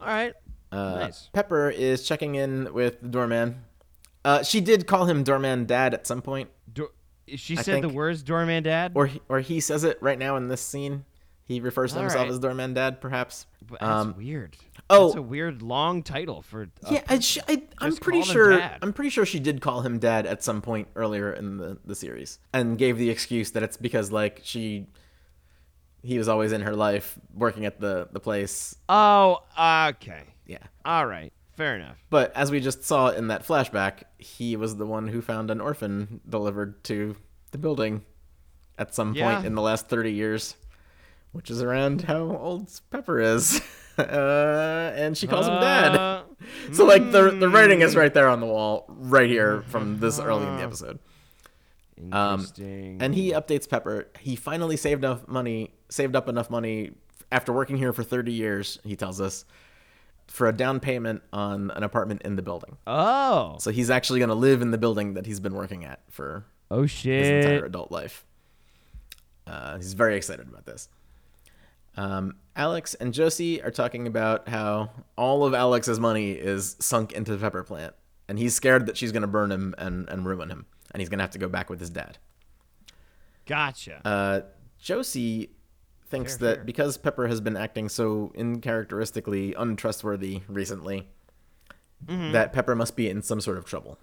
[SPEAKER 1] All right.
[SPEAKER 2] Uh,
[SPEAKER 1] nice.
[SPEAKER 2] Pepper is checking in with the doorman. Uh, she did call him doorman dad at some point,
[SPEAKER 1] Do- she
[SPEAKER 2] I
[SPEAKER 1] said the
[SPEAKER 2] think-
[SPEAKER 1] words "doorman dad."
[SPEAKER 2] or he, or he says it right now in this scene. He refers to
[SPEAKER 1] All
[SPEAKER 2] himself
[SPEAKER 1] right.
[SPEAKER 2] as Doorman Dad, perhaps.
[SPEAKER 1] But that's
[SPEAKER 2] Um,
[SPEAKER 1] weird.
[SPEAKER 2] oh.
[SPEAKER 1] that's a weird long title for. uh, a-
[SPEAKER 2] yeah, I, sh- I, I'm
[SPEAKER 1] just
[SPEAKER 2] pretty
[SPEAKER 1] call him
[SPEAKER 2] sure.
[SPEAKER 1] Dad.
[SPEAKER 2] I'm pretty sure she did call him Dad at some point earlier in the the series, and gave the excuse that it's because like she, he was always in her life working at the the place.
[SPEAKER 1] oh, okay.
[SPEAKER 2] Yeah.
[SPEAKER 1] All right. Fair enough.
[SPEAKER 2] But as we just saw in that flashback, he was the one who found an orphan delivered to the building at some
[SPEAKER 1] Yeah.
[SPEAKER 2] point in the last 30 years, which is around how old Pepper is. uh, and she calls him dad.
[SPEAKER 1] Uh,
[SPEAKER 2] So, like, the, the writing is right there on the wall, right here from this early in the episode.
[SPEAKER 1] Interesting.
[SPEAKER 2] Uh-huh. And he updates Pepper. He finally saved enough money, saved up enough money after working here for 30 years, he tells us, for a down payment on an apartment in the building.
[SPEAKER 1] oh.
[SPEAKER 2] So he's actually going to live in the building that he's been working at for
[SPEAKER 1] Oh
[SPEAKER 2] his entire
[SPEAKER 1] shit.
[SPEAKER 2] adult life. Uh, he's very excited about this. Um, Alex and Josie are talking about how all of Alex's money is sunk into the pepper plant, and he's scared that she's going to burn him and, and ruin him, and he's going to have to go back with his dad.
[SPEAKER 1] Gotcha.
[SPEAKER 2] Uh, Josie thinks that because Pepper has been acting so uncharacteristically untrustworthy recently, that Pepper must be in some sort of trouble.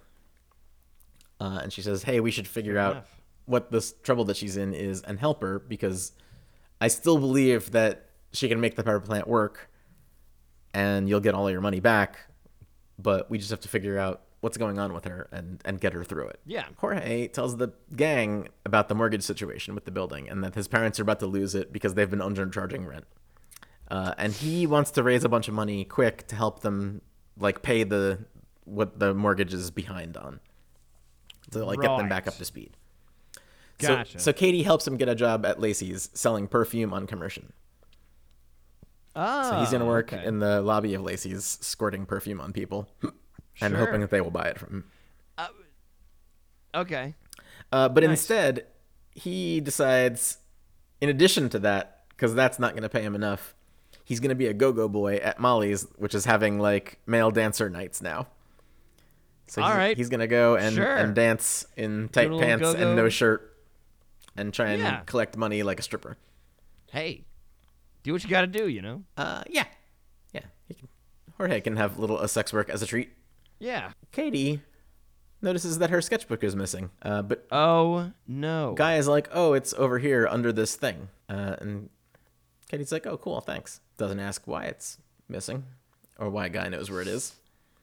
[SPEAKER 2] Uh, and she says, "Hey, we should figure out
[SPEAKER 1] enough.
[SPEAKER 2] what this trouble that she's in is and help her because I still believe that she can make the power plant work, and you'll get all your money back. But we just have to figure out what's going on with her and and get her through it."
[SPEAKER 1] Yeah.
[SPEAKER 2] Jorge tells the gang about the mortgage situation with the building and that his parents are about to lose it because they've been undercharging rent. Uh, and he wants to raise a bunch of money quick to help them, like pay the what the mortgage is behind on, to like get them back
[SPEAKER 1] Right.
[SPEAKER 2] up to speed. So-
[SPEAKER 1] Gotcha.
[SPEAKER 2] So, Katie helps him get a job at Lacey's selling perfume on commercial.
[SPEAKER 1] oh.
[SPEAKER 2] So he's gonna work
[SPEAKER 1] okay.
[SPEAKER 2] in the lobby of Lacey's, squirting perfume on people, and
[SPEAKER 1] Sure.
[SPEAKER 2] hoping that they will buy it from him.
[SPEAKER 1] Uh, Okay.
[SPEAKER 2] Uh, but instead, he decides, in addition to that, because that's not going to pay him enough, he's going to be a go go boy at Molly's, which is having like male dancer nights now. So
[SPEAKER 1] All
[SPEAKER 2] he's,
[SPEAKER 1] right.
[SPEAKER 2] he's going to go and,
[SPEAKER 1] Sure.
[SPEAKER 2] and dance in tight
[SPEAKER 1] little
[SPEAKER 2] pants and no
[SPEAKER 1] go-go.
[SPEAKER 2] shirt and try and
[SPEAKER 1] Yeah.
[SPEAKER 2] collect money like a stripper.
[SPEAKER 1] Hey, do what you got to do. You know.
[SPEAKER 2] Uh, yeah. Yeah. He can, Jorge can have little uh, sex work as a treat.
[SPEAKER 1] Yeah.
[SPEAKER 2] Katie notices that her sketchbook is missing, uh, but
[SPEAKER 1] Oh no.
[SPEAKER 2] guy is like, "Oh, it's over here under this thing," uh, and Katie's like, "Oh, cool, thanks." Doesn't ask why it's missing or why guy knows where it is.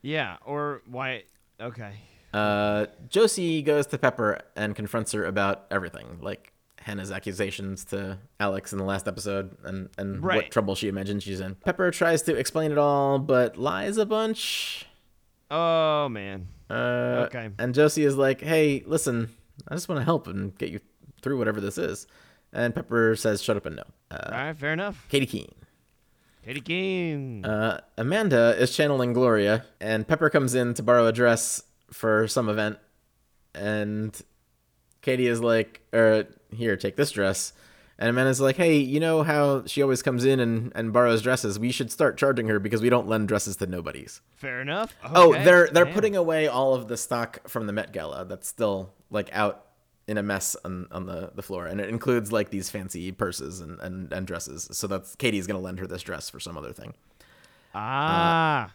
[SPEAKER 1] yeah. Or why? Okay.
[SPEAKER 2] Uh, Josie goes to Pepper and confronts her about everything, like Hannah's accusations to Alex in the last episode and, and what
[SPEAKER 1] Right.
[SPEAKER 2] trouble she imagines she's in. Pepper tries to explain it all, but lies a bunch.
[SPEAKER 1] Oh man.
[SPEAKER 2] Uh,
[SPEAKER 1] Okay.
[SPEAKER 2] And Josie is like, "Hey, listen, I just want to help and get you through whatever this is." And Pepper says, "Shut up and no." Uh,
[SPEAKER 1] All right. Fair enough.
[SPEAKER 2] Katie Keene.
[SPEAKER 1] Katie Keene.
[SPEAKER 2] Uh, Amanda is channeling Gloria, and Pepper comes in to borrow a dress for some event, and Katie is like, "Er, here, take this dress." And Amanda's like, "Hey, you know how she always comes in and, and borrows dresses? We should start charging her because we don't lend dresses to nobodies."
[SPEAKER 1] fair enough.
[SPEAKER 2] Oh,
[SPEAKER 1] Okay,
[SPEAKER 2] they're they're
[SPEAKER 1] man.
[SPEAKER 2] putting away all of the stock from the Met Gala that's still like out in a mess on, on the, the floor, and it includes like these fancy purses and, and, and dresses. So that's Katie's gonna lend her this dress for some other thing.
[SPEAKER 1] Ah.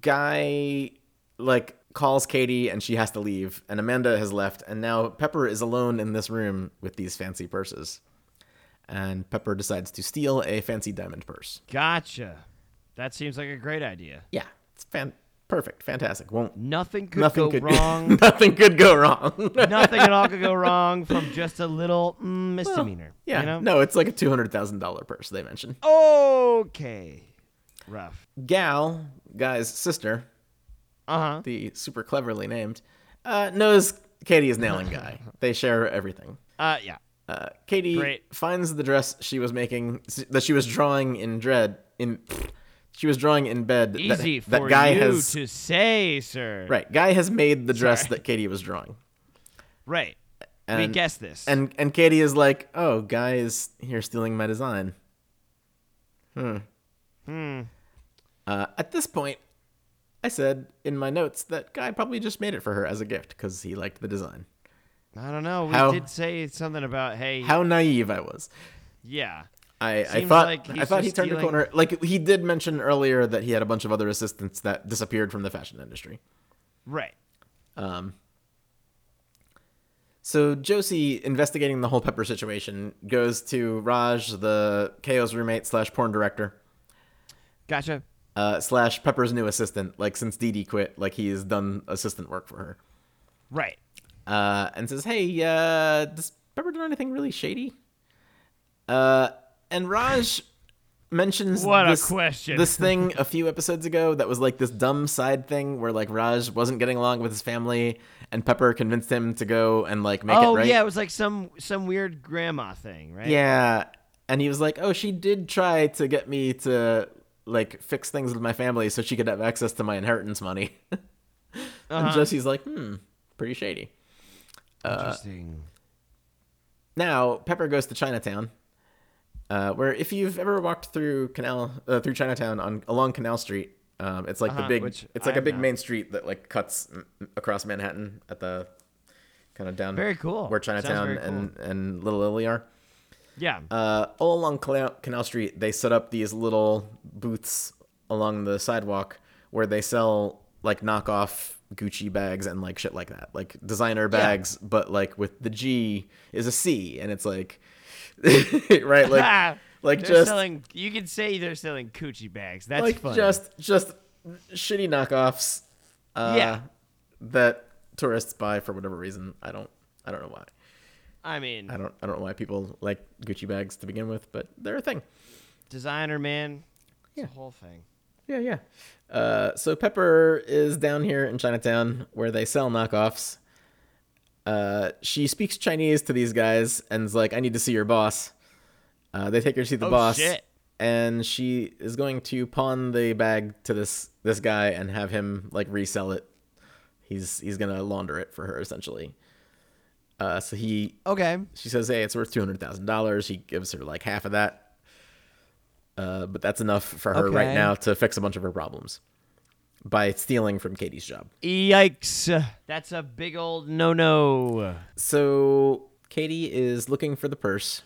[SPEAKER 2] guy like calls Katie and she has to leave and Amanda has left and now Pepper is alone in this room with these fancy purses. And Pepper decides to steal a fancy diamond purse.
[SPEAKER 1] gotcha. That seems like a great idea.
[SPEAKER 2] Yeah, it's fan perfect, fantastic. Won't
[SPEAKER 1] Nothing could
[SPEAKER 2] nothing
[SPEAKER 1] go
[SPEAKER 2] could
[SPEAKER 1] wrong.
[SPEAKER 2] nothing could go wrong.
[SPEAKER 1] Nothing at all could go wrong from just a little mm, misdemeanor.
[SPEAKER 2] yeah.
[SPEAKER 1] You know?
[SPEAKER 2] No, it's like a $200,000 purse they mentioned.
[SPEAKER 1] Okay. Rough.
[SPEAKER 2] Gal, guy's sister,
[SPEAKER 1] Uh huh.
[SPEAKER 2] the super cleverly named, uh, knows Katie is nailing guy. they share everything.
[SPEAKER 1] Uh yeah.
[SPEAKER 2] Uh, Katie
[SPEAKER 1] Great.
[SPEAKER 2] finds the dress she was making that she was drawing in dread in she was drawing in bed that-
[SPEAKER 1] Easy
[SPEAKER 2] that,
[SPEAKER 1] for
[SPEAKER 2] guy
[SPEAKER 1] you
[SPEAKER 2] has
[SPEAKER 1] to say, sir.
[SPEAKER 2] right guy has made the dress that Katie was drawing
[SPEAKER 1] Right.
[SPEAKER 2] And-
[SPEAKER 1] we guessed this.
[SPEAKER 2] and and Katie is like oh guy is here stealing my design hmm hmm uh, at this point I said in my notes that guy probably just made it for her as a gift because he liked the design
[SPEAKER 1] I don't know. We
[SPEAKER 2] How-
[SPEAKER 1] did say something about hey.
[SPEAKER 2] how naive I was
[SPEAKER 1] yeah.
[SPEAKER 2] I, I
[SPEAKER 1] Seems
[SPEAKER 2] thought
[SPEAKER 1] like
[SPEAKER 2] I
[SPEAKER 1] he's
[SPEAKER 2] thought he
[SPEAKER 1] just
[SPEAKER 2] turned a
[SPEAKER 1] dealing-
[SPEAKER 2] corner. Like he did mention earlier that he had a bunch of other assistants that disappeared from the fashion industry.
[SPEAKER 1] Right.
[SPEAKER 2] Um, so Josie, investigating the whole Pepper situation, goes to Raj, the KO's roommate slash porn director
[SPEAKER 1] Gotcha.
[SPEAKER 2] uh, slash Pepper's new assistant. Like since Dee Dee quit, like he has done assistant work for her,
[SPEAKER 1] Right.
[SPEAKER 2] uh, and says, "Hey, uh, does Pepper do anything really shady?" Uh, and Raj mentions
[SPEAKER 3] What a
[SPEAKER 2] this,
[SPEAKER 3] question.
[SPEAKER 2] this thing a few episodes ago that was like this dumb side thing where like Raj wasn't getting along with his family, and Pepper convinced him to go and like make
[SPEAKER 1] oh
[SPEAKER 2] it right.
[SPEAKER 1] yeah, it was like some some weird grandma thing, right?
[SPEAKER 2] Yeah. And he was like, "Oh, she did try to get me to like fix things with my family so she could have access to my inheritance money."
[SPEAKER 3] Uh-huh.
[SPEAKER 2] and Jesse's like, "Hmm, pretty shady."
[SPEAKER 1] Interesting.
[SPEAKER 2] Now Pepper goes to Chinatown, uh, where if you've ever walked through Canal uh, through Chinatown on along Canal Street, um, it's like the
[SPEAKER 1] Uh-huh,
[SPEAKER 2] big
[SPEAKER 1] which
[SPEAKER 2] it's like a
[SPEAKER 1] I've
[SPEAKER 2] big
[SPEAKER 1] not.
[SPEAKER 2] main street that like cuts mm, across Manhattan at the kind of down
[SPEAKER 1] Very cool.
[SPEAKER 2] where
[SPEAKER 1] Sounds
[SPEAKER 2] Chinatown
[SPEAKER 1] very cool.
[SPEAKER 2] and and Little Italy are.
[SPEAKER 1] yeah.
[SPEAKER 2] uh, all along Canal, Canal Street, they set up these little booths along the sidewalk where they sell like knockoff Gucci bags and like shit like that, like designer bags, but like with the G is a C, and it's like, right, like, like
[SPEAKER 1] they're
[SPEAKER 2] just
[SPEAKER 1] selling. You could say they're selling coochie bags. That's
[SPEAKER 2] like
[SPEAKER 1] funny.
[SPEAKER 2] just just shitty knockoffs, uh,
[SPEAKER 1] Yeah.
[SPEAKER 2] that tourists buy for whatever reason. I don't, I don't know why.
[SPEAKER 1] I mean,
[SPEAKER 2] I don't, I don't know why people like Gucci bags to begin with, but they're a thing.
[SPEAKER 1] designer man. It's
[SPEAKER 2] Yeah.
[SPEAKER 1] a whole thing.
[SPEAKER 2] Yeah, yeah. Uh, so Pepper is down here in Chinatown where they sell knockoffs. Uh, she speaks Chinese to these guys and's like, "I need to see your boss." Uh, they take her to see the
[SPEAKER 1] Oh,
[SPEAKER 2] boss,
[SPEAKER 1] shit.
[SPEAKER 2] and she is going to pawn the bag to this this guy and have him like resell it. He's he's gonna launder it for her essentially. Uh, so he
[SPEAKER 1] Okay.
[SPEAKER 2] she says, "Hey, it's worth two hundred thousand dollars." He gives her like half of that, uh, but that's enough for her right
[SPEAKER 1] Okay.
[SPEAKER 2] now to fix a bunch of her problems by stealing from Katie's job.
[SPEAKER 1] Yikes! That's a big old no no.
[SPEAKER 2] So Katie is looking for the purse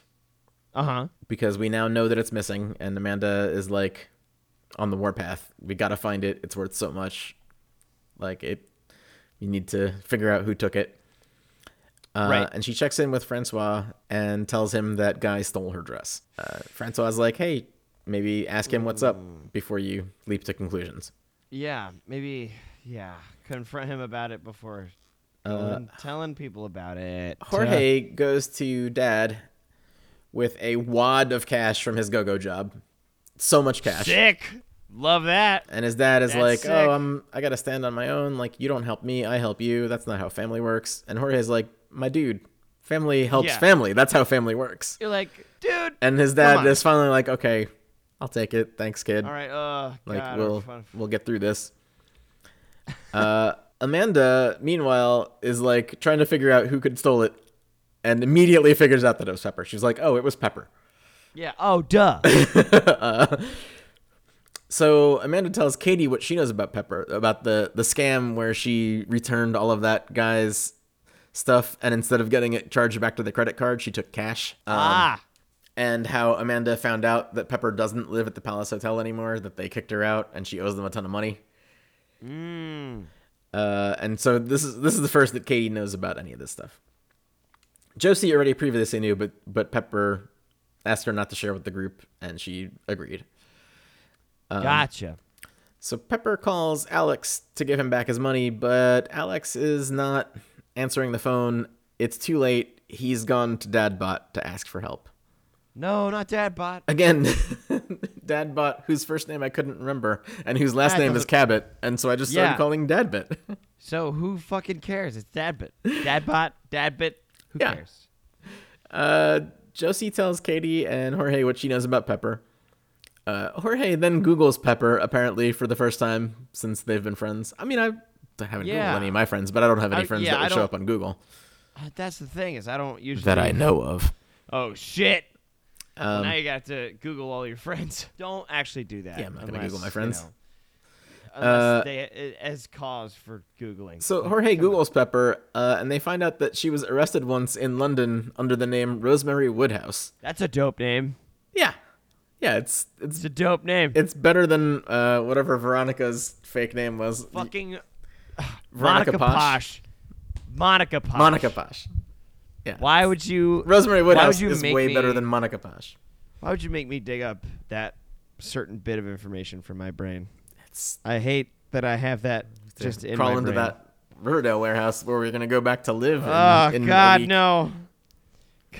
[SPEAKER 1] Uh
[SPEAKER 2] Uh-huh.
[SPEAKER 1] huh.
[SPEAKER 2] because we now know that it's missing, and Amanda is like on the warpath. We gotta find it. It's worth so much. Like it, you need to figure out who took it. Uh,
[SPEAKER 1] Right.
[SPEAKER 2] And she checks in with Francois and tells him that guy stole her dress. Uh, Francois is like, "Hey, maybe ask him what's up before you leap to conclusions."
[SPEAKER 1] Yeah. Maybe. Yeah. Confront him about it before going- telling people about it.
[SPEAKER 2] Uh, Jorge goes to Dad with a wad of cash from his go-go job. So much cash.
[SPEAKER 1] Sick. Love that.
[SPEAKER 2] And his dad is
[SPEAKER 1] That's
[SPEAKER 2] like,
[SPEAKER 1] sick.
[SPEAKER 2] "Oh, I'm I gotta stand on my own. Like you don't help me, I help you. That's not how family works." And Jorge's like, "My dude, family helps
[SPEAKER 1] Yeah.
[SPEAKER 2] family. That's how family works."
[SPEAKER 1] You're like, dude.
[SPEAKER 2] And his
[SPEAKER 1] Come
[SPEAKER 2] dad
[SPEAKER 1] on.
[SPEAKER 2] is finally like, "Okay, I'll take it. Thanks, kid.
[SPEAKER 1] all right. Uh.
[SPEAKER 2] Like
[SPEAKER 1] God, we're
[SPEAKER 2] we'll
[SPEAKER 1] fun-
[SPEAKER 2] we'll get through this." Uh, Amanda, meanwhile, is like trying to figure out who could stole it, and immediately figures out that it was Pepper. She's like, "Oh, it was Pepper."
[SPEAKER 1] Yeah. Oh, duh.
[SPEAKER 2] Um, So Amanda tells Katie what she knows about Pepper, about the the scam where she returned all of that guy's stuff, and instead of getting it charged back to the credit card, she took cash. Um,
[SPEAKER 1] ah.
[SPEAKER 2] And how Amanda found out that Pepper doesn't live at the Palace Hotel anymore, that they kicked her out, and she owes them a ton of money.
[SPEAKER 1] Mm.
[SPEAKER 2] Uh, and so this is this is the first that Katie knows about any of this stuff. Josie already previously knew, but but Pepper asked her not to share with the group, and she agreed. um,
[SPEAKER 1] Gotcha.
[SPEAKER 2] So Pepper calls Alex to give him back his money, but Alex is not answering the phone. It's too late. He's gone to Dadbot to ask for help.
[SPEAKER 1] No, not dad bot.
[SPEAKER 2] Again, Dadbot, whose first name I couldn't remember, and whose last
[SPEAKER 1] That
[SPEAKER 2] name is
[SPEAKER 1] doesn't-
[SPEAKER 2] Cabot, and so I just started
[SPEAKER 1] Yeah.
[SPEAKER 2] calling Dadbit.
[SPEAKER 1] So who fucking cares? It's Dadbit. Dadbot. Dadbit. Who
[SPEAKER 2] Yeah.
[SPEAKER 1] cares?
[SPEAKER 2] Uh, Josie tells Katie and Jorge what she knows about Pepper. Uh, Jorge then Googles Pepper, apparently, for the first time since they've been friends. I mean, I haven't
[SPEAKER 1] Yeah.
[SPEAKER 2] Googled any of my friends, but I don't have any
[SPEAKER 1] I-
[SPEAKER 2] friends
[SPEAKER 1] yeah,
[SPEAKER 2] that
[SPEAKER 1] I
[SPEAKER 2] would show
[SPEAKER 1] don't-
[SPEAKER 2] up on Google
[SPEAKER 1] Uh, That's the thing is I don't usually
[SPEAKER 2] that I know of.
[SPEAKER 1] Oh shit.
[SPEAKER 2] Um,
[SPEAKER 1] now you got to Google all your friends. Don't actually do that.
[SPEAKER 2] Yeah, I'm not gonna
[SPEAKER 1] unless,
[SPEAKER 2] Google my
[SPEAKER 1] you
[SPEAKER 2] friends.
[SPEAKER 1] know, unless
[SPEAKER 2] Uh,
[SPEAKER 1] they it, as cause for googling.
[SPEAKER 2] So Jorge Googles Pepper, uh, and they find out that she was arrested once in London under the name Rosemary Woodhouse.
[SPEAKER 1] That's a dope name.
[SPEAKER 2] Yeah, yeah. It's it's
[SPEAKER 1] It's a dope name.
[SPEAKER 2] it's better than uh, whatever Veronica's fake name was.
[SPEAKER 1] Fucking
[SPEAKER 2] Veronica
[SPEAKER 1] Monica
[SPEAKER 2] Posh.
[SPEAKER 1] Posh. Monica Posh.
[SPEAKER 2] Monica Posh. Yeah.
[SPEAKER 1] Why would you?
[SPEAKER 2] Rosemary
[SPEAKER 1] why
[SPEAKER 2] Woodhouse
[SPEAKER 1] would you
[SPEAKER 2] is
[SPEAKER 1] make
[SPEAKER 2] way
[SPEAKER 1] me-
[SPEAKER 2] better than Monica Posh.
[SPEAKER 1] Why would you make me dig up that certain bit of information from my brain?
[SPEAKER 2] It's
[SPEAKER 1] I hate that I have that just in
[SPEAKER 2] crawl
[SPEAKER 1] my
[SPEAKER 2] into
[SPEAKER 1] brain.
[SPEAKER 2] that Riverdale warehouse where we're gonna go back to live. In,
[SPEAKER 1] Oh
[SPEAKER 2] in a
[SPEAKER 1] God,
[SPEAKER 2] week.
[SPEAKER 1] no!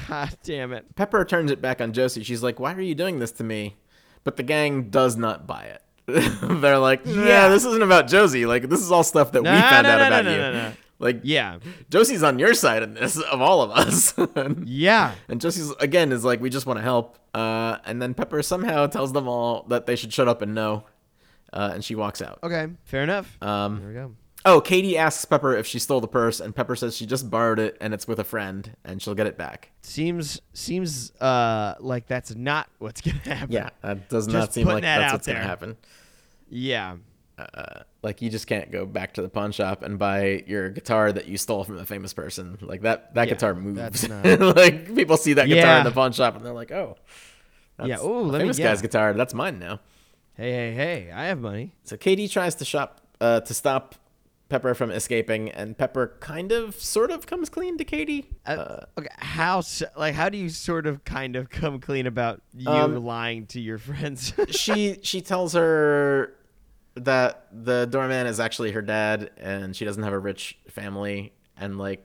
[SPEAKER 1] God damn it!
[SPEAKER 2] Pepper turns it back on Josie. She's like, "Why are you doing this to me?" But the gang does not buy it. They're like, "Yeah,
[SPEAKER 1] Yeah.
[SPEAKER 2] this isn't about Josie. Like, this is all stuff that we
[SPEAKER 1] No,
[SPEAKER 2] found
[SPEAKER 1] no,
[SPEAKER 2] out
[SPEAKER 1] no,
[SPEAKER 2] about
[SPEAKER 1] no,
[SPEAKER 2] you.
[SPEAKER 1] no, no.
[SPEAKER 2] Like,
[SPEAKER 1] Yeah,
[SPEAKER 2] Josie's on your side in this of all of us."
[SPEAKER 1] yeah.
[SPEAKER 2] And Jesse's again is like, we just want to help. Uh, and then Pepper somehow tells them all that they should shut up and know. Uh, and she walks out.
[SPEAKER 1] Okay, fair enough. there
[SPEAKER 2] Um,
[SPEAKER 1] we go.
[SPEAKER 2] oh, Katie asks Pepper if she stole the purse, and Pepper says she just borrowed it and it's with a friend, and she'll get it back.
[SPEAKER 1] Seems seems uh like that's not what's gonna happen.
[SPEAKER 2] Yeah, that does
[SPEAKER 1] Just
[SPEAKER 2] not seem
[SPEAKER 1] putting
[SPEAKER 2] like
[SPEAKER 1] that
[SPEAKER 2] that's
[SPEAKER 1] out
[SPEAKER 2] what's going to
[SPEAKER 1] there.
[SPEAKER 2] happen.
[SPEAKER 1] yeah.
[SPEAKER 2] Like, you just can't go back to the pawn shop and buy your guitar that you stole from a famous person. Like that, that
[SPEAKER 1] Yeah,
[SPEAKER 2] guitar moves.
[SPEAKER 1] that's not-
[SPEAKER 2] like people see that guitar
[SPEAKER 1] Yeah.
[SPEAKER 2] in the pawn shop and they're like, oh, that's
[SPEAKER 1] Yeah, ooh,
[SPEAKER 2] a
[SPEAKER 1] let me-
[SPEAKER 2] famous
[SPEAKER 1] yeah.
[SPEAKER 2] guy's guitar. That's mine now.
[SPEAKER 1] Hey, hey, hey! I have money.
[SPEAKER 2] So Katie tries to shop uh, to stop Pepper from escaping, and Pepper kind of, sort of, comes clean to Katie.
[SPEAKER 1] Uh, okay, how s- like how do you sort of kind of come clean about you
[SPEAKER 2] Um,
[SPEAKER 1] lying to your friends?
[SPEAKER 2] She she tells her that the doorman is actually her dad, and she doesn't have a rich family, and like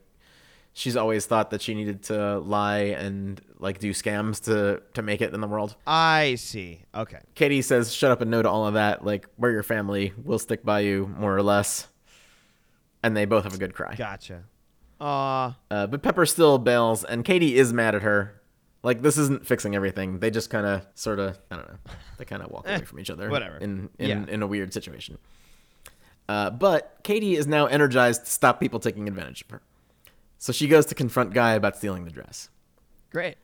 [SPEAKER 2] she's always thought that she needed to lie and like do scams to to make it in the world.
[SPEAKER 1] I see. Okay.
[SPEAKER 2] Katie says, "Shut up and no to all of that. Like we're your family. We'll stick by you more or less." And they both have a good cry.
[SPEAKER 1] Gotcha. Uh
[SPEAKER 2] Uh, but Pepper still bails, and Katie is mad at her. Like this isn't fixing everything. They just kind of, sort of, I don't know. They kind of walk away from each other.
[SPEAKER 1] Eh, whatever.
[SPEAKER 2] In in,
[SPEAKER 1] Yeah.
[SPEAKER 2] in a weird situation. Uh, but Katie is now energized to stop people taking advantage of her. So she goes to confront Guy about stealing the dress.
[SPEAKER 1] great.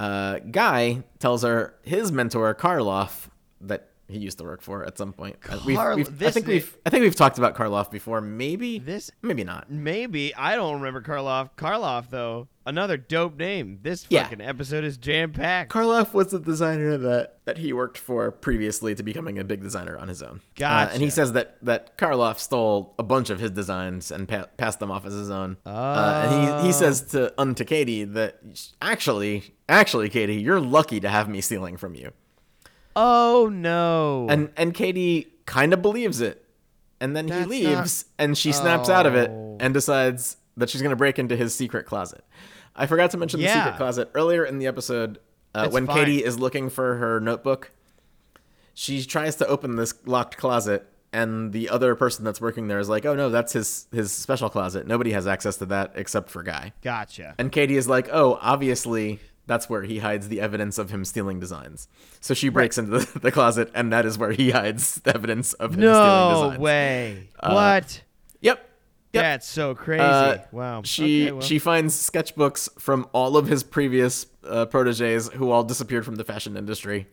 [SPEAKER 2] Uh, Guy tells her his mentor Karloff that he used to work for at some point. Uh, we've-
[SPEAKER 1] Karl-
[SPEAKER 2] we've- I
[SPEAKER 1] this
[SPEAKER 2] think
[SPEAKER 1] i-
[SPEAKER 2] we've I think we've talked about Karloff before. Maybe
[SPEAKER 1] This-
[SPEAKER 2] maybe not.
[SPEAKER 1] Maybe I don't remember Karloff. Karloff though, another dope name. This
[SPEAKER 2] Yeah.
[SPEAKER 1] fucking episode is jam packed.
[SPEAKER 2] Karloff was the designer that, that he worked for previously to becoming a big designer on his own. Uh, and he
[SPEAKER 1] Gotcha.
[SPEAKER 2] says that, that Karloff stole a bunch of his designs and pa- passed them off as his own. Uh, and he, he says to unto Katie that actually, actually, Katie, you're lucky to have me stealing from you.
[SPEAKER 1] oh no.
[SPEAKER 2] And and Katie kind of believes it. And then
[SPEAKER 1] That's Oh.
[SPEAKER 2] he leaves and she snaps out of it and decides that she's going to break into his secret closet. I forgot to mention the
[SPEAKER 1] Yeah.
[SPEAKER 2] secret closet earlier in the episode uh,
[SPEAKER 1] It's
[SPEAKER 2] when
[SPEAKER 1] fine.
[SPEAKER 2] Katie is looking for her notebook. She tries to open this locked closet and the other person that's working there is like, "Oh no, that's his his special closet. Nobody has access to that except for Guy."
[SPEAKER 1] gotcha.
[SPEAKER 2] And Katie is like, oh, obviously that's where he hides the evidence of him stealing designs. So she breaks into the, the closet, and that is where he hides the evidence of him stealing
[SPEAKER 1] No
[SPEAKER 2] designs.
[SPEAKER 1] way. what?
[SPEAKER 2] Yep. Yep.
[SPEAKER 1] That's so crazy.
[SPEAKER 2] Uh,
[SPEAKER 1] wow.
[SPEAKER 2] She
[SPEAKER 1] Okay, well.
[SPEAKER 2] she finds sketchbooks from all of his previous uh, proteges who all disappeared from the fashion industry.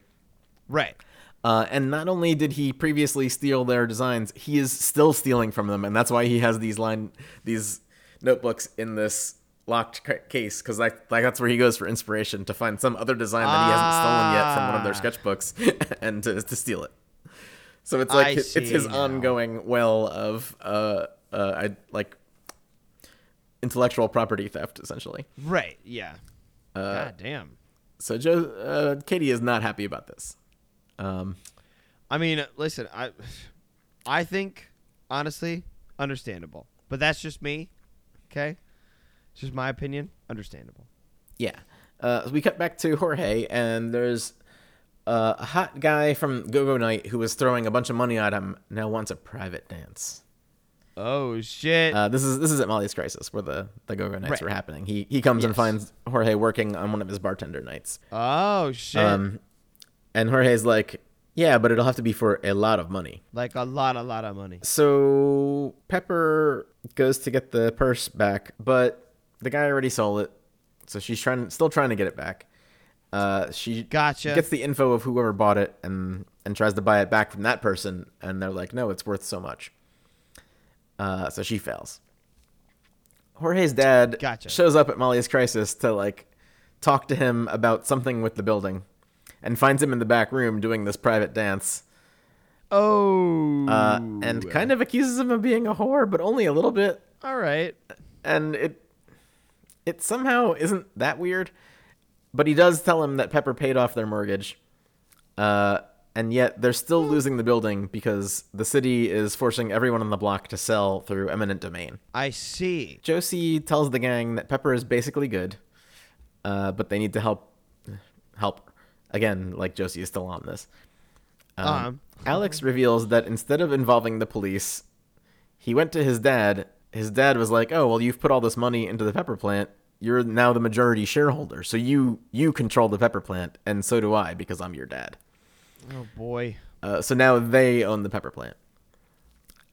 [SPEAKER 1] right.
[SPEAKER 2] Uh, and not only did he previously steal their designs, he is still stealing from them, and that's why he has these line these notebooks in this locked ca- case because like, like that's where he goes for inspiration to find some other design that he hasn't stolen yet from one of their
[SPEAKER 1] Ah.
[SPEAKER 2] sketchbooks and to, to steal it. So it's like
[SPEAKER 1] I
[SPEAKER 2] it's his
[SPEAKER 1] see now.
[SPEAKER 2] ongoing well of uh, uh I like intellectual property theft essentially.
[SPEAKER 1] Right. Yeah.
[SPEAKER 2] Uh,
[SPEAKER 1] God damn.
[SPEAKER 2] So Joe uh, Katie is not happy about this. Um,
[SPEAKER 1] I mean, uh, listen, I I think honestly, understandable. But that's just me. Okay? It's just my opinion. Understandable.
[SPEAKER 2] Yeah. Uh, we cut back to Jorge, and there's uh, a hot guy from Go Go Night who was throwing a bunch of money at him. Now wants a private dance.
[SPEAKER 1] Oh shit.
[SPEAKER 2] Uh, this is this is at Molly's Crisis where the the Go Go Nights
[SPEAKER 1] Right.
[SPEAKER 2] were happening. He he comes and
[SPEAKER 1] Yes.
[SPEAKER 2] finds Jorge working on one of his bartender nights.
[SPEAKER 1] oh shit.
[SPEAKER 2] Um, and Jorge's like, yeah, but it'll have to be for a lot of money.
[SPEAKER 1] like a lot a lot of money.
[SPEAKER 2] So Pepper goes to get the purse back, but the guy already sold it, so she's trying, still trying to get it back. Uh, she
[SPEAKER 1] Gotcha.
[SPEAKER 2] gets the info of whoever bought it and and tries to buy it back from that person, and they're like, "No, it's worth so much." Uh, so she fails. Jorge's dad
[SPEAKER 1] Gotcha.
[SPEAKER 2] shows up at Molly's crisis to like talk to him about something with the building, and finds him in the back room doing this private dance.
[SPEAKER 1] Oh.
[SPEAKER 2] Uh, and kind of accuses him of being a whore, but only a little bit.
[SPEAKER 1] All right.
[SPEAKER 2] And it it somehow isn't that weird. But he does tell him that Pepper paid off their mortgage. Uh, and yet they're still losing the building because the city is forcing everyone on the block to sell through eminent domain.
[SPEAKER 1] I see.
[SPEAKER 2] Josie tells the gang that Pepper is basically good, uh, but they need to help help her. Again, like Josie is still on this. Um,
[SPEAKER 1] Um.
[SPEAKER 2] Alex reveals that instead of involving the police, he went to his dad. His dad was like, "Oh, well, you've put all this money into the Pepper plant. You're now the majority shareholder, so you you control the Pepper plant, and so do I because I'm your dad."
[SPEAKER 1] Oh boy.
[SPEAKER 2] Uh, so now they own the Pepper plant.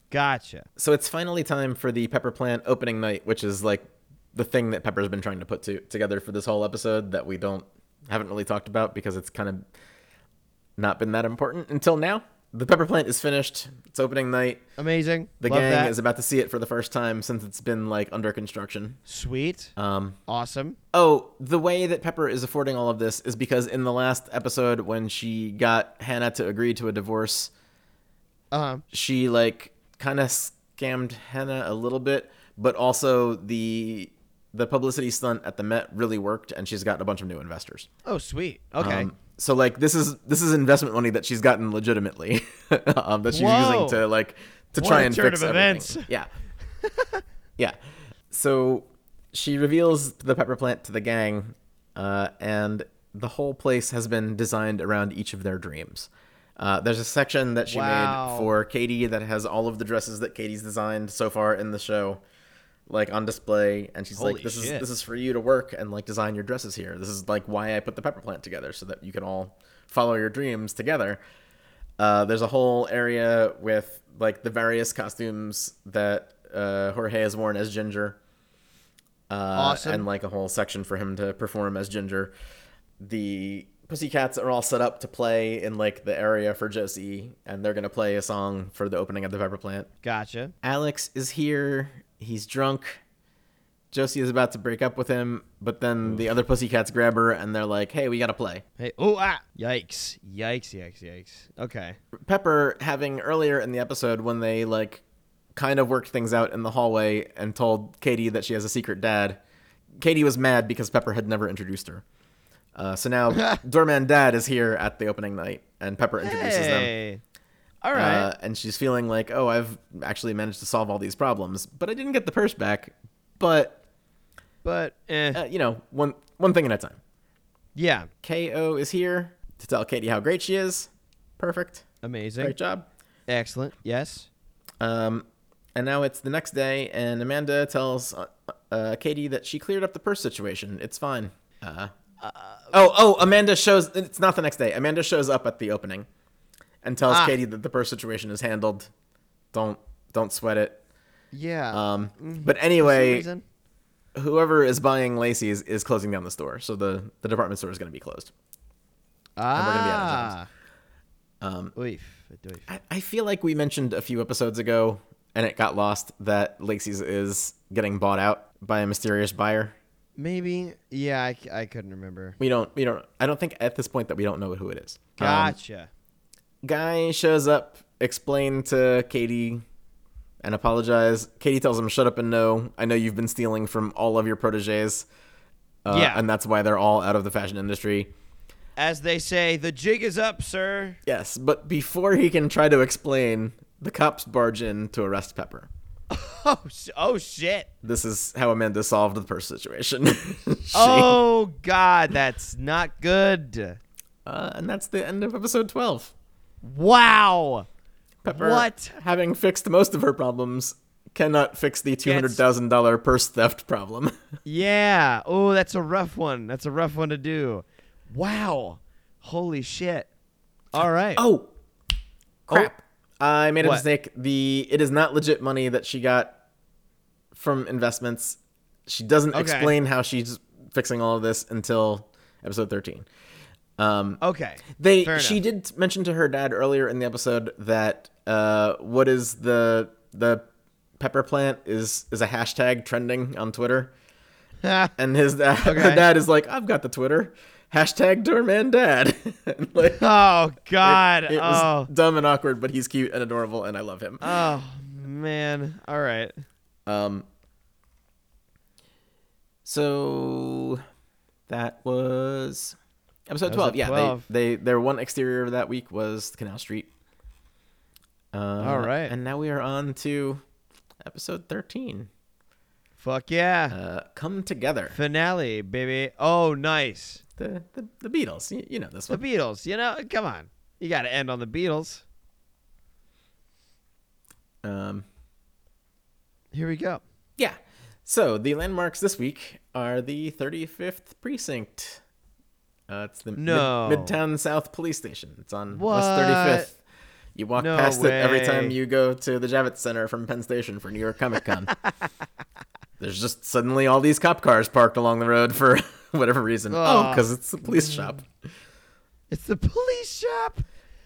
[SPEAKER 1] Gotcha.
[SPEAKER 2] So it's finally time for the Pepper Plant opening night, which is like the thing that Pepper's been trying to put to, together for this whole episode that we don't haven't really talked about because it's kind of not been that important until now. The Pepper Plant is finished. It's opening night.
[SPEAKER 1] Amazing.
[SPEAKER 2] The
[SPEAKER 1] Love
[SPEAKER 2] gang
[SPEAKER 1] that.
[SPEAKER 2] is about to see it for the first time since it's been like under construction.
[SPEAKER 1] sweet.
[SPEAKER 2] Um,
[SPEAKER 1] awesome.
[SPEAKER 2] Oh, the way that Pepper is affording all of this is because in the last episode when she got Hannah to agree to a divorce,
[SPEAKER 1] Um.
[SPEAKER 2] she like kind of scammed Hannah a little bit, but also the the publicity stunt at the Met really worked, and she's gotten a bunch of new investors.
[SPEAKER 1] Oh, sweet. Okay.
[SPEAKER 2] Um, so like this is this is investment money that she's gotten legitimately um, that she's using
[SPEAKER 1] Whoa.
[SPEAKER 2] to like to
[SPEAKER 1] What
[SPEAKER 2] try
[SPEAKER 1] a
[SPEAKER 2] and
[SPEAKER 1] turn
[SPEAKER 2] fix
[SPEAKER 1] of
[SPEAKER 2] everything.
[SPEAKER 1] events.
[SPEAKER 2] Yeah, yeah. So she reveals the pepper plant to the gang, uh, and the whole place has been designed around each of their dreams. Uh, there's a section that she
[SPEAKER 1] Wow.
[SPEAKER 2] made for Katie that has all of the dresses that Katie's designed so far in the show, like on display, and she's
[SPEAKER 1] Holy
[SPEAKER 2] like, "This
[SPEAKER 1] shit.
[SPEAKER 2] is this is for you to work and like design your dresses here. This is like why I put the pepper plant together so that you can all follow your dreams together." Uh, there's a whole area with like the various costumes that uh, Jorge has worn as Ginger. Uh,
[SPEAKER 1] Awesome.
[SPEAKER 2] And like a whole section for him to perform as Ginger. The Pussycats are all set up to play in like the area for Josie, and they're gonna play a song for the opening of the pepper plant.
[SPEAKER 1] gotcha.
[SPEAKER 2] Alex is here. He's drunk. Josie is about to break up with him, but then the other pussycats grab her and they're like, hey, we gotta play.
[SPEAKER 1] Hey. Oh. Ah. Yikes. Yikes. Yikes. Yikes. Okay.
[SPEAKER 2] Pepper, having earlier in the episode when they like kind of worked things out in the hallway and told Katie that she has a secret dad, Katie was mad because Pepper had never introduced her. Uh, so now Doorman Dad is here at the opening night and Pepper introduces them.
[SPEAKER 1] Hey. All right.
[SPEAKER 2] Uh, and she's feeling like, oh, I've actually managed to solve all these problems, but I didn't get the purse back. But
[SPEAKER 1] but eh.
[SPEAKER 2] uh, you know, one one thing at a time.
[SPEAKER 1] yeah.
[SPEAKER 2] Ko is here to tell Katie how great she is. Perfect.
[SPEAKER 1] Amazing.
[SPEAKER 2] Great job.
[SPEAKER 1] Excellent. Yes.
[SPEAKER 2] Um, and now it's the next day, and Amanda tells uh, uh, Katie that she cleared up the purse situation. It's fine. Uh, oh, oh, Amanda shows. It's not the next day. Amanda shows up at the opening, and tells
[SPEAKER 1] Ah.
[SPEAKER 2] Katie that the purse situation is handled. Don't don't sweat it.
[SPEAKER 1] Yeah.
[SPEAKER 2] Um, but
[SPEAKER 1] Mm-hmm. For some
[SPEAKER 2] anyway,
[SPEAKER 1] reason.
[SPEAKER 2] whoever is buying Lacey's is closing down the store, so the the department store is going to be closed. we're gonna be out of
[SPEAKER 1] Ah.
[SPEAKER 2] jobs. Um,
[SPEAKER 1] Oof. Oof.
[SPEAKER 2] I, I feel like we mentioned a few episodes ago, and it got lost that Lacey's is getting bought out by a mysterious buyer.
[SPEAKER 1] Maybe. Yeah. I, c- I couldn't remember.
[SPEAKER 2] We don't, we don't. I don't think at this point that we don't know who it is. Um,
[SPEAKER 1] Gotcha.
[SPEAKER 2] guy shows up, explain to Katie, and apologize. Katie tells him, "Shut up and no. I know you've been stealing from all of your proteges, uh,
[SPEAKER 1] Yeah.
[SPEAKER 2] and that's why they're all out of the fashion industry."
[SPEAKER 1] As they say, the jig is up, sir.
[SPEAKER 2] Yes, but before he can try to explain, the cops barge in to arrest Pepper.
[SPEAKER 1] Oh, s- oh shit.
[SPEAKER 2] This is how Amanda solved the purse situation. She-
[SPEAKER 1] Oh god, that's not good.
[SPEAKER 2] Uh, and that's the end of episode 12.
[SPEAKER 1] Wow.
[SPEAKER 2] Pepper,
[SPEAKER 1] What?
[SPEAKER 2] having fixed most of her problems, cannot fix the $200,000 purse theft problem.
[SPEAKER 1] Yeah. Oh, that's a rough one. That's a rough one to do. Wow. Holy shit. All right.
[SPEAKER 2] Oh, crap. Oh, I made a
[SPEAKER 1] What?
[SPEAKER 2] mistake. The It is not legit money that she got from investments. She doesn't
[SPEAKER 1] Okay.
[SPEAKER 2] explain how she's fixing all of this until episode 13. Um,
[SPEAKER 1] Okay.
[SPEAKER 2] They
[SPEAKER 1] Fair
[SPEAKER 2] she did mention to her dad earlier in the episode that uh, what is the the pepper plant is is a hashtag trending on Twitter,
[SPEAKER 1] enough.
[SPEAKER 2] and his dad, her
[SPEAKER 1] Okay.
[SPEAKER 2] dad is like, I've got the Twitter, hashtag Doorman Dad. like, it,
[SPEAKER 1] Oh God.
[SPEAKER 2] it was
[SPEAKER 1] oh.
[SPEAKER 2] dumb and awkward, but he's cute and adorable, and I love him.
[SPEAKER 1] Oh man. All right.
[SPEAKER 2] Um, so that was episode
[SPEAKER 1] That was
[SPEAKER 2] 12. yeah,
[SPEAKER 1] 12.
[SPEAKER 2] They, they their one exterior of that week was Canal Street. Uh, All
[SPEAKER 1] right.
[SPEAKER 2] And now we are on to episode 13.
[SPEAKER 1] Fuck yeah.
[SPEAKER 2] Uh, Come Together.
[SPEAKER 1] Finale, baby. Oh, nice.
[SPEAKER 2] The, the, the Beatles. You, you know this
[SPEAKER 1] The
[SPEAKER 2] one.
[SPEAKER 1] Beatles. You know, come on. You got to end on the Beatles.
[SPEAKER 2] Um,
[SPEAKER 1] Here we go.
[SPEAKER 2] yeah. So the landmarks this week are the 35th Precinct. Uh, it's the Mid-
[SPEAKER 1] No.
[SPEAKER 2] Midtown South Police Station. It's on West
[SPEAKER 1] What?
[SPEAKER 2] 35th. You walk
[SPEAKER 1] No
[SPEAKER 2] past it every time
[SPEAKER 1] way.
[SPEAKER 2] you go to the Javits Center from Penn Station for New York Comic Con. There's just suddenly all these cop cars parked along the road for whatever reason. Oh,
[SPEAKER 1] Ugh. Mm.
[SPEAKER 2] because it's the police shop.
[SPEAKER 1] It's the police shop.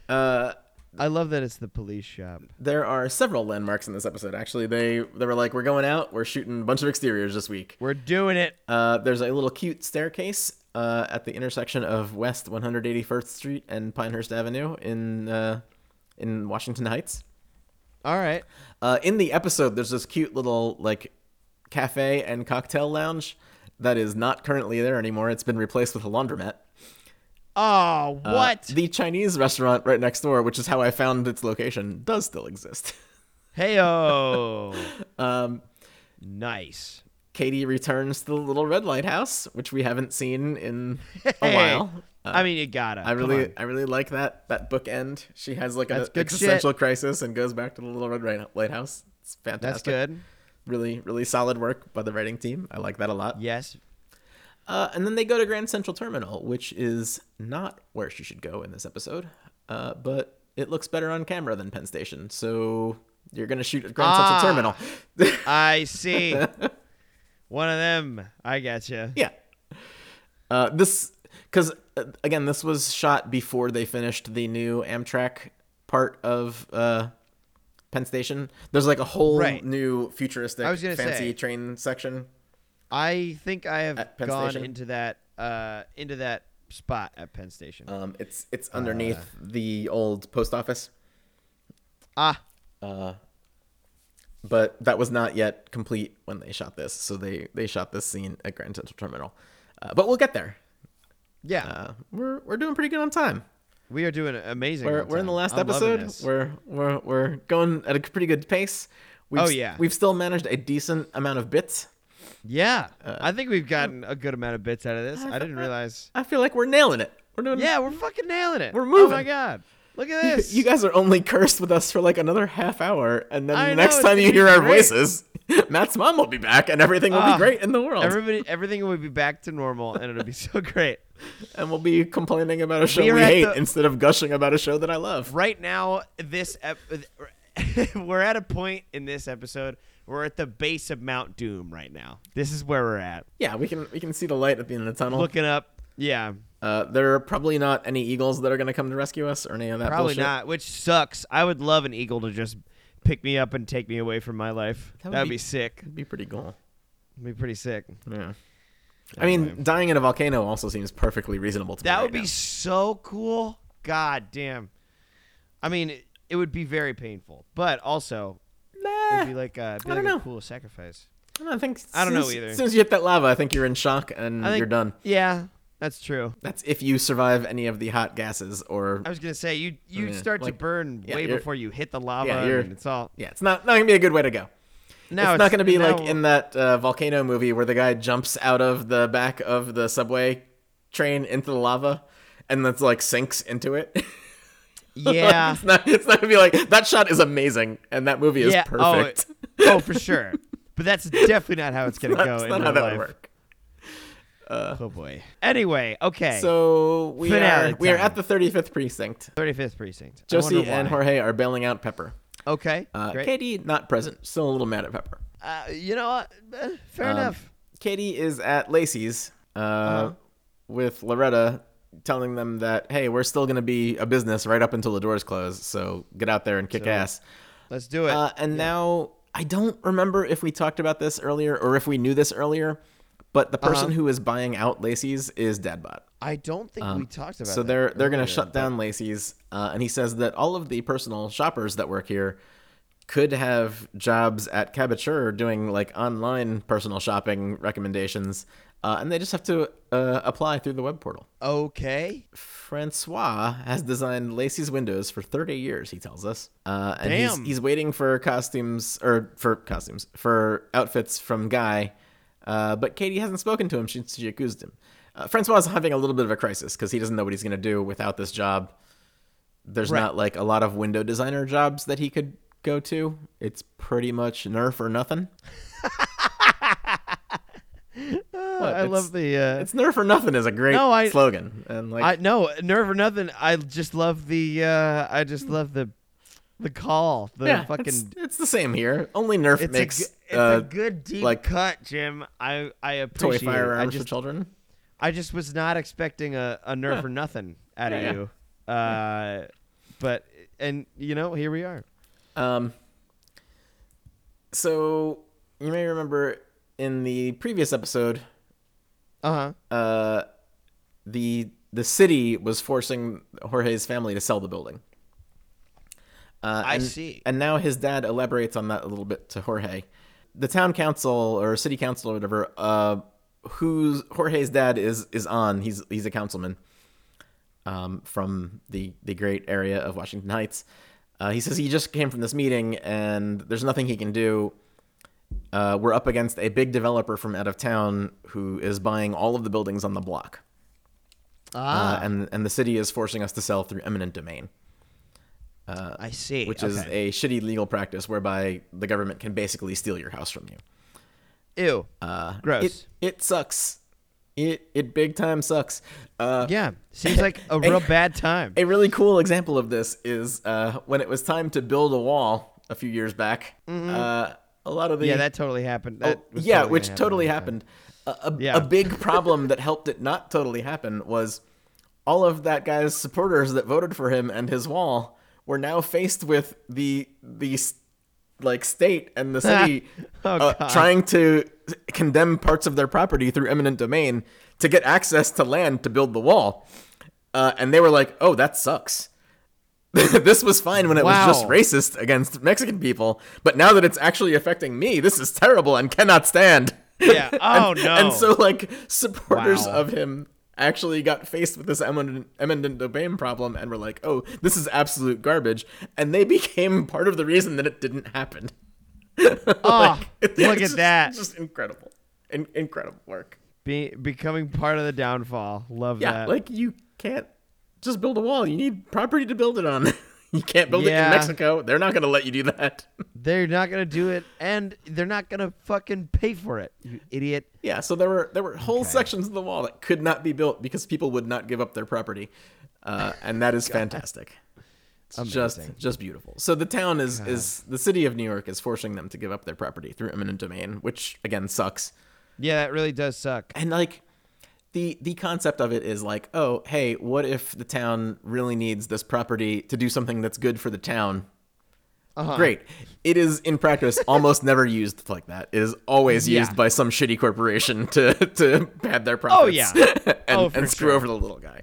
[SPEAKER 2] Uh,
[SPEAKER 1] I love that it's the police shop.
[SPEAKER 2] there are several landmarks in this episode. Actually, they they were like, "We're going out. We're shooting a bunch of exteriors this week."
[SPEAKER 1] We're doing it.
[SPEAKER 2] Uh, there's a little cute staircase uh, at the intersection of West 181st Street and Pinehurst Avenue in uh, in Washington Heights.
[SPEAKER 1] All right.
[SPEAKER 2] Uh, in the episode, there's this cute little like cafe and cocktail lounge that is not currently there anymore. It's been replaced with a laundromat.
[SPEAKER 1] Oh,
[SPEAKER 2] Uh,
[SPEAKER 1] what?
[SPEAKER 2] the Chinese restaurant right next door, which is how I found its location, does still exist.
[SPEAKER 1] Heyo.
[SPEAKER 2] um,
[SPEAKER 1] nice.
[SPEAKER 2] Katie returns to the little red lighthouse, which we haven't seen in a
[SPEAKER 1] Hey,
[SPEAKER 2] while.
[SPEAKER 1] I mean, you gotta.
[SPEAKER 2] I
[SPEAKER 1] Come
[SPEAKER 2] really,
[SPEAKER 1] on.
[SPEAKER 2] I really like that that book end. She has like an
[SPEAKER 1] That's good
[SPEAKER 2] existential crisis and goes back to the Little Red Ri- Lighthouse. It's fantastic.
[SPEAKER 1] That's good.
[SPEAKER 2] Really, really solid work by the writing team. I like that a lot.
[SPEAKER 1] Yes.
[SPEAKER 2] Uh, and then they go to Grand Central Terminal, which is not where she should go in this episode, uh, but it looks better on camera than Penn Station. So you're gonna shoot at Grand
[SPEAKER 1] Ah.
[SPEAKER 2] Central Terminal.
[SPEAKER 1] I see. One of them. I gotcha.
[SPEAKER 2] Yeah. Uh, this, because uh, again, this was shot before they finished the new Amtrak part of uh, Penn Station. There's like a whole
[SPEAKER 1] Right.
[SPEAKER 2] new futuristic
[SPEAKER 1] I was gonna
[SPEAKER 2] fancy
[SPEAKER 1] say.
[SPEAKER 2] train section.
[SPEAKER 1] I think I have
[SPEAKER 2] At Penn
[SPEAKER 1] gone
[SPEAKER 2] Station?
[SPEAKER 1] into that uh into that spot at Penn Station.
[SPEAKER 2] Um, it's it's underneath the old post office,
[SPEAKER 1] ah,
[SPEAKER 2] but that was not yet complete when they shot this. So they they shot this scene at Grand Central Terminal. Uh, but we'll get there.
[SPEAKER 1] yeah.
[SPEAKER 2] Uh, we're we're doing pretty good on time.
[SPEAKER 1] we are doing amazing.
[SPEAKER 2] We're,
[SPEAKER 1] on
[SPEAKER 2] we're in the
[SPEAKER 1] time.
[SPEAKER 2] last
[SPEAKER 1] I'm loving
[SPEAKER 2] episode.
[SPEAKER 1] this.
[SPEAKER 2] We're we're we're going at a pretty good pace. We've,
[SPEAKER 1] Oh,
[SPEAKER 2] s-
[SPEAKER 1] yeah.
[SPEAKER 2] we've still managed a decent amount of bits.
[SPEAKER 1] yeah.
[SPEAKER 2] Uh,
[SPEAKER 1] I think we've gotten a good amount of bits out of this. I didn't realize.
[SPEAKER 2] I feel like we're nailing it. We're doing.
[SPEAKER 1] Yeah, we're fucking nailing it.
[SPEAKER 2] Mm-hmm. We're
[SPEAKER 1] Oh my
[SPEAKER 2] moving.
[SPEAKER 1] god. Look at
[SPEAKER 2] You,
[SPEAKER 1] this.
[SPEAKER 2] you guys are only cursed with us for like another half hour, and then
[SPEAKER 1] I
[SPEAKER 2] the
[SPEAKER 1] know,
[SPEAKER 2] next
[SPEAKER 1] it's
[SPEAKER 2] time you
[SPEAKER 1] gonna
[SPEAKER 2] hear
[SPEAKER 1] be
[SPEAKER 2] our
[SPEAKER 1] great.
[SPEAKER 2] voices, Matt's mom will be back, and everything will
[SPEAKER 1] Ah,
[SPEAKER 2] be great in the world.
[SPEAKER 1] Everybody, everything will be back to normal, and it'll be so great.
[SPEAKER 2] and we'll be complaining about a show we,
[SPEAKER 1] are at
[SPEAKER 2] hate
[SPEAKER 1] the-
[SPEAKER 2] instead of gushing about a show that I love.
[SPEAKER 1] Right now, this ep- we're at a point in this episode. We're at the base of Mount Doom right now. This is where we're at.
[SPEAKER 2] Yeah, we can we can see the light at the end of the tunnel.
[SPEAKER 1] Looking up. Yeah.
[SPEAKER 2] uh, there are probably not any eagles that are going to come to rescue us or any of that.
[SPEAKER 1] Probably
[SPEAKER 2] bullshit.
[SPEAKER 1] not, which sucks. I would love an eagle to just pick me up and take me away from my life. That would, be, sick.
[SPEAKER 2] It'd be pretty cool.
[SPEAKER 1] It'd be pretty sick.
[SPEAKER 2] Yeah. I mean, dying in a volcano also seems perfectly reasonable to me.
[SPEAKER 1] That
[SPEAKER 2] right
[SPEAKER 1] would be
[SPEAKER 2] now.
[SPEAKER 1] so cool. God damn. I mean, it, it would be very painful, but also it'd be like, uh, it'd be
[SPEAKER 2] Eh, I
[SPEAKER 1] like
[SPEAKER 2] don't
[SPEAKER 1] a
[SPEAKER 2] know.
[SPEAKER 1] cool sacrifice.
[SPEAKER 2] I don't think.
[SPEAKER 1] I don't
[SPEAKER 2] soon
[SPEAKER 1] know
[SPEAKER 2] as-
[SPEAKER 1] either.
[SPEAKER 2] As soon as you hit that lava, I think you're in shock and
[SPEAKER 1] I think,
[SPEAKER 2] you're done.
[SPEAKER 1] Yeah, that's true.
[SPEAKER 2] That's if you survive any of the hot gases or.
[SPEAKER 1] I was gonna say you you
[SPEAKER 2] Yeah,
[SPEAKER 1] start to
[SPEAKER 2] like-
[SPEAKER 1] burn
[SPEAKER 2] yeah,
[SPEAKER 1] way
[SPEAKER 2] you're-
[SPEAKER 1] before you hit the lava.
[SPEAKER 2] yeah, you're-
[SPEAKER 1] and it's all
[SPEAKER 2] Yeah, it's not not gonna be a good way to go.
[SPEAKER 1] no,
[SPEAKER 2] it's, not gonna be
[SPEAKER 1] no,
[SPEAKER 2] like in that uh, volcano movie where the guy jumps out of the back of the subway train into the lava, and that's like sinks into it. Like,
[SPEAKER 1] yeah.
[SPEAKER 2] it's not. It's not gonna be like that. Shot is amazing, and that movie is
[SPEAKER 1] yeah. oh,
[SPEAKER 2] perfect.
[SPEAKER 1] it- Oh, for sure. But that's definitely not how it's gonna
[SPEAKER 2] That's
[SPEAKER 1] go
[SPEAKER 2] not
[SPEAKER 1] in
[SPEAKER 2] how
[SPEAKER 1] real
[SPEAKER 2] that
[SPEAKER 1] life.
[SPEAKER 2] would work.
[SPEAKER 1] Oh boy. Anyway, okay.
[SPEAKER 2] So we
[SPEAKER 1] Finale
[SPEAKER 2] are we are
[SPEAKER 1] time.
[SPEAKER 2] at the 35th precinct.
[SPEAKER 1] 35th precinct. I wonder
[SPEAKER 2] Josie and
[SPEAKER 1] why.
[SPEAKER 2] Jorge are bailing out Pepper.
[SPEAKER 1] Okay.
[SPEAKER 2] Uh,
[SPEAKER 1] great.
[SPEAKER 2] Katie not present, still a little mad at Pepper.
[SPEAKER 1] Uh, you know what? Eh, fair
[SPEAKER 2] Um,
[SPEAKER 1] enough.
[SPEAKER 2] Katie is at Lacey's uh,
[SPEAKER 1] Uh-huh.
[SPEAKER 2] with Loretta, telling them that hey, we're still going to be a business right up until the doors close, so get out there and kick ass.
[SPEAKER 1] Let's do it.
[SPEAKER 2] Uh, and now I don't remember if we talked about this earlier or if we knew this earlier, But the
[SPEAKER 1] Uh-huh.
[SPEAKER 2] person who is buying out Lacey's is Dadbot.
[SPEAKER 3] I don't think we talked about.
[SPEAKER 2] Um, So
[SPEAKER 3] that
[SPEAKER 2] they're they're going
[SPEAKER 3] earlier,
[SPEAKER 2] to shut
[SPEAKER 3] but-
[SPEAKER 2] down Lacey's, uh, and he says that all of the personal shoppers that work here could have jobs at Caboture doing like online personal shopping recommendations, uh, and they just have to uh, apply through the web portal.
[SPEAKER 3] Okay.
[SPEAKER 2] Francois has designed Lacey's windows for 30 years, he tells us. Uh, and
[SPEAKER 3] Damn.
[SPEAKER 2] He's, he's waiting for costumes, or for costumes, for outfits from Guy. Uh, but Katie hasn't spoken to him since she accused him. Uh, Francois is having a little bit of a crisis because he doesn't know what he's going to do without this job. There's not like a lot of window designer jobs that he could go to. It's pretty much nerf or nothing. What?
[SPEAKER 3] I love
[SPEAKER 2] It's-
[SPEAKER 3] the. Uh,
[SPEAKER 2] It's nerf or nothing is a great
[SPEAKER 3] No, I-
[SPEAKER 2] slogan. And like
[SPEAKER 3] I no nerve or nothing. I just love the. Uh, I just
[SPEAKER 2] Hmm.
[SPEAKER 3] love the, the call. The
[SPEAKER 2] yeah,
[SPEAKER 3] fucking.
[SPEAKER 2] it's, it's the same here. Only Nerf
[SPEAKER 1] It's,
[SPEAKER 2] makes
[SPEAKER 1] a, gu- it's
[SPEAKER 2] uh,
[SPEAKER 1] a good deep
[SPEAKER 2] like,
[SPEAKER 1] cut, Jim. I I
[SPEAKER 2] toy
[SPEAKER 1] appreciate it. I
[SPEAKER 2] firearms for
[SPEAKER 1] just
[SPEAKER 2] children.
[SPEAKER 1] I just was not expecting a, a nerf
[SPEAKER 2] Yeah.
[SPEAKER 1] or nothing out
[SPEAKER 2] Yeah,
[SPEAKER 1] of
[SPEAKER 2] yeah.
[SPEAKER 1] you. Uh, but and you know here we are.
[SPEAKER 2] Um, so you may remember in the previous episode,
[SPEAKER 3] Uh huh.
[SPEAKER 2] uh, the the city was forcing Jorge's family to sell the building. Uh,
[SPEAKER 1] I
[SPEAKER 2] and-
[SPEAKER 1] see.
[SPEAKER 2] And now his dad elaborates on that a little bit to Jorge. The town council or city council or whatever, uh, who's Jorge's dad is is on. He's he's a councilman. um, from the the great area of Washington Heights. Uh, he says he just came from this meeting and there's nothing he can do. Uh, we're up against a big developer from out of town who is buying all of the buildings on the block,
[SPEAKER 3] Ah,
[SPEAKER 2] uh, and and the city is forcing us to sell through eminent domain,
[SPEAKER 1] I see.
[SPEAKER 2] which is
[SPEAKER 1] Okay.
[SPEAKER 2] a shitty legal practice whereby the government can basically steal your house from you.
[SPEAKER 3] ew.
[SPEAKER 2] Uh,
[SPEAKER 1] Gross.
[SPEAKER 2] It, it sucks. It it big time sucks. Uh,
[SPEAKER 1] yeah, seems like a real bad time.
[SPEAKER 2] A really cool example of this is uh, when it was time to build a wall a few years back. Uh, a lot of the
[SPEAKER 1] Mm-hmm. yeah, that totally happened. That was
[SPEAKER 2] Oh, yeah,
[SPEAKER 1] totally
[SPEAKER 2] which
[SPEAKER 1] gonna happen.
[SPEAKER 2] totally happened. A, a,
[SPEAKER 1] Yeah.
[SPEAKER 2] a big problem that helped it not totally happen was all of that guy's supporters that voted for him and his wall were now faced with the the s- like state and the city
[SPEAKER 1] Oh,
[SPEAKER 2] uh,
[SPEAKER 1] God.
[SPEAKER 2] trying to condemn parts of their property through eminent domain to get access to land to build the wall. Uh, and they were like, "Oh, that sucks." this was fine when it was just
[SPEAKER 1] Wow.
[SPEAKER 2] racist against Mexican people, but now that it's actually affecting me, this is terrible and cannot stand.
[SPEAKER 1] Yeah. Oh,
[SPEAKER 2] and,
[SPEAKER 1] no.
[SPEAKER 2] And so, like, supporters
[SPEAKER 1] Wow.
[SPEAKER 2] of him actually got faced with this eminent, eminent domain problem and were like, "Oh, this is absolute garbage," and they became part of the reason that it didn't happen.
[SPEAKER 1] Oh,
[SPEAKER 2] it's
[SPEAKER 1] look at
[SPEAKER 2] just-
[SPEAKER 1] that.
[SPEAKER 2] Just incredible, In- incredible work.
[SPEAKER 1] Be- becoming part of the downfall. Love
[SPEAKER 2] Yeah,
[SPEAKER 1] that.
[SPEAKER 2] like you can't just build a wall. You need property to build it on. you can't build it
[SPEAKER 1] Yeah.
[SPEAKER 2] in Mexico. They're not going to let you do that.
[SPEAKER 1] they're not gonna do it, and they're not gonna fucking pay for it. You idiot.
[SPEAKER 2] yeah, so there were there were whole sections of the wall that could not be built because people would not give up their property, uh, and that is fantastic. It's just just beautiful. So the town is is the city of New York is forcing them to give up their property through eminent domain, which again sucks.
[SPEAKER 1] Yeah, that really does suck.
[SPEAKER 2] and like the the concept of it is like oh hey what if the town really needs this property to do something that's good for the town
[SPEAKER 1] Uh-huh.
[SPEAKER 2] great it is in practice almost never used like that it is always used by some shitty corporation to to pad their profits
[SPEAKER 1] Oh, yeah.
[SPEAKER 2] and,
[SPEAKER 1] Oh, for
[SPEAKER 2] and screw
[SPEAKER 1] sure.
[SPEAKER 2] over the little guy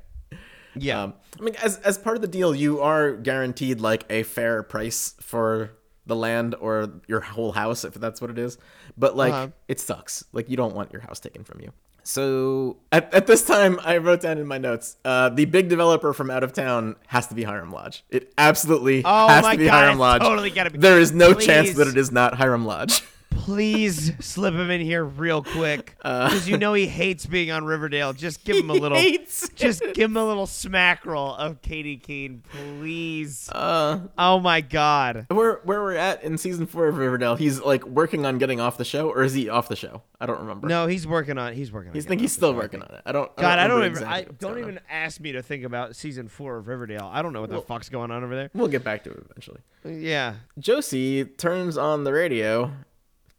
[SPEAKER 1] Yeah.
[SPEAKER 2] um, I mean, as as part of the deal, you are guaranteed like a fair price for the land or your whole house, if that's what it is. But like,
[SPEAKER 1] Uh-huh.
[SPEAKER 2] it sucks. Like, you don't want your house taken from you. So at, at this time, I wrote down in my notes, uh, the big developer from out of town has to be Hiram Lodge. It absolutely
[SPEAKER 1] Oh
[SPEAKER 2] has
[SPEAKER 1] my
[SPEAKER 2] to be
[SPEAKER 1] God,
[SPEAKER 2] Hiram
[SPEAKER 1] it's
[SPEAKER 2] Lodge.
[SPEAKER 1] totally gotta be-
[SPEAKER 2] There is no chance
[SPEAKER 1] Please.
[SPEAKER 2] that it is not Hiram Lodge.
[SPEAKER 1] Please slip him in here real quick, because you know he hates being on Riverdale. Just give him a little.
[SPEAKER 2] Uh. hates
[SPEAKER 1] just give him a little smack roll of Katie Keene, please.
[SPEAKER 2] Uh,
[SPEAKER 1] oh my God.
[SPEAKER 2] where where we're at in season four of Riverdale, he's like working on getting off the show, or is he off the show? I don't remember.
[SPEAKER 1] No, he's working on. He's working on.
[SPEAKER 2] He's
[SPEAKER 1] getting
[SPEAKER 2] think he's
[SPEAKER 1] off the
[SPEAKER 2] still
[SPEAKER 1] show, I
[SPEAKER 2] working
[SPEAKER 1] think.
[SPEAKER 2] on it. I don't.
[SPEAKER 1] God, I don't
[SPEAKER 2] remember
[SPEAKER 1] even.
[SPEAKER 2] exactly
[SPEAKER 1] I
[SPEAKER 2] what's
[SPEAKER 1] don't
[SPEAKER 2] going on.
[SPEAKER 1] even ask me to think about season four of Riverdale. I don't know what the fuck's going on over there.
[SPEAKER 2] We'll get back to it eventually.
[SPEAKER 1] Yeah.
[SPEAKER 2] Josie turns on the radio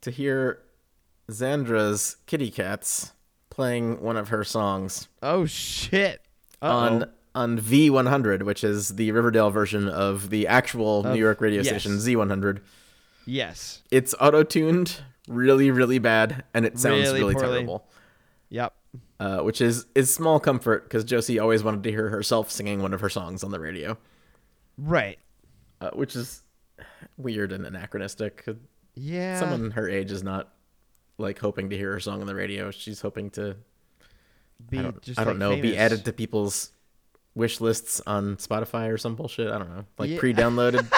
[SPEAKER 2] to hear Zandra's Kitty Cats playing one of her songs
[SPEAKER 1] Oh shit. Uh-oh.
[SPEAKER 2] on on V100, which is the Riverdale version of the actual New York radio
[SPEAKER 1] yes.
[SPEAKER 2] station Z100.
[SPEAKER 1] yes.
[SPEAKER 2] It's auto tuned really, really bad, and it sounds
[SPEAKER 1] Really
[SPEAKER 2] really,
[SPEAKER 1] poorly.
[SPEAKER 2] terrible.
[SPEAKER 3] Yep.
[SPEAKER 2] uh, which is is small comfort because Josie always wanted to hear herself singing one of her songs on the radio,
[SPEAKER 3] Right.
[SPEAKER 2] uh, which is weird and anachronistic.
[SPEAKER 3] Yeah.
[SPEAKER 2] Someone her age is not like hoping to hear her song on the radio. She's hoping to
[SPEAKER 3] be
[SPEAKER 2] I don't,
[SPEAKER 3] just
[SPEAKER 2] I don't
[SPEAKER 3] like,
[SPEAKER 2] know be
[SPEAKER 3] famous.
[SPEAKER 2] added to people's wish lists on Spotify or some bullshit. I don't know, like
[SPEAKER 3] Yeah.
[SPEAKER 2] pre-downloaded.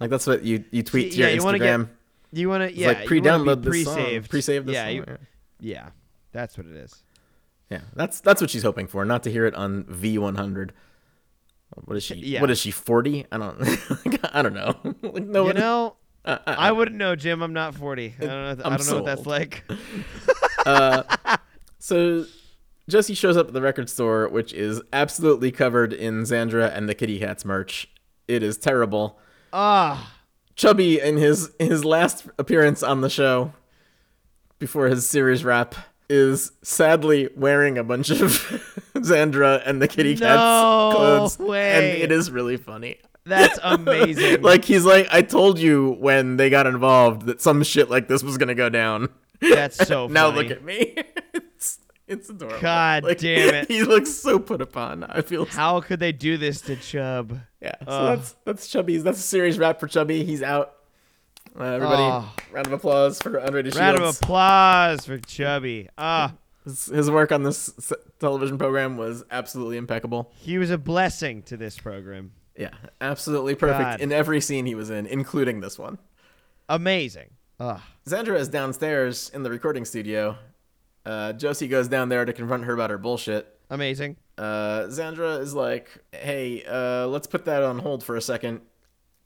[SPEAKER 2] like that's what you you tweet to
[SPEAKER 3] Yeah,
[SPEAKER 2] your
[SPEAKER 3] you wanna get-
[SPEAKER 2] Instagram.
[SPEAKER 3] You want to
[SPEAKER 2] It's
[SPEAKER 3] yeah.
[SPEAKER 2] like
[SPEAKER 3] you wanna be
[SPEAKER 2] pre-download this
[SPEAKER 3] pre-saved.
[SPEAKER 2] song, pre-save this
[SPEAKER 3] yeah,
[SPEAKER 2] song.
[SPEAKER 3] you-
[SPEAKER 2] yeah.
[SPEAKER 3] yeah. That's what it is.
[SPEAKER 2] Yeah, that's that's what she's hoping for, not to hear it on V100. What is she?
[SPEAKER 3] Yeah.
[SPEAKER 2] What is she? Forty? I don't. like, I don't know. like, no
[SPEAKER 3] you
[SPEAKER 2] one.
[SPEAKER 3] know,
[SPEAKER 2] uh, uh,
[SPEAKER 3] I wouldn't know, Jim. I'm not 40. I don't know. I
[SPEAKER 2] I'm
[SPEAKER 3] don't know
[SPEAKER 2] so
[SPEAKER 3] what that's
[SPEAKER 2] old.
[SPEAKER 3] like.
[SPEAKER 2] so Josie shows up at the record store, which is absolutely covered in Zandra and the Kitty Cats merch. It is terrible.
[SPEAKER 3] Ah,
[SPEAKER 2] Chubby in his his last appearance on the show before his series wrap is sadly wearing a bunch of Zandra and the Kitty
[SPEAKER 3] No
[SPEAKER 2] Cats clothes,
[SPEAKER 3] way.
[SPEAKER 2] and it is really funny.
[SPEAKER 3] that's amazing.
[SPEAKER 2] like he's like, I told you when they got involved that some shit like this was gonna go down.
[SPEAKER 3] that's so. Funny.
[SPEAKER 2] now look at me. it's it's adorable.
[SPEAKER 3] God
[SPEAKER 2] Like,
[SPEAKER 3] damn it.
[SPEAKER 2] He looks so put upon. I feel
[SPEAKER 3] How could they do this to Chubb?
[SPEAKER 2] yeah. So
[SPEAKER 3] Ugh.
[SPEAKER 2] that's that's Chubby's. That's a series wrap for Chubby. He's out. Uh, everybody,
[SPEAKER 3] Oh.
[SPEAKER 2] round of applause for Unrated
[SPEAKER 3] Round of
[SPEAKER 2] Shields.
[SPEAKER 3] applause for Chubby. Ah,
[SPEAKER 2] his, his work on this s- television program was absolutely impeccable.
[SPEAKER 3] he was a blessing to this program.
[SPEAKER 2] Yeah, absolutely perfect
[SPEAKER 3] God.
[SPEAKER 2] in every scene he was in, including this one.
[SPEAKER 3] Amazing. Ah,
[SPEAKER 2] Zandra is downstairs in the recording studio. Uh, Josie goes down there to confront her about her bullshit.
[SPEAKER 3] amazing.
[SPEAKER 2] Uh, Zandra is like, hey, uh, let's put that on hold for a second.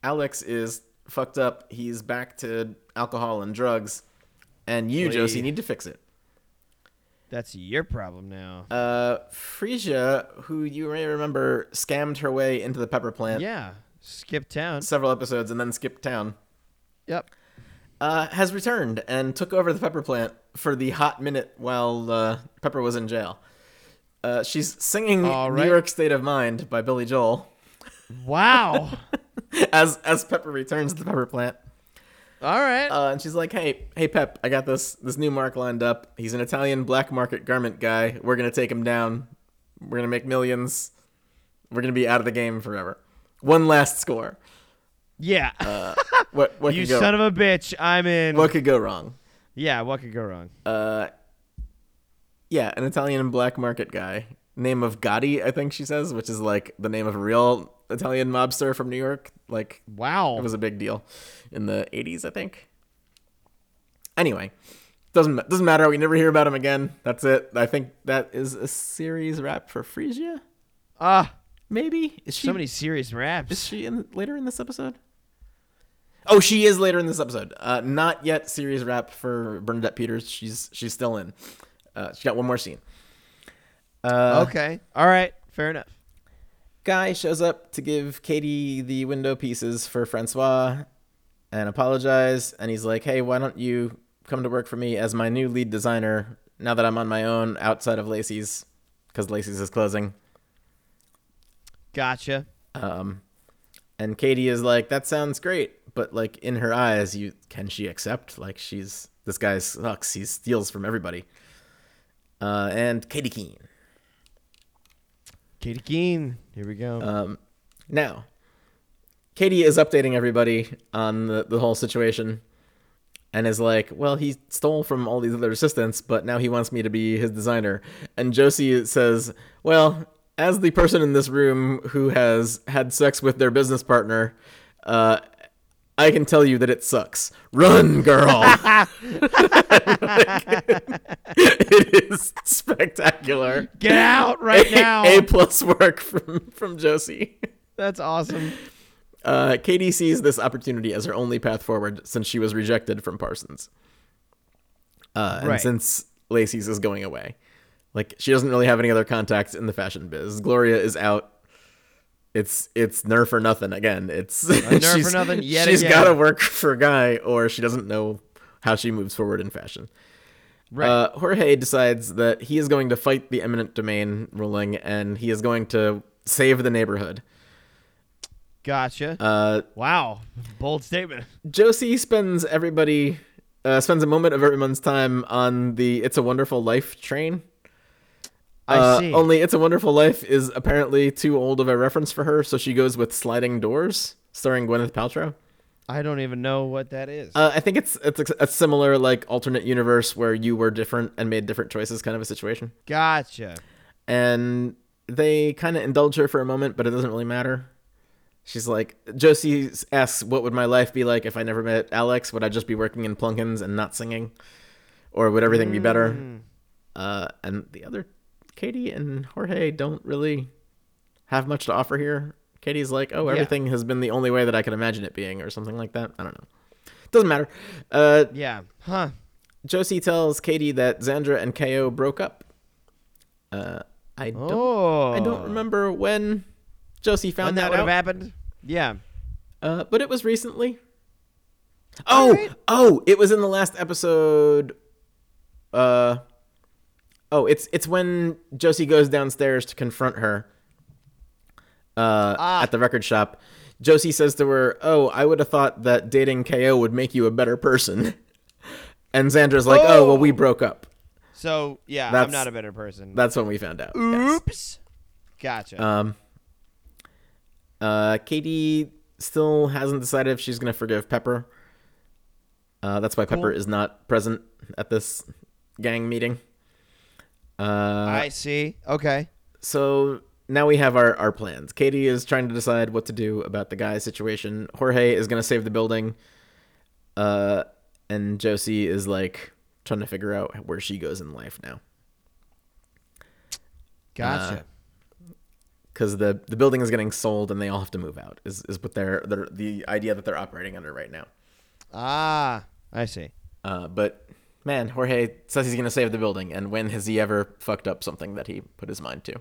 [SPEAKER 2] Alex is fucked up. He's back to alcohol and drugs. And you,
[SPEAKER 3] Oy.
[SPEAKER 2] Josie, need to fix it.
[SPEAKER 3] That's your problem now.
[SPEAKER 2] Uh, Frisia, who you may remember scammed her way into the pepper plant
[SPEAKER 3] yeah. Skip town.
[SPEAKER 2] several episodes and then skipped town,
[SPEAKER 3] Yep.
[SPEAKER 2] uh, has returned and took over the pepper plant for the hot minute while uh, Pepper was in jail. Uh, she's singing
[SPEAKER 3] All right.
[SPEAKER 2] New York State of Mind by Billy Joel
[SPEAKER 3] Wow.
[SPEAKER 2] as as Pepper returns to the pepper plant.
[SPEAKER 3] All right.
[SPEAKER 2] Uh, and she's like, "Hey, hey, Pep, I got this this new mark lined up. He's an Italian black market garment guy. We're gonna take him down. We're gonna make millions. We're gonna be out of the game forever. One last score.
[SPEAKER 3] yeah.
[SPEAKER 2] What what
[SPEAKER 3] you
[SPEAKER 2] could uh, go?
[SPEAKER 3] son of a bitch. I'm in.
[SPEAKER 2] what could go wrong?
[SPEAKER 3] yeah. What could go wrong?
[SPEAKER 2] Uh, yeah, an Italian black market guy. Name of Gotti, I think she says, which is like the name of a real Italian mobster from New York. Like
[SPEAKER 3] wow.
[SPEAKER 2] It was a big deal in the 80s, I think. Anyway, doesn't doesn't matter. We never hear about him again. That's it. I think that is a series wrap for Frisia.
[SPEAKER 3] Ah,
[SPEAKER 2] Maybe is she
[SPEAKER 3] so many serious
[SPEAKER 2] is
[SPEAKER 3] raps.
[SPEAKER 2] she in later in this episode? Oh, she is later in this episode. Uh, not yet series wrap for Bernadette Peters. She's she's still in. Uh, she got one more scene. Uh,
[SPEAKER 3] okay. All right. Fair enough.
[SPEAKER 2] Guy shows up to give Katie the window pieces for Francois and apologize. And he's like, hey, why don't you come to work for me as my new lead designer now that I'm on my own outside of Lacey's? Because Lacey's is closing.
[SPEAKER 3] Gotcha.
[SPEAKER 2] Um, and Katie is like, that sounds great. But like in her eyes, you can she accept? Like she's this guy sucks. He steals from everybody. Uh, and Katie Keene.
[SPEAKER 3] Katie Keene. Here we go.
[SPEAKER 2] Um, now, Katie is updating everybody on the, the whole situation and is like, well, he stole from all these other assistants, but now he wants me to be his designer. And Josie says, well, as the person in this room who has had sex with their business partner, uh, I can tell you that it sucks. Run, girl! it is spectacular.
[SPEAKER 3] Get out right
[SPEAKER 2] A-
[SPEAKER 3] now.
[SPEAKER 2] A plus work from from Josie.
[SPEAKER 3] That's awesome.
[SPEAKER 2] Uh, Katie sees this opportunity as her only path forward since she was rejected from Parsons, uh, and
[SPEAKER 3] Right.
[SPEAKER 2] since Lacey's is going away. Like she doesn't really have any other contacts in the fashion biz. Gloria is out. It's it's nerf or nothing again. It's
[SPEAKER 3] nerf or
[SPEAKER 2] she's-
[SPEAKER 3] nothing yet
[SPEAKER 2] She's
[SPEAKER 3] again.
[SPEAKER 2] got to work for a guy, or she doesn't know how she moves forward in fashion.
[SPEAKER 3] Right.
[SPEAKER 2] Uh, Jorge decides that he is going to fight the eminent domain ruling and he is going to save the neighborhood.
[SPEAKER 3] gotcha.
[SPEAKER 2] Uh,
[SPEAKER 3] wow. Bold statement.
[SPEAKER 2] Josie spends everybody uh, spends a moment of everyone's time on the It's a Wonderful Life train.
[SPEAKER 4] I
[SPEAKER 2] Uh,
[SPEAKER 4] see.
[SPEAKER 2] Only It's a Wonderful Life is apparently too old of a reference for her, so she goes with Sliding Doors, starring Gwyneth Paltrow.
[SPEAKER 1] I don't even know what that is.
[SPEAKER 2] Uh, I think it's it's a, a similar like alternate universe where you were different and made different choices, kind of a situation.
[SPEAKER 1] gotcha.
[SPEAKER 2] And they kind of indulge her for a moment, but it doesn't really matter. She's like Josie asks, "What would my life be like if I never met Alex? Would I just be working in Plunkins and not singing, or would everything be better?" Uh, and the other Katie and Jorge don't really have much to offer here. Katie's like, "Oh, everything has been the only way that I can imagine it being," or something like that. I don't know. Doesn't matter. Uh,
[SPEAKER 1] Yeah. Huh.
[SPEAKER 2] Josie tells Katie that Xandra and KO broke up. Uh, I don't,
[SPEAKER 1] Oh.
[SPEAKER 2] I don't remember when Josie
[SPEAKER 1] when
[SPEAKER 2] found
[SPEAKER 1] that
[SPEAKER 2] that,
[SPEAKER 1] would have
[SPEAKER 2] out,
[SPEAKER 1] happened. Yeah.
[SPEAKER 2] uh, but it was recently. Oh, oh, it was in the last episode. Uh, oh, it's it's when Josie goes downstairs to confront her. Uh,
[SPEAKER 1] Ah.
[SPEAKER 2] at the record shop, Josie says to her, "Oh, I would have thought that dating KO would make you a better person." And Xandra's like, "Oh, well, we broke up."
[SPEAKER 1] So yeah, I'm
[SPEAKER 2] That's-
[SPEAKER 1] not a better person.
[SPEAKER 2] That's when we found out. yes.
[SPEAKER 1] Oops. Gotcha.
[SPEAKER 2] Um, uh, Katie still hasn't decided if she's going to forgive Pepper. Uh, that's why Pepper is not present at this gang meeting. Uh,
[SPEAKER 1] I see. Okay.
[SPEAKER 2] so now we have our, our plans. Katie is trying to decide what to do about the guy situation. Jorge is going to save the building. Uh, and Josie is like trying to figure out where she goes in life now.
[SPEAKER 1] Gotcha.
[SPEAKER 2] uh, because the the building is getting sold and they all have to move out is is what they're, they're the idea that they're operating under right now.
[SPEAKER 1] ah, I see.
[SPEAKER 2] Uh, but man, Jorge says he's gonna save the building, and when has he ever fucked up something that he put his mind to?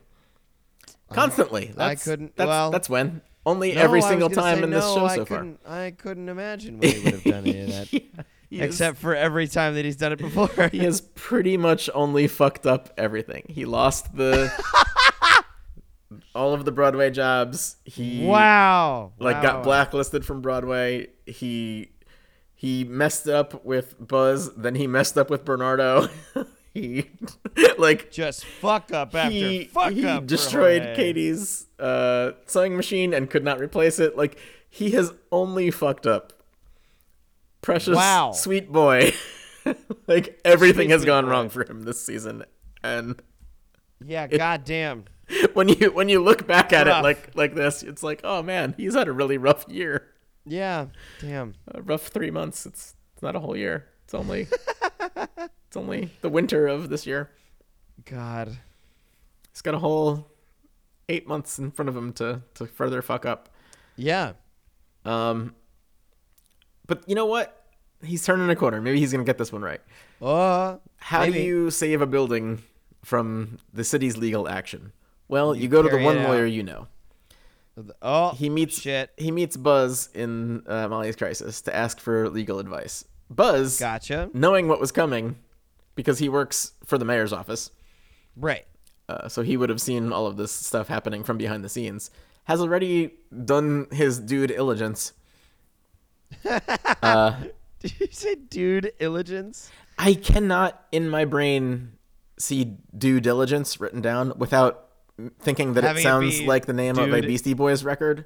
[SPEAKER 2] Constantly. That's-
[SPEAKER 1] couldn't-
[SPEAKER 2] That's,
[SPEAKER 1] well-
[SPEAKER 2] that's when. Only
[SPEAKER 1] No,
[SPEAKER 2] every
[SPEAKER 1] Oh, I was
[SPEAKER 2] single
[SPEAKER 1] gonna
[SPEAKER 2] time
[SPEAKER 1] say
[SPEAKER 2] in this
[SPEAKER 1] no,
[SPEAKER 2] show
[SPEAKER 1] I
[SPEAKER 2] so far.
[SPEAKER 1] couldn't, I couldn't imagine when he would have done any of that,
[SPEAKER 2] He is-
[SPEAKER 1] except for every time that he's done it before.
[SPEAKER 2] he has pretty much only fucked up everything. He lost the all of the Broadway jobs. He
[SPEAKER 1] wow.
[SPEAKER 2] like
[SPEAKER 1] Wow.
[SPEAKER 2] got blacklisted from Broadway. He he messed up with Buzz, then he messed up with Bernardo. he like
[SPEAKER 1] Just fuck up after
[SPEAKER 2] he,
[SPEAKER 1] fuck
[SPEAKER 2] he
[SPEAKER 1] up. for
[SPEAKER 2] destroyed
[SPEAKER 1] Jorge.
[SPEAKER 2] Katie's uh, sewing machine and could not replace it. Like he has only fucked up. Precious
[SPEAKER 1] Wow.
[SPEAKER 2] sweet boy. like everything
[SPEAKER 1] Sweet,
[SPEAKER 2] has
[SPEAKER 1] sweet
[SPEAKER 2] gone
[SPEAKER 1] boy.
[SPEAKER 2] wrong for him this season. And
[SPEAKER 1] Yeah. Goddamn.
[SPEAKER 2] when you when you look back at it
[SPEAKER 1] Rough.
[SPEAKER 2] like like this, it's like, oh man, he's had a really rough year.
[SPEAKER 1] Yeah. Damn.
[SPEAKER 2] a rough three months. It's, it's not a whole year. It's only it's only the winter of this year.
[SPEAKER 1] God.
[SPEAKER 2] He's got a whole eight months in front of him to to further fuck up.
[SPEAKER 1] Yeah.
[SPEAKER 2] Um, but you know what? He's turning a corner. Maybe he's gonna get this one right.
[SPEAKER 1] Uh,
[SPEAKER 2] How
[SPEAKER 1] Maybe.
[SPEAKER 2] do you save a building from the city's legal action? Well, you, go to the
[SPEAKER 1] carry
[SPEAKER 2] one
[SPEAKER 1] it out.
[SPEAKER 2] lawyer you know.
[SPEAKER 1] oh.
[SPEAKER 2] He meets
[SPEAKER 1] shit.
[SPEAKER 2] he meets Buzz in uh, Molly's Crisis to ask for legal advice. Buzz
[SPEAKER 1] Gotcha.
[SPEAKER 2] knowing what was coming because he works for the mayor's office
[SPEAKER 1] Right.
[SPEAKER 2] uh, so he would have seen all of this stuff happening from behind the scenes has already done his due diligence
[SPEAKER 1] Did you say dude illigence?
[SPEAKER 2] i cannot in my brain see due diligence written down without thinking that
[SPEAKER 1] Having
[SPEAKER 2] it
[SPEAKER 1] it
[SPEAKER 2] sounds
[SPEAKER 1] be
[SPEAKER 2] like the name of a
[SPEAKER 1] dude-
[SPEAKER 2] beastie boys record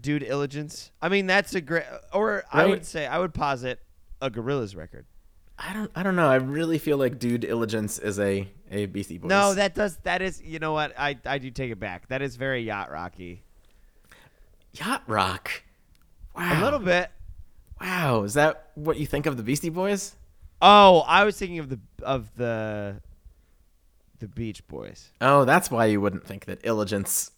[SPEAKER 1] Dude illigence? I mean, that's a great. Or I
[SPEAKER 2] Right.
[SPEAKER 1] would say, I would posit a gorilla's record.
[SPEAKER 2] i don't i don't know i really feel like due diligence is a a beastie boys
[SPEAKER 1] No, that does. That is. You know what? I, I do take it back. That is very yacht rocky.
[SPEAKER 2] yacht rock
[SPEAKER 1] A little bit.
[SPEAKER 2] wow is that what you think of the beastie boys
[SPEAKER 1] Oh, I was thinking of the of the the Beach Boys.
[SPEAKER 2] Oh, that's why you wouldn't think that illigence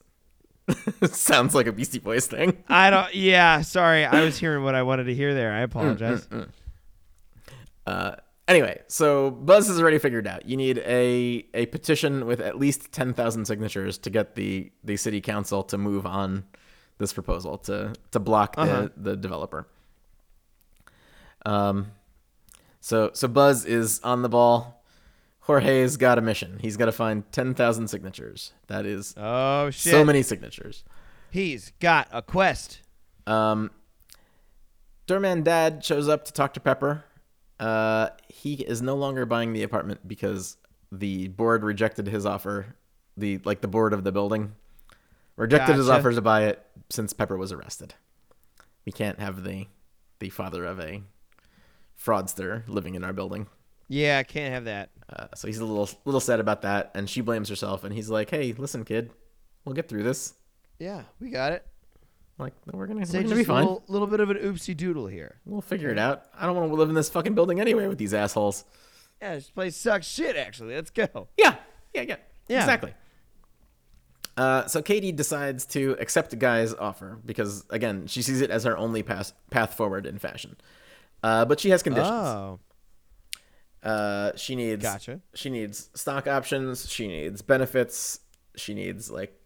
[SPEAKER 2] sounds like a Beastie Boys thing.
[SPEAKER 1] I don't. Yeah, sorry. I was hearing what I wanted to hear there. I apologize.
[SPEAKER 2] Mm, Uh, anyway, so Buzz has already figured out you need a a petition with at least ten thousand signatures to get the the city council to move on this proposal to to block the
[SPEAKER 1] Uh-huh.
[SPEAKER 2] the developer. Um, so so Buzz is on the ball. Jorge's got a mission. He's got to find ten thousand signatures. That is
[SPEAKER 1] Oh shit!
[SPEAKER 2] so many signatures.
[SPEAKER 1] He's got a quest.
[SPEAKER 2] Um, Durman Dad shows up to talk to Pepper. Uh, he is no longer buying the apartment because the board rejected his offer. The like the board of the building rejected his
[SPEAKER 3] Gotcha.
[SPEAKER 2] offer to buy it since Pepper was arrested. We can't have the the father of a fraudster living in our building.
[SPEAKER 3] Yeah, I can't have that.
[SPEAKER 2] Uh, so he's a little little sad about that, and she blames herself. And he's like, "Hey, listen, kid, we'll get through this.
[SPEAKER 3] Yeah, we got it.
[SPEAKER 2] Like, we're gonna,
[SPEAKER 3] Say
[SPEAKER 2] we're
[SPEAKER 3] just
[SPEAKER 2] gonna
[SPEAKER 3] a
[SPEAKER 2] be fine.
[SPEAKER 3] little, little bit of an oopsie doodle here.
[SPEAKER 2] We'll figure it out. I don't want to live in this fucking building anyway with these assholes."
[SPEAKER 1] Yeah, this place sucks shit. Actually, let's go.
[SPEAKER 2] Yeah, yeah, yeah,
[SPEAKER 3] Yeah.
[SPEAKER 2] exactly. Uh, so Katie decides to accept Guy's offer because, again, she sees it as her only pass, path forward in fashion. Uh, but she has conditions.
[SPEAKER 3] Oh,
[SPEAKER 2] Uh, she needs
[SPEAKER 3] Gotcha.
[SPEAKER 2] She needs stock options. She needs benefits. She needs like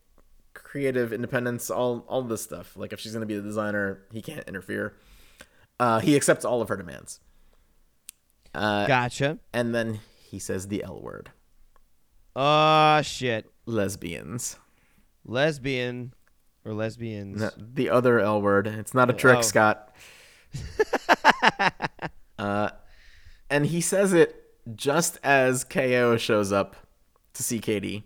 [SPEAKER 2] creative independence. All all this stuff. Like if she's gonna be the designer, he can't interfere. Uh, he accepts all of her demands, Uh,
[SPEAKER 3] gotcha.
[SPEAKER 2] and then he says the L word:
[SPEAKER 3] Oh shit,
[SPEAKER 2] lesbians.
[SPEAKER 3] lesbian or lesbians.
[SPEAKER 2] No, the other L word. It's not a trick,
[SPEAKER 3] Oh.
[SPEAKER 2] Scott. uh, and he says it just as KO shows up to see Katie.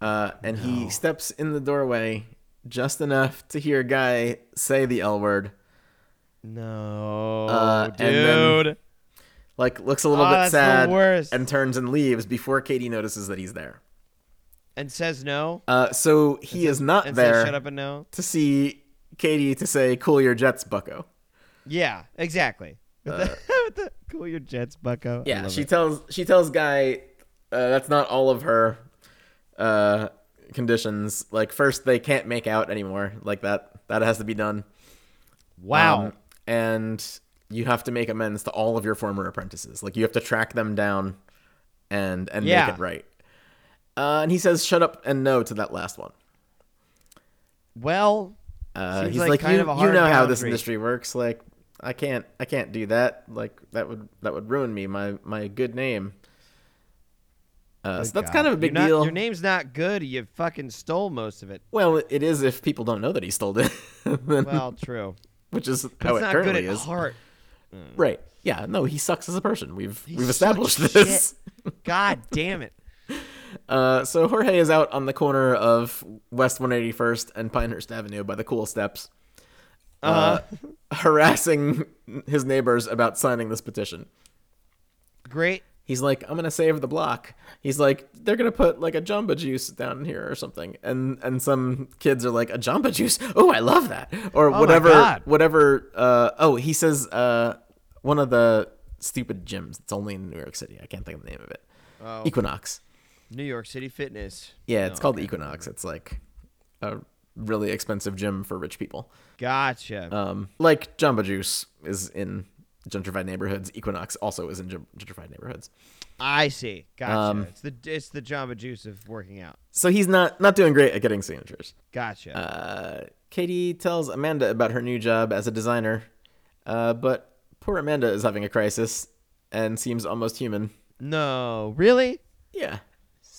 [SPEAKER 2] Uh, and he steps in the doorway just enough to hear Guy say the L word.
[SPEAKER 3] No,
[SPEAKER 2] Uh, and
[SPEAKER 3] dude.
[SPEAKER 2] then- Like, looks a little
[SPEAKER 3] Oh,
[SPEAKER 2] bit
[SPEAKER 3] that's the
[SPEAKER 2] sad
[SPEAKER 3] worst.
[SPEAKER 2] and turns and leaves before Katie notices that he's there.
[SPEAKER 3] and says no.
[SPEAKER 2] Uh, so he is not
[SPEAKER 3] And
[SPEAKER 2] there
[SPEAKER 3] says shut up and no.
[SPEAKER 2] to see Katie to say, Cool your jets, bucko.
[SPEAKER 3] Yeah, exactly. With the, with the, cool your jets, Bucko. I
[SPEAKER 2] Uh, Yeah,
[SPEAKER 3] love
[SPEAKER 2] she
[SPEAKER 3] it.
[SPEAKER 2] tells she tells guy uh, that's not all of her uh, conditions. Like first, they can't make out anymore. Like that that has to be done.
[SPEAKER 3] Wow.
[SPEAKER 2] Um, and you have to make amends to all of your former apprentices. Like you have to track them down and and
[SPEAKER 3] Yeah.
[SPEAKER 2] make it right. Uh, and he says, "Shut up and no" to that last one.
[SPEAKER 3] well,
[SPEAKER 2] Uh,
[SPEAKER 3] Seems
[SPEAKER 2] he's
[SPEAKER 3] like
[SPEAKER 2] like,
[SPEAKER 3] kind
[SPEAKER 2] you,
[SPEAKER 3] of a
[SPEAKER 2] you
[SPEAKER 3] hard
[SPEAKER 2] know how this
[SPEAKER 3] boundary."
[SPEAKER 2] industry works. Like, I can't, I can't do that. Like, that would, that would ruin me, my, my good name. Uh, so that's
[SPEAKER 3] God.
[SPEAKER 2] kind of a big
[SPEAKER 3] You're not-
[SPEAKER 2] deal.
[SPEAKER 3] Your name's not good. You fucking stole most of it.
[SPEAKER 2] well, it is if people don't know that he stole it, Then-
[SPEAKER 3] Well, true.
[SPEAKER 2] which is
[SPEAKER 3] But it's
[SPEAKER 2] how Oh, it
[SPEAKER 3] not
[SPEAKER 2] currently
[SPEAKER 3] good at
[SPEAKER 2] is.
[SPEAKER 3] heart.
[SPEAKER 2] Right? Yeah. No, he sucks as a person. We've
[SPEAKER 3] He's
[SPEAKER 2] we've
[SPEAKER 3] such
[SPEAKER 2] established this.
[SPEAKER 3] God damn it.
[SPEAKER 2] Uh, so Jorge is out on the corner of West 181st and Pinehurst Avenue by the Cool Steps, uh,
[SPEAKER 3] Uh-huh.
[SPEAKER 2] harassing his neighbors about signing this petition.
[SPEAKER 3] Great.
[SPEAKER 2] He's like, I'm gonna save the block. He's like, they're gonna put like a Jamba Juice down here or something, and and some kids are like, a Jamba Juice. Oh, I love that. Or
[SPEAKER 3] my
[SPEAKER 2] whatever,
[SPEAKER 3] God.
[SPEAKER 2] whatever. Uh, oh, he says uh, one of the stupid gyms. It's only in New York City. I can't think of the name of it.
[SPEAKER 3] Oh.
[SPEAKER 2] Equinox.
[SPEAKER 3] New York City Fitness.
[SPEAKER 2] Yeah, it's called Equinox. It's like a really expensive gym for rich people.
[SPEAKER 3] Gotcha.
[SPEAKER 2] Um, like Jamba Juice is in gentrified neighborhoods. Equinox also is in gen- gentrified neighborhoods.
[SPEAKER 3] I see. Gotcha.
[SPEAKER 2] um,
[SPEAKER 3] it's the it's the Jamba Juice of working out.
[SPEAKER 2] So he's not not doing great at getting signatures.
[SPEAKER 3] Gotcha.
[SPEAKER 2] Uh, Katie tells Amanda about her new job as a designer, uh, but poor Amanda is having a crisis and seems almost human.
[SPEAKER 3] no, really?
[SPEAKER 2] Yeah.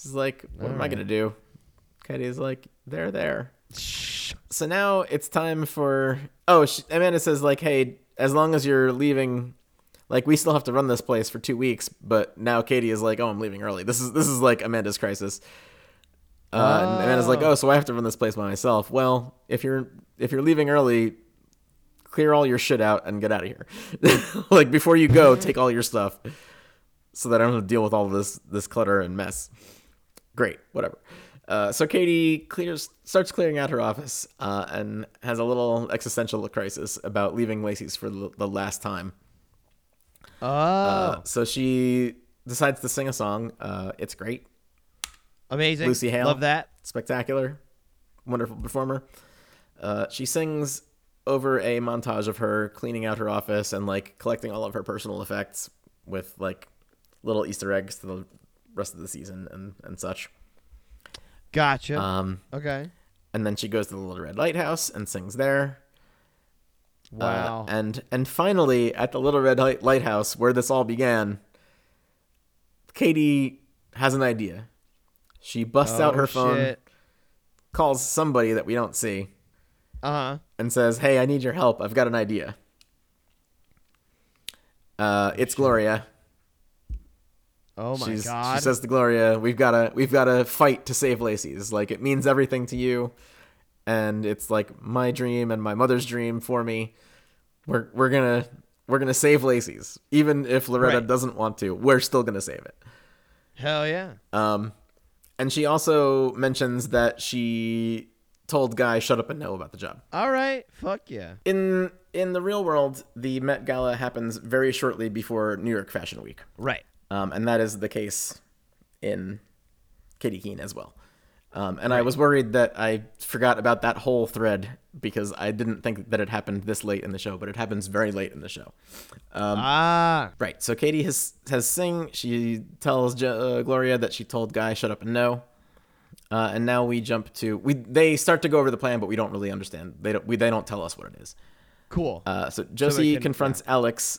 [SPEAKER 2] She's like, what am I going to do? Katie's like, they're there. So now it's time for. Oh, she, Amanda says, like, hey, as long as you're leaving. Like we still have to run this place for two weeks, but now Katie is like, "Oh, I'm leaving early." This is this is like Amanda's crisis. Uh, and Amanda's like, "Oh, so I have to run this place by myself." Well, if you're if you're leaving early, clear all your shit out and get out of here. like before you go, take all your stuff so that I don't have to deal with all this this clutter and mess. Great, whatever. Uh, so Katie clears starts clearing out her office uh, and has a little existential crisis about leaving Lacey's for the, the last time.
[SPEAKER 3] Oh,
[SPEAKER 2] Uh, so she decides to sing a song. Uh, it's great,
[SPEAKER 3] amazing.
[SPEAKER 2] Lucy Hale.
[SPEAKER 3] Love that.
[SPEAKER 2] spectacular, wonderful performer. Uh, she sings over a montage of her cleaning out her office and like collecting all of her personal effects with like little Easter eggs to the rest of the season and, and such.
[SPEAKER 3] Gotcha.
[SPEAKER 2] Um,
[SPEAKER 3] okay.
[SPEAKER 2] and then she goes to the Little Red Lighthouse and sings there. Uh,
[SPEAKER 3] Wow.
[SPEAKER 2] and and finally, at the Little Red Light- Lighthouse, where this all began, Katie has an idea. She busts
[SPEAKER 1] Oh,
[SPEAKER 2] out
[SPEAKER 3] Oh,
[SPEAKER 2] her phone, calls somebody that we don't see,
[SPEAKER 3] Uh huh.
[SPEAKER 2] and says, "Hey, I need your help. I've got an idea." Uh, it's Gloria.
[SPEAKER 3] Oh my
[SPEAKER 2] She's,
[SPEAKER 3] god.
[SPEAKER 2] She says to Gloria, "We've got to, we've got to fight to save Lacey's. Like it means everything to you, and it's like my dream and my mother's dream for me. We're we're gonna we're gonna save Lacey's, even if Loretta
[SPEAKER 3] Right.
[SPEAKER 2] doesn't want to. We're still gonna save it."
[SPEAKER 3] Hell yeah.
[SPEAKER 2] Um, and she also mentions that she told Guy, "Shut up and know about the job."
[SPEAKER 3] All right. Fuck yeah.
[SPEAKER 2] In in the real world, the Met Gala happens very shortly before New York Fashion Week.
[SPEAKER 3] Right.
[SPEAKER 2] Um, and that is the case in Katie Keene as well. Um, and I was worried that I forgot about that whole thread because I didn't think that it happened this late in the show, but it happens very late in the show. Um,
[SPEAKER 3] Ah.
[SPEAKER 2] Right. So Katie has has sing. She tells Jo- uh, Gloria that she told Guy shut up and no. Uh, and now we jump to we. They start to go over the plan, but we don't really understand. They don't. We, they don't tell us what it is.
[SPEAKER 3] Cool.
[SPEAKER 2] Uh, so Josie
[SPEAKER 3] can-
[SPEAKER 2] confronts Alex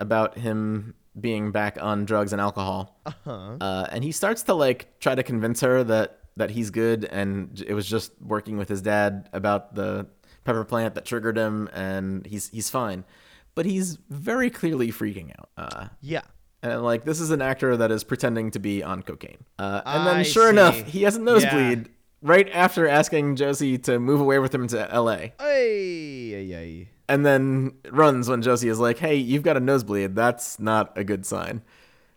[SPEAKER 2] about him being back on drugs and alcohol, uh-huh. and he starts to like try to convince her that that he's good, and it was just working with his dad about the pepper plant that triggered him, and he's he's fine, but he's very clearly freaking out. Uh,
[SPEAKER 3] yeah.
[SPEAKER 2] and like this is an actor that is pretending to be on cocaine. Uh, and then
[SPEAKER 3] I
[SPEAKER 2] sure enough,
[SPEAKER 3] see.
[SPEAKER 2] he has a nosebleed right after asking Josie to move away with him to L.A.
[SPEAKER 3] Ay, ay, ay.
[SPEAKER 2] and then runs when Josie is like, "Hey, you've got a nosebleed. That's not a good sign."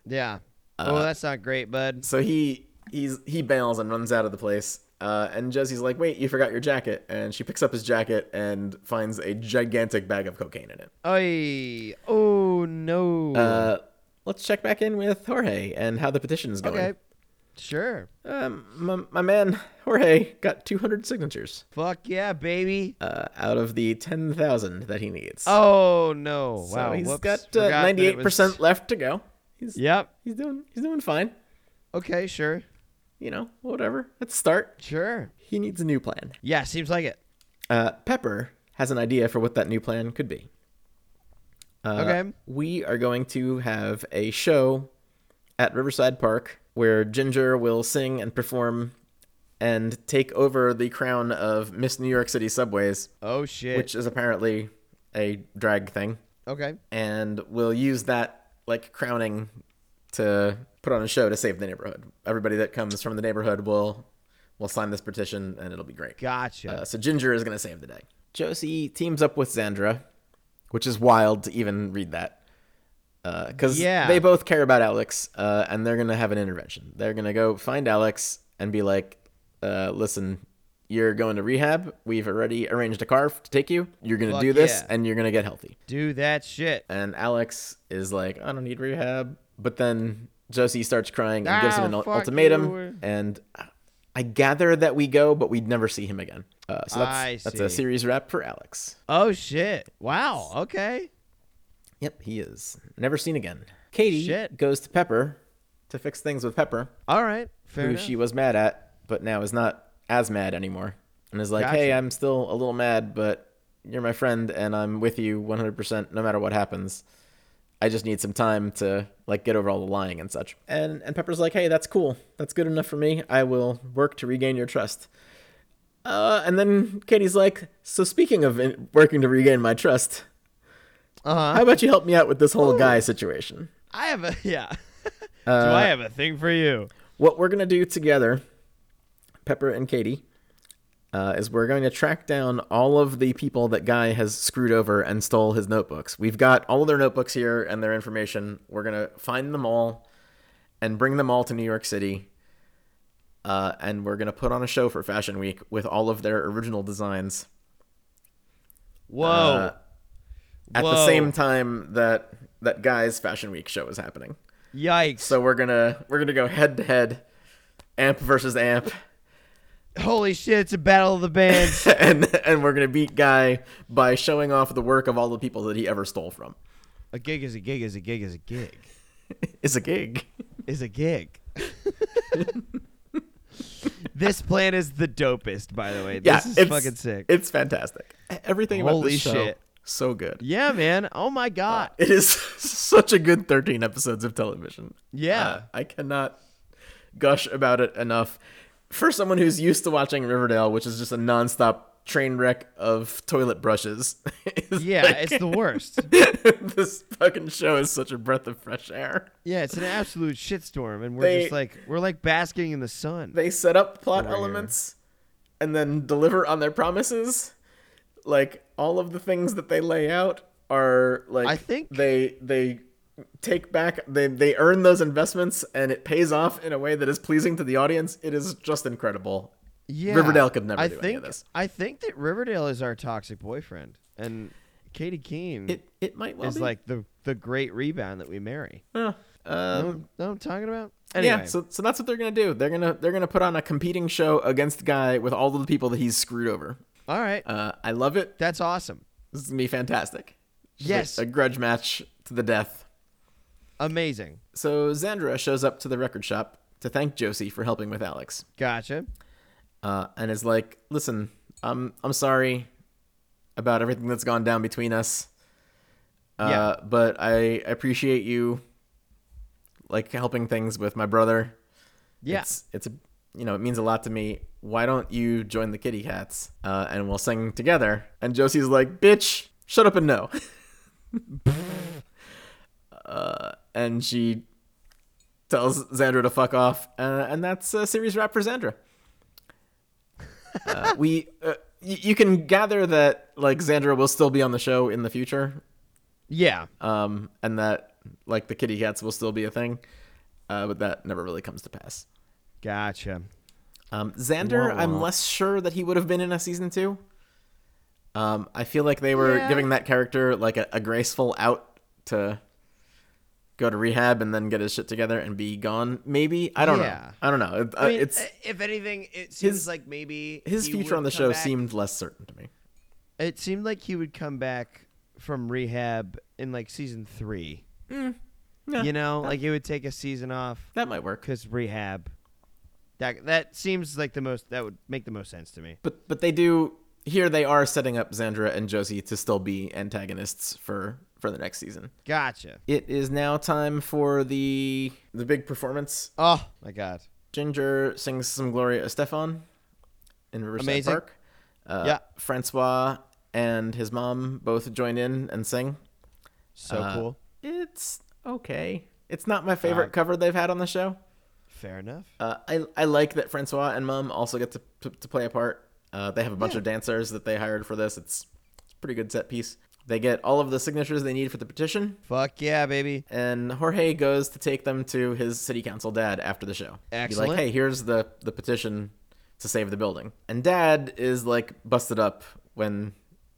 [SPEAKER 3] Yeah.
[SPEAKER 2] Uh,
[SPEAKER 3] Oh, that's not great, bud.
[SPEAKER 2] So he he's he bails and runs out of the place. Uh, and Josie's like, "Wait, you forgot your jacket." And she picks up his jacket and finds a gigantic bag of cocaine in it.
[SPEAKER 3] Ay. Oh no.
[SPEAKER 2] Uh, let's check back in with Jorge and how the petition is going.
[SPEAKER 3] okay. Sure.
[SPEAKER 2] Um, my, my man Jorge got 200 signatures
[SPEAKER 3] Fuck yeah, baby.
[SPEAKER 2] uh, out of the 10,000 that he needs.
[SPEAKER 3] Oh no.
[SPEAKER 2] so
[SPEAKER 3] Wow.
[SPEAKER 2] he's
[SPEAKER 3] Whoops.
[SPEAKER 2] got
[SPEAKER 3] Forgot
[SPEAKER 2] uh,
[SPEAKER 3] that it
[SPEAKER 2] 98%
[SPEAKER 3] was-
[SPEAKER 2] left to go. He's,
[SPEAKER 3] Yep.
[SPEAKER 2] he's doing he's doing fine.
[SPEAKER 3] Okay. Sure.
[SPEAKER 2] you know, whatever. Let's start.
[SPEAKER 3] Sure.
[SPEAKER 2] He needs a new plan.
[SPEAKER 3] Yeah. Seems like it.
[SPEAKER 2] Uh, Pepper has an idea for what that new plan could be. Uh,
[SPEAKER 3] Okay.
[SPEAKER 2] We are going to have a show at Riverside Park where Ginger will sing and perform and take over the crown of Miss New York City Subways,
[SPEAKER 3] Oh shit.
[SPEAKER 2] which is apparently a drag thing.
[SPEAKER 3] okay.
[SPEAKER 2] And we'll use that, like, crowning to put on a show to save the neighborhood. Everybody that comes from the neighborhood will will sign this petition and it'll be great.
[SPEAKER 3] Gotcha.
[SPEAKER 2] Uh, so Ginger is going to save the day. Josie teams up with Zandra, which is wild to even read that. Because
[SPEAKER 3] Yeah.
[SPEAKER 2] they both care about Alex, uh, and they're going to have an intervention. They're going to go find Alex and be like, uh, listen, you're going to rehab. We've already arranged a car f- to take you. You're going to
[SPEAKER 3] Fuck
[SPEAKER 2] do this,
[SPEAKER 3] yeah.
[SPEAKER 2] and you're going to get healthy.
[SPEAKER 3] Do that shit.
[SPEAKER 2] And Alex is like, I don't need rehab. But then Josie starts crying and gives him
[SPEAKER 3] Ah,
[SPEAKER 2] an ul-
[SPEAKER 3] fuck
[SPEAKER 2] ultimatum.
[SPEAKER 3] you.
[SPEAKER 2] And I gather that we go, but we'd never see him again. Uh, so
[SPEAKER 3] I
[SPEAKER 2] that's, that's a
[SPEAKER 3] see.
[SPEAKER 2] series wrap for Alex.
[SPEAKER 3] Oh shit. Wow. Okay.
[SPEAKER 2] Yep, he is never seen again. Katie
[SPEAKER 3] Shit.
[SPEAKER 2] goes to Pepper to fix things with Pepper,
[SPEAKER 3] All right. Fair
[SPEAKER 2] who
[SPEAKER 3] enough.
[SPEAKER 2] she was mad at, but now is not as mad anymore. And is like,
[SPEAKER 3] Gotcha.
[SPEAKER 2] hey, I'm still a little mad, but you're my friend and I'm with you 100% no matter what happens. I just need some time to like get over all the lying and such. And and Pepper's like, "Hey, that's cool. That's good enough for me. I will work to regain your trust." Uh, and then Katie's like, "So speaking of in- working to regain my trust,
[SPEAKER 3] Uh-huh. Oh.
[SPEAKER 2] how about you help me out with this whole guy situation?
[SPEAKER 3] I have a yeah. Do I have a thing for you?
[SPEAKER 2] What we're gonna do together, Pepper and Katie, uh, is we're going to track down all of the people that guy has screwed over and stole his notebooks. We've got all of their notebooks here and their information. We're gonna find them all and bring them all to New York City. Uh, and we're gonna put on a show for Fashion Week with all of their original designs
[SPEAKER 3] Whoa.
[SPEAKER 2] Uh, at the
[SPEAKER 3] Whoa.
[SPEAKER 2] same time that that guy's Fashion Week show is happening.
[SPEAKER 3] Yikes.
[SPEAKER 2] So we're gonna we're gonna go head to head, amp versus amp,
[SPEAKER 3] Holy shit, it's a battle of the bands.
[SPEAKER 2] and and we're gonna beat guy by showing off the work of all the people that he ever stole from.
[SPEAKER 1] A gig is a gig is a gig is a gig.
[SPEAKER 2] It's a gig.
[SPEAKER 1] Is a gig.
[SPEAKER 3] this plan is the dopest, by the way.
[SPEAKER 2] Yeah,
[SPEAKER 3] This is
[SPEAKER 2] it's
[SPEAKER 3] fucking sick.
[SPEAKER 2] It's fantastic. E, Everything about
[SPEAKER 3] Holy
[SPEAKER 2] this show
[SPEAKER 3] shit.
[SPEAKER 2] so good.
[SPEAKER 3] yeah, man. Oh my
[SPEAKER 2] Uh,
[SPEAKER 3] god.
[SPEAKER 2] It is such a good 13 episodes of television.
[SPEAKER 3] Yeah.
[SPEAKER 2] Uh, I cannot gush about it enough. For someone who's used to watching Riverdale, which is just a nonstop hot train wreck of toilet brushes. It's
[SPEAKER 1] Yeah,
[SPEAKER 2] like-
[SPEAKER 1] it's the worst.
[SPEAKER 2] this fucking show is such a breath of fresh air.
[SPEAKER 1] Yeah, it's an absolute shitstorm, and we're
[SPEAKER 2] They-
[SPEAKER 1] just like we're like basking in the sun.
[SPEAKER 2] They set up plot
[SPEAKER 1] Over here.
[SPEAKER 2] elements and then deliver on their promises. Like all of the things that they lay out are like
[SPEAKER 1] I think-
[SPEAKER 2] they they take back they they earn those investments and it pays off in a way that is pleasing to the audience. It is just incredible.
[SPEAKER 1] yeah,
[SPEAKER 2] Riverdale could never
[SPEAKER 1] I
[SPEAKER 2] do
[SPEAKER 1] think,
[SPEAKER 2] any of this.
[SPEAKER 1] I think that Riverdale is our toxic boyfriend, and Katie Keene
[SPEAKER 2] It it might well
[SPEAKER 1] is
[SPEAKER 2] be
[SPEAKER 1] like uh, the the great rebound that we marry.
[SPEAKER 2] Yeah.
[SPEAKER 1] You know,
[SPEAKER 2] Um,
[SPEAKER 1] what- know what I'm talking about?
[SPEAKER 2] Yeah, so, so that's what they're gonna do. They're gonna they're gonna put on a competing show against the guy with all of the people that he's screwed over.
[SPEAKER 1] all right,
[SPEAKER 2] Uh, I love it.
[SPEAKER 1] that's awesome.
[SPEAKER 2] This is gonna be fantastic. Just a-
[SPEAKER 1] Yes.
[SPEAKER 2] a, grudge match to the death.
[SPEAKER 1] Amazing.
[SPEAKER 2] So Xandra shows up to the record shop to thank Josie for helping with Alex,
[SPEAKER 1] Gotcha.
[SPEAKER 2] uh, and is like, "Listen, I'm I'm sorry about everything that's gone down between us, uh, but I appreciate you like helping things with my brother.
[SPEAKER 1] Yeah.
[SPEAKER 2] It's, it's a, you know, it means a lot to me. Why don't you join the Kitty Cats uh, and we'll sing together? And Josie's like, bitch, shut up and no. uh, and she tells Xandra to fuck off. Uh, and that's a series wrap for Xandra. Uh, we, uh, y- you can gather that like Xandra will still be on the show in the future
[SPEAKER 1] yeah.
[SPEAKER 2] um, and that like the kitty cats will still be a thing, uh, but that never really comes to pass.
[SPEAKER 1] Gotcha.
[SPEAKER 2] Um, Xander,
[SPEAKER 1] Wah, wah.
[SPEAKER 2] I'm less sure that he would have been in a season two. Um, I feel like they were
[SPEAKER 1] Yeah.
[SPEAKER 2] giving that character like a, a graceful out to go to rehab and then get his shit together and be gone. Maybe I don't
[SPEAKER 1] Yeah.
[SPEAKER 2] know. I don't know. It,
[SPEAKER 5] I mean,
[SPEAKER 1] uh,
[SPEAKER 2] it's
[SPEAKER 5] if anything, it seems
[SPEAKER 2] his-
[SPEAKER 5] like maybe
[SPEAKER 2] his
[SPEAKER 5] he
[SPEAKER 2] future
[SPEAKER 5] would
[SPEAKER 2] on the
[SPEAKER 5] come
[SPEAKER 2] show
[SPEAKER 5] back-
[SPEAKER 2] seemed less certain to me.
[SPEAKER 1] It seemed like he would come back from rehab in like season three.
[SPEAKER 2] Mm. Yeah.
[SPEAKER 1] you know, like it would take a season off
[SPEAKER 2] That might work.
[SPEAKER 1] because rehab. That that seems like the most that would make the most sense to me.
[SPEAKER 2] But but they do here. They are setting up Xandra and Josie to still be antagonists for for the next season.
[SPEAKER 1] Gotcha.
[SPEAKER 2] It is now time for the the big performance.
[SPEAKER 1] Oh my god.
[SPEAKER 2] Ginger sings some Gloria Estefan in Riverside
[SPEAKER 1] Amazing.
[SPEAKER 2] Park. Uh,
[SPEAKER 1] Yeah.
[SPEAKER 2] Francois and his mom both join in and sing.
[SPEAKER 1] So
[SPEAKER 2] Uh,
[SPEAKER 1] cool.
[SPEAKER 2] It's okay. It's not my favorite cover they've had on the show.
[SPEAKER 1] Fair enough.
[SPEAKER 2] Uh, I I like that Francois and mom also get to to, to play a part. Uh, they have a bunch of dancers that they hired for this. It's, it's a pretty good set piece. They get all of the signatures they need for the petition,
[SPEAKER 1] Fuck yeah, baby.
[SPEAKER 2] and Jorge goes to take them to his city council dad after the show. Be
[SPEAKER 1] Excellent.
[SPEAKER 2] like, hey, here's the the petition to save the building. And dad is like busted up when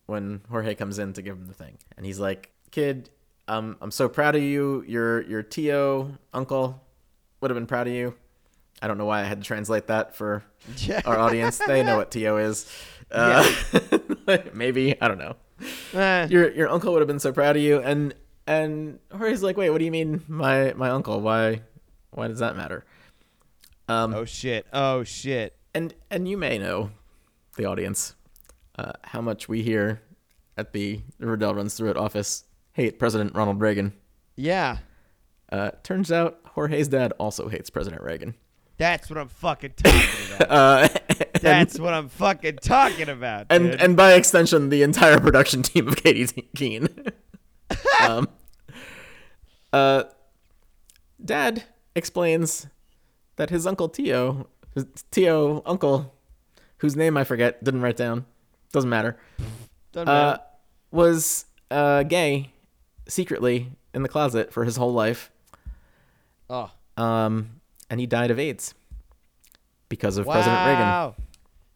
[SPEAKER 2] when Jorge comes in to give him the thing. And he's like, "Kid, um, I'm so proud of you. Your your Tio uncle would have been proud of you." I don't know why I had to translate that for
[SPEAKER 1] Yeah.
[SPEAKER 2] our audience. They know what Tio is. Uh, maybe I don't know
[SPEAKER 1] Eh,
[SPEAKER 2] your your uncle would have been so proud of you and and Jorge's like wait what do you mean my my uncle why why does that matter um
[SPEAKER 1] oh shit. Oh shit.
[SPEAKER 2] and and you may know the audience uh, how much we here at the Riverdale runs through it office hate President Ronald Reagan
[SPEAKER 1] Yeah.
[SPEAKER 2] uh, turns out Jorge's dad also hates President Reagan
[SPEAKER 1] That's what I'm fucking talking about.
[SPEAKER 2] uh,
[SPEAKER 1] That's what I'm fucking talking about.
[SPEAKER 2] and
[SPEAKER 1] dude.
[SPEAKER 2] and by extension the entire production team of Katie Keene. um, uh, Dad explains that his uncle Tio, his Tio uncle, whose name I forget, didn't write down, doesn't matter,
[SPEAKER 1] Doesn't
[SPEAKER 2] uh,
[SPEAKER 1] matter.
[SPEAKER 2] was uh, gay secretly in the closet for his whole life,
[SPEAKER 1] oh.
[SPEAKER 2] um, and he died of AIDS because of President Reagan.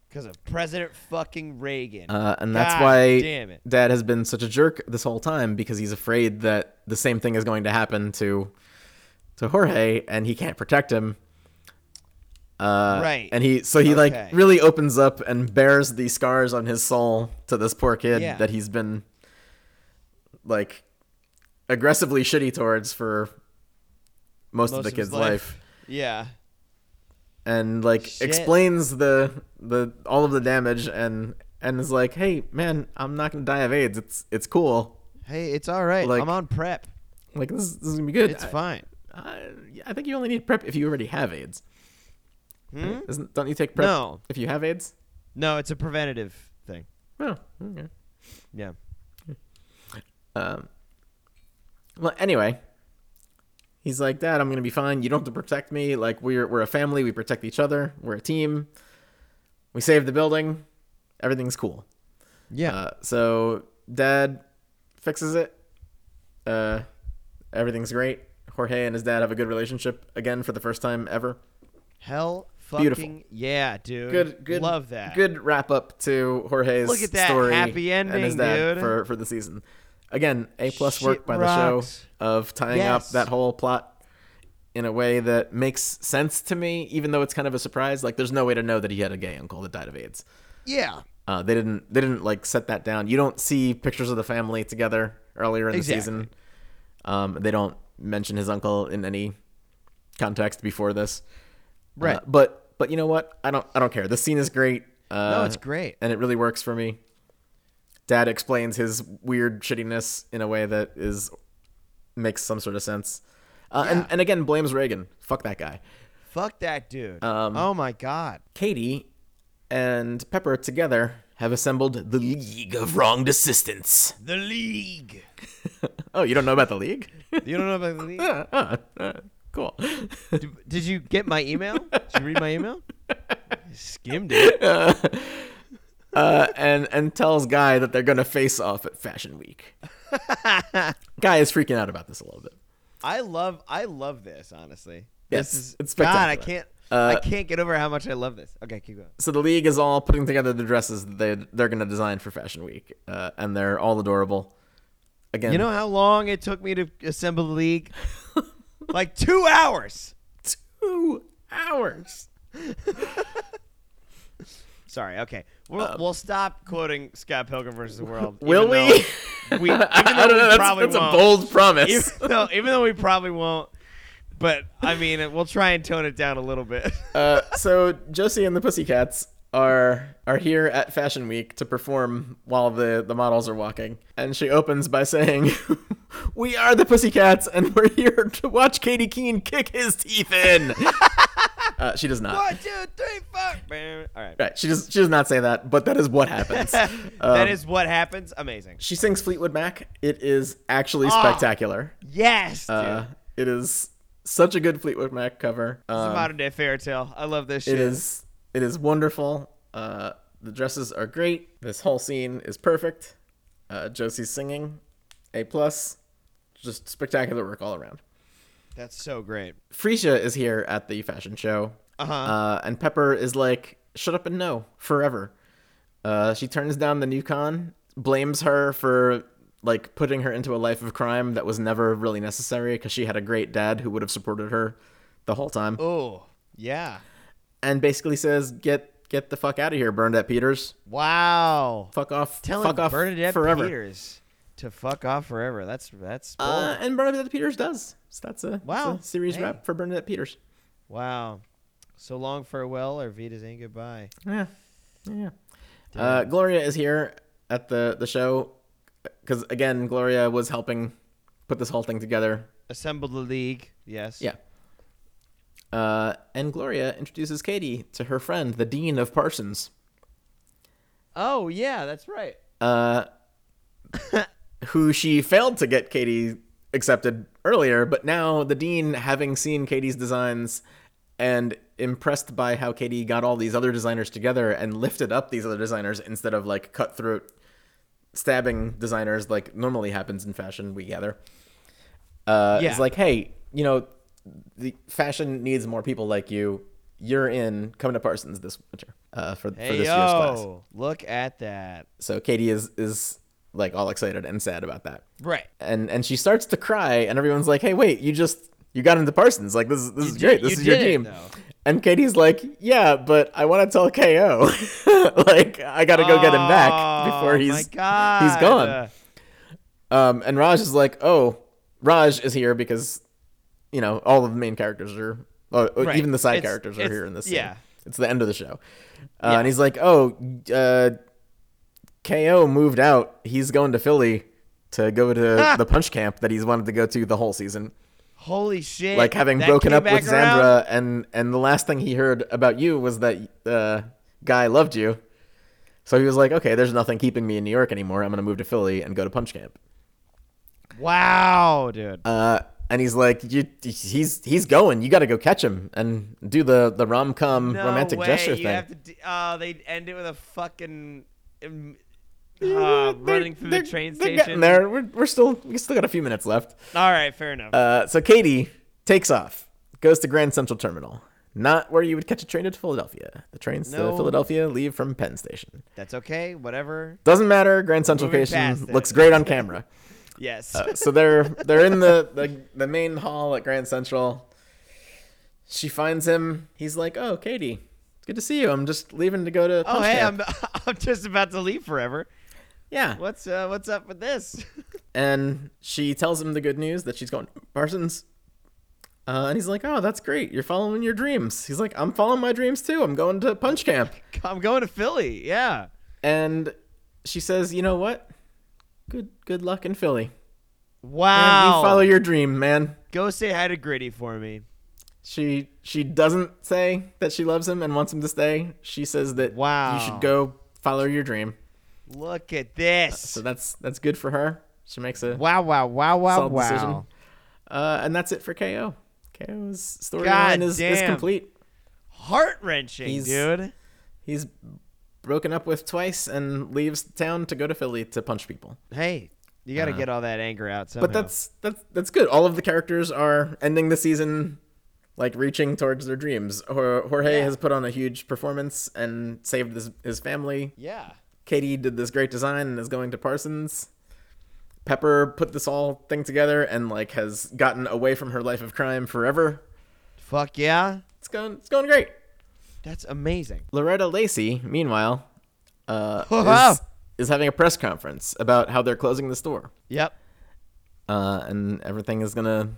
[SPEAKER 1] Because of President fucking Reagan.
[SPEAKER 2] Uh, and that's
[SPEAKER 1] God
[SPEAKER 2] why
[SPEAKER 1] damn it.
[SPEAKER 2] Dad has been such a jerk this whole time because he's afraid that the same thing is going to happen to to Jorge and he can't protect him. Uh,
[SPEAKER 1] Right.
[SPEAKER 2] And he so he
[SPEAKER 1] Okay.
[SPEAKER 2] like really opens up and bears the scars on his soul to this poor kid
[SPEAKER 1] Yeah.
[SPEAKER 2] that he's been like aggressively shitty towards for most,
[SPEAKER 1] Most
[SPEAKER 2] of the
[SPEAKER 1] of his
[SPEAKER 2] kid's
[SPEAKER 1] life.
[SPEAKER 2] life
[SPEAKER 1] yeah.
[SPEAKER 2] and like
[SPEAKER 1] Shit.
[SPEAKER 2] explains the the all of the damage and and is like, "Hey, man, I'm not gonna die of AIDS. It's it's cool.
[SPEAKER 1] Hey, it's all right.
[SPEAKER 2] Like-
[SPEAKER 1] I'm on prep.
[SPEAKER 2] Like this, is- this is gonna be good.
[SPEAKER 1] It's fine.
[SPEAKER 2] I, I, I think you only need prep if you already have
[SPEAKER 3] Hmm?
[SPEAKER 2] AIDS. Isn't, don't you take prep
[SPEAKER 1] Hmm? No.
[SPEAKER 2] if you have AIDS?
[SPEAKER 1] No, it's a preventative
[SPEAKER 3] thing.
[SPEAKER 2] Oh, okay.
[SPEAKER 3] Yeah.
[SPEAKER 2] Um, well, anyway, he's like, "Dad, I'm gonna be fine. You don't have to protect me. Like we're we're a family. We protect each other. We're a team. We save the building. Everything's cool."
[SPEAKER 3] Yeah.
[SPEAKER 2] Uh, so Dad fixes it. Uh, everything's great. Jorge and his dad have a good relationship again for the first time ever.
[SPEAKER 1] Hell,
[SPEAKER 3] fucking
[SPEAKER 2] beautiful.
[SPEAKER 3] yeah, dude.
[SPEAKER 2] Good, good.
[SPEAKER 3] Love that.
[SPEAKER 2] Good wrap up to Jorge's
[SPEAKER 1] Look at that
[SPEAKER 2] story
[SPEAKER 1] happy
[SPEAKER 2] and his
[SPEAKER 1] ending,
[SPEAKER 2] dad
[SPEAKER 1] dude.
[SPEAKER 2] for for the season. Again, a plus
[SPEAKER 1] Shit
[SPEAKER 2] work by
[SPEAKER 1] rocks.
[SPEAKER 2] the show of tying up
[SPEAKER 1] Yes.
[SPEAKER 2] that whole plot in a way that makes sense to me, even though it's kind of a surprise. Like, there's no way to know that he had a gay uncle that died of AIDS.
[SPEAKER 3] Yeah.
[SPEAKER 2] Uh, they didn't. They didn't like set that down. You don't see pictures of the family together earlier in
[SPEAKER 3] Exactly.
[SPEAKER 2] the season. Um, they don't mention his uncle in any context before this.
[SPEAKER 3] Right.
[SPEAKER 2] Uh, but but you know what? I don't. I don't care. The scene is great. Uh,
[SPEAKER 3] No, it's great.
[SPEAKER 2] and it really works for me. Dad explains his weird shittiness in a way that is makes some sort of sense. Uh, and, and again, blames Reagan. Fuck that guy.
[SPEAKER 3] Fuck that dude.
[SPEAKER 2] Um,
[SPEAKER 3] oh my god.
[SPEAKER 2] Katie and Pepper together have assembled the League of Wronged Assistance.
[SPEAKER 3] The league.
[SPEAKER 2] Oh, you don't know about the league?
[SPEAKER 3] You don't know about the league?
[SPEAKER 2] Uh, uh, uh, cool.
[SPEAKER 3] Did, did you get my email? Did you read my email? I skimmed it.
[SPEAKER 2] Uh, and and tells Guy that they're gonna face off at Fashion Week. Guy is freaking out about this a little bit.
[SPEAKER 3] I love I love this, honestly.
[SPEAKER 2] Yes,
[SPEAKER 3] This is
[SPEAKER 2] it's
[SPEAKER 3] God, I
[SPEAKER 2] spectacular.
[SPEAKER 3] can't
[SPEAKER 2] Uh,
[SPEAKER 3] I can't get over how much I love this. Okay, keep going.
[SPEAKER 2] so the league is all putting together the dresses that they they're gonna design for Fashion Week, uh, and they're all adorable. Again,
[SPEAKER 3] You know how long it took me to assemble the league? like two hours.
[SPEAKER 2] two hours.
[SPEAKER 1] Sorry. Okay. We'll, we'll stop quoting Scott Pilgrim versus the World.
[SPEAKER 2] Uh, Will
[SPEAKER 1] even
[SPEAKER 2] we?
[SPEAKER 1] though We. Even though
[SPEAKER 2] I don't
[SPEAKER 1] we
[SPEAKER 2] know. That's,
[SPEAKER 1] probably
[SPEAKER 2] that's a
[SPEAKER 1] won't.
[SPEAKER 2] bold promise.
[SPEAKER 1] Even though, even though we probably won't. But I mean, we'll try and tone it down a little bit.
[SPEAKER 2] Uh, so Josie and the Pussycats are are here at Fashion Week to perform while the the models are walking, and she opens by saying, "We are the Pussycats, and we're here to watch Katie Keene kick his teeth in." uh, she does not.
[SPEAKER 3] One, two, three, four. Bam. All right.
[SPEAKER 2] Right, she does. She does not say that, but that is what happens.
[SPEAKER 1] that
[SPEAKER 2] Um,
[SPEAKER 1] is what happens. Amazing.
[SPEAKER 2] She sings Fleetwood Mac. It is actually
[SPEAKER 1] Ah.
[SPEAKER 2] spectacular.
[SPEAKER 1] Yes, dude.
[SPEAKER 2] Uh, it is such a good Fleetwood Mac cover.
[SPEAKER 1] it's a
[SPEAKER 2] Um,
[SPEAKER 1] modern day fairy tale. I love this shit.
[SPEAKER 2] It is. It is wonderful. Uh, the dresses are great. This whole scene is perfect. Uh, Josie's singing, a plus. Just spectacular work all around.
[SPEAKER 3] That's so great.
[SPEAKER 2] Frisia is here at the fashion show.
[SPEAKER 3] Uh-huh.
[SPEAKER 2] Uh, and Pepper is like, shut up and no, forever. Uh, she turns down the new con, blames her for like putting her into a life of crime that was never really necessary because she had a great dad who would have supported her the whole time.
[SPEAKER 3] Oh, yeah.
[SPEAKER 2] And basically says, get get the fuck out of here, Bernadette Peters.
[SPEAKER 3] Wow.
[SPEAKER 2] Fuck off.
[SPEAKER 3] Telling
[SPEAKER 2] fuck off
[SPEAKER 3] Bernadette
[SPEAKER 2] forever.
[SPEAKER 3] Peters to fuck off forever. That's that's bold.
[SPEAKER 2] Uh, and Bernadette Peters does. So that's a,
[SPEAKER 3] Wow.
[SPEAKER 2] that's a series
[SPEAKER 3] Hey.
[SPEAKER 2] wrap for Bernadette Peters.
[SPEAKER 3] wow. So long farewell or Vita's ain't goodbye.
[SPEAKER 2] Yeah. Yeah. Uh, Gloria is here at the, the show because, again, Gloria was helping put this whole thing together.
[SPEAKER 3] Assemble the league. Yes.
[SPEAKER 2] Yeah. Uh, and Gloria introduces Katie to her friend, the Dean of Parsons,
[SPEAKER 3] Oh yeah, that's right.
[SPEAKER 2] uh, who she failed to get Katie accepted earlier, but now the Dean, having seen Katie's designs and impressed by how Katie got all these other designers together and lifted up these other designers instead of like cutthroat stabbing designers like normally happens in fashion, we gather. Uh,
[SPEAKER 3] Yeah.
[SPEAKER 2] It's like, hey, you know, the fashion needs more people like you. You're in coming to Parsons this winter uh, for, for
[SPEAKER 3] Hey
[SPEAKER 2] this year's class.
[SPEAKER 3] yo, look at that.
[SPEAKER 2] So Katie is is like all excited and sad about that.
[SPEAKER 3] Right.
[SPEAKER 2] And and she starts to cry and everyone's like, "Hey, wait, you just you got into Parsons. Like this is this is
[SPEAKER 3] did-
[SPEAKER 2] great. This
[SPEAKER 3] you
[SPEAKER 2] is your
[SPEAKER 3] did it,
[SPEAKER 2] team."
[SPEAKER 3] though.
[SPEAKER 2] And Katie's like, "Yeah, but I want to tell KO. like I got to go get him back before
[SPEAKER 3] Oh,
[SPEAKER 2] he's
[SPEAKER 3] my God.
[SPEAKER 2] he's gone." Um and Raj is like, "Oh, Raj is here because you know, all of the main characters are or, or
[SPEAKER 3] Right.
[SPEAKER 2] even the side
[SPEAKER 3] It's-
[SPEAKER 2] characters are
[SPEAKER 3] it's-
[SPEAKER 2] here in this scene.
[SPEAKER 3] yeah.
[SPEAKER 2] It's the end of the show. Uh, and he's like, "Oh, uh KO moved out. He's going to Philly to go to the punch camp that he's wanted to go to the whole season.
[SPEAKER 3] Holy shit.
[SPEAKER 2] Like having
[SPEAKER 3] That
[SPEAKER 2] broken
[SPEAKER 3] came
[SPEAKER 2] up with
[SPEAKER 3] back around?
[SPEAKER 2] Zandra and and the last thing he heard about you was that uh guy loved you. So he was like, okay, there's nothing keeping me in New York anymore. I'm going to move to Philly and go to Punch Camp.
[SPEAKER 1] Wow, dude.
[SPEAKER 2] Uh, and he's like, you, he's he's going. You got to go catch him and do the the rom com
[SPEAKER 1] no
[SPEAKER 2] romantic
[SPEAKER 1] way.
[SPEAKER 2] gesture
[SPEAKER 1] you
[SPEAKER 2] thing.
[SPEAKER 1] Have to d- oh, they end it with a fucking um, uh, running through the
[SPEAKER 2] They're-
[SPEAKER 1] train
[SPEAKER 2] they're
[SPEAKER 1] station.
[SPEAKER 2] getting there. We're, we're still we still got a few minutes left.
[SPEAKER 1] All right, fair enough.
[SPEAKER 2] Uh, so Katie takes off, goes to Grand Central Terminal, not where you would catch a train to Philadelphia. The trains
[SPEAKER 1] No.
[SPEAKER 2] to Philadelphia leave from Penn Station.
[SPEAKER 1] That's okay. Whatever.
[SPEAKER 2] Doesn't matter. Grand Central
[SPEAKER 1] Moving past
[SPEAKER 2] Station
[SPEAKER 1] it.
[SPEAKER 2] looks great on camera.
[SPEAKER 1] Yes.
[SPEAKER 2] Uh, so they're they're in the, the the main hall at Grand Central. She finds him. He's like, "Oh, Katie, it's good to see you. I'm just leaving to go to."
[SPEAKER 1] oh,
[SPEAKER 2] Punch
[SPEAKER 1] hey,
[SPEAKER 2] Camp."
[SPEAKER 1] I'm I'm just about to leave forever.
[SPEAKER 2] yeah.
[SPEAKER 1] What's uh, what's up with this?
[SPEAKER 2] and she tells him the good news that she's going to Parsons. Uh, and he's like, "Oh, that's great. You're following your dreams." He's like, "I'm following my dreams too. I'm going to Punch Camp."
[SPEAKER 1] I'm going to Philly. Yeah.
[SPEAKER 2] And she says, "You know what? Good good luck in Philly. And
[SPEAKER 1] Wow.
[SPEAKER 2] you follow your dream, man."
[SPEAKER 1] Go say hi to Gritty for me.
[SPEAKER 2] She she doesn't say that she loves him and wants him to stay. She says that
[SPEAKER 1] Wow.
[SPEAKER 2] you should go follow your dream.
[SPEAKER 1] Look at this.
[SPEAKER 2] So that's that's good for her. She makes a
[SPEAKER 1] Wow! Wow! Wow! Wow!
[SPEAKER 2] solid
[SPEAKER 1] Wow!
[SPEAKER 2] decision. Uh, and that's it for KO. KO's
[SPEAKER 1] God
[SPEAKER 2] storyline is, is
[SPEAKER 1] damn.
[SPEAKER 2] complete.
[SPEAKER 1] Heart wrenching,
[SPEAKER 2] He's-
[SPEAKER 1] dude.
[SPEAKER 2] He's broken up with twice and leaves town to go to Philly to punch people.
[SPEAKER 1] Hey, you got to get all that anger out somehow.
[SPEAKER 2] Uh, But that's that's that's good. All of the characters are ending the season like reaching towards their dreams. Jor- Jorge
[SPEAKER 1] Yeah.
[SPEAKER 2] has put on a huge performance and saved his, his family.
[SPEAKER 1] yeah.
[SPEAKER 2] Katie did this great design and is going to Parsons. Pepper put this all thing together and like has gotten away from her life of crime forever.
[SPEAKER 1] Fuck yeah.
[SPEAKER 2] It's going it's going great.
[SPEAKER 1] That's amazing.
[SPEAKER 2] Loretta Lacey, meanwhile, uh,
[SPEAKER 1] Wow.
[SPEAKER 2] is, is having a press conference about how they're closing the store.
[SPEAKER 1] Yep.
[SPEAKER 2] Uh, and everything is going to,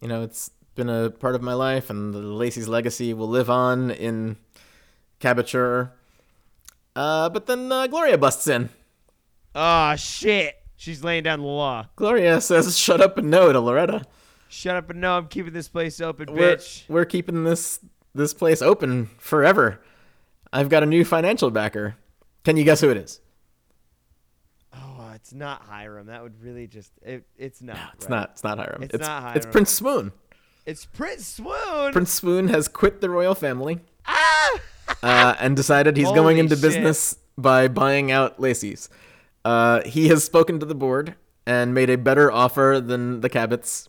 [SPEAKER 2] you know, it's been a part of my life, and the Lacey's legacy will live on in Caboture. Uh, but then uh, Gloria busts in.
[SPEAKER 1] Oh shit. She's laying down the law.
[SPEAKER 2] Gloria says, shut up and no to Loretta.
[SPEAKER 1] Shut up and no, I'm keeping this place open,
[SPEAKER 2] We're,
[SPEAKER 1] bitch.
[SPEAKER 2] we're keeping this, this place open forever. I've got a new financial backer. Can you guess who it is?
[SPEAKER 1] Oh, it's not Hiram. That would really just it, it's not.
[SPEAKER 2] It's
[SPEAKER 1] right?
[SPEAKER 2] not. It's not Hiram.
[SPEAKER 1] It's
[SPEAKER 2] It's, it's,
[SPEAKER 1] not Hiram.
[SPEAKER 2] Prince Swoon.
[SPEAKER 1] It's Prince Swoon.
[SPEAKER 2] Prince Swoon has quit the royal family
[SPEAKER 1] ah!
[SPEAKER 2] uh, and decided he's
[SPEAKER 1] Holy
[SPEAKER 2] going into
[SPEAKER 1] shit.
[SPEAKER 2] business by buying out Lacey's. Uh, he has spoken to the board and made a better offer than the Cabots,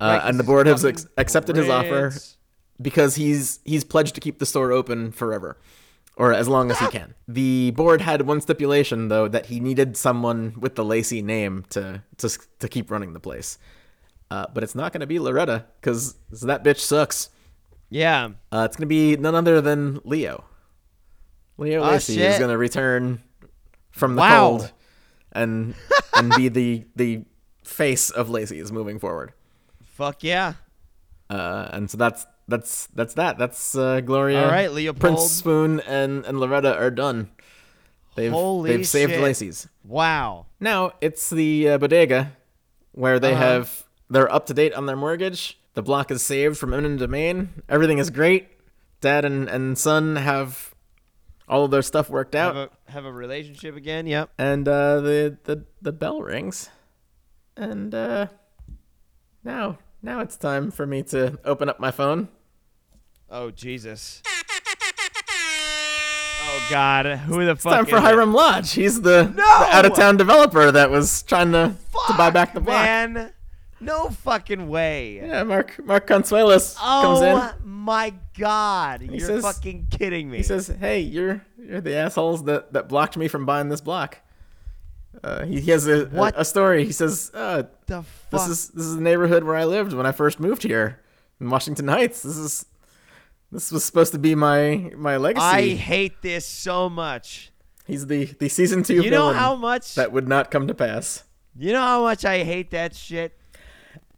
[SPEAKER 2] uh,
[SPEAKER 1] Right, 'cause
[SPEAKER 2] and the
[SPEAKER 1] he's
[SPEAKER 2] board has
[SPEAKER 1] fucking
[SPEAKER 2] ex- accepted his offer
[SPEAKER 1] Prince.
[SPEAKER 2] because he's he's pledged to keep the store open forever, or as long as he can. The board had one stipulation though that he needed someone with the Lacey name to to s- to keep running the place. Uh, but it's not going to be Loretta because that bitch sucks.
[SPEAKER 1] Yeah.
[SPEAKER 2] Uh, it's going to be none other than Leo. Leo
[SPEAKER 1] Ah,
[SPEAKER 2] Lacey is
[SPEAKER 1] shit.
[SPEAKER 2] going to return from the
[SPEAKER 1] Wow.
[SPEAKER 2] cold and and be the the face of Lacey's moving forward.
[SPEAKER 1] Fuck yeah.
[SPEAKER 2] Uh, and so that's that's that's that. That's uh, Gloria.
[SPEAKER 1] All right, Leopold.
[SPEAKER 2] Prince Spoon and and Loretta are done. They've
[SPEAKER 1] Holy
[SPEAKER 2] they've saved
[SPEAKER 1] shit.
[SPEAKER 2] Lacey's.
[SPEAKER 1] Wow.
[SPEAKER 2] Now it's the uh, bodega where they
[SPEAKER 1] Uh-huh.
[SPEAKER 2] have they're up to date on their mortgage. The block is saved from eminent domain. Everything is great. Dad and, and son have all of their stuff worked out.
[SPEAKER 1] Have a have a relationship again. Yep.
[SPEAKER 2] and uh, the, the the bell rings. And uh, now now it's time for me to open up my phone.
[SPEAKER 1] Oh Jesus. Oh God. Who the
[SPEAKER 2] It's
[SPEAKER 1] fuck?
[SPEAKER 2] time for
[SPEAKER 1] is it?
[SPEAKER 2] Hiram Lodge. He's the, out of town developer that was trying to, to buy back the
[SPEAKER 1] Fuck,
[SPEAKER 2] block.
[SPEAKER 1] Man, no fucking way.
[SPEAKER 2] Yeah, Mark Mark Consuelos comes in.
[SPEAKER 1] Oh my god, you're
[SPEAKER 2] says-
[SPEAKER 1] fucking kidding me.
[SPEAKER 2] He says, "Hey, you're you're the assholes that that blocked me from buying this block." Uh, he, he has a, a,
[SPEAKER 1] What?
[SPEAKER 2] a story. He says, uh,
[SPEAKER 1] the fuck?
[SPEAKER 2] "This is this is the neighborhood where I lived when I first moved here in Washington Heights. This is this was supposed to be my my legacy."
[SPEAKER 1] I hate this so much.
[SPEAKER 2] He's the the season two
[SPEAKER 1] You know
[SPEAKER 2] villain
[SPEAKER 1] how much
[SPEAKER 2] that would not come to pass.
[SPEAKER 1] you know how much I hate that shit?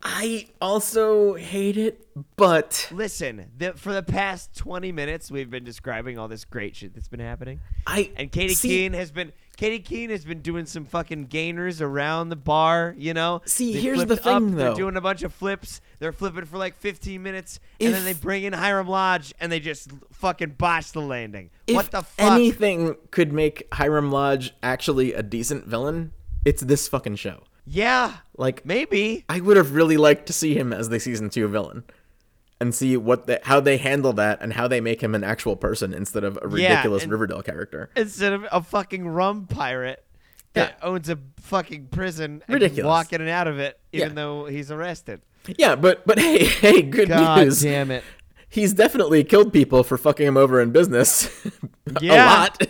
[SPEAKER 2] I also hate it, but
[SPEAKER 1] Listen, the, for the past 20 minutes, we've been describing all this great shit that's been happening.
[SPEAKER 2] I
[SPEAKER 1] And Katie
[SPEAKER 2] see,
[SPEAKER 1] Keene has been Katie Keene has been doing some fucking gainers around the bar, you know.
[SPEAKER 2] See,
[SPEAKER 1] They
[SPEAKER 2] here's
[SPEAKER 1] flipped
[SPEAKER 2] the thing,
[SPEAKER 1] up, They're
[SPEAKER 2] though.
[SPEAKER 1] doing a bunch of flips. They're flipping for like 15 minutes, and then they
[SPEAKER 2] If-
[SPEAKER 1] bring in Hiram Lodge, and they just fucking botch the landing.
[SPEAKER 2] If
[SPEAKER 1] what the fuck?
[SPEAKER 2] anything could make Hiram Lodge actually a decent villain, it's this fucking show.
[SPEAKER 1] yeah,
[SPEAKER 2] Like
[SPEAKER 1] maybe.
[SPEAKER 2] I would have really liked to see him as the season two villain, and see what the, how they handle that and how they make him an actual person instead of a
[SPEAKER 1] Yeah,
[SPEAKER 2] ridiculous
[SPEAKER 1] and-
[SPEAKER 2] Riverdale character.
[SPEAKER 1] Instead of a fucking rum pirate that owns a fucking prison and can
[SPEAKER 2] Ridiculous.
[SPEAKER 1] walk in and out of it, even
[SPEAKER 2] Yeah.
[SPEAKER 1] though he's arrested.
[SPEAKER 2] Yeah, but but hey hey, good
[SPEAKER 3] God
[SPEAKER 2] news.
[SPEAKER 3] damn it.
[SPEAKER 2] He's definitely killed people for fucking him over in business.
[SPEAKER 1] Yeah.
[SPEAKER 2] a lot.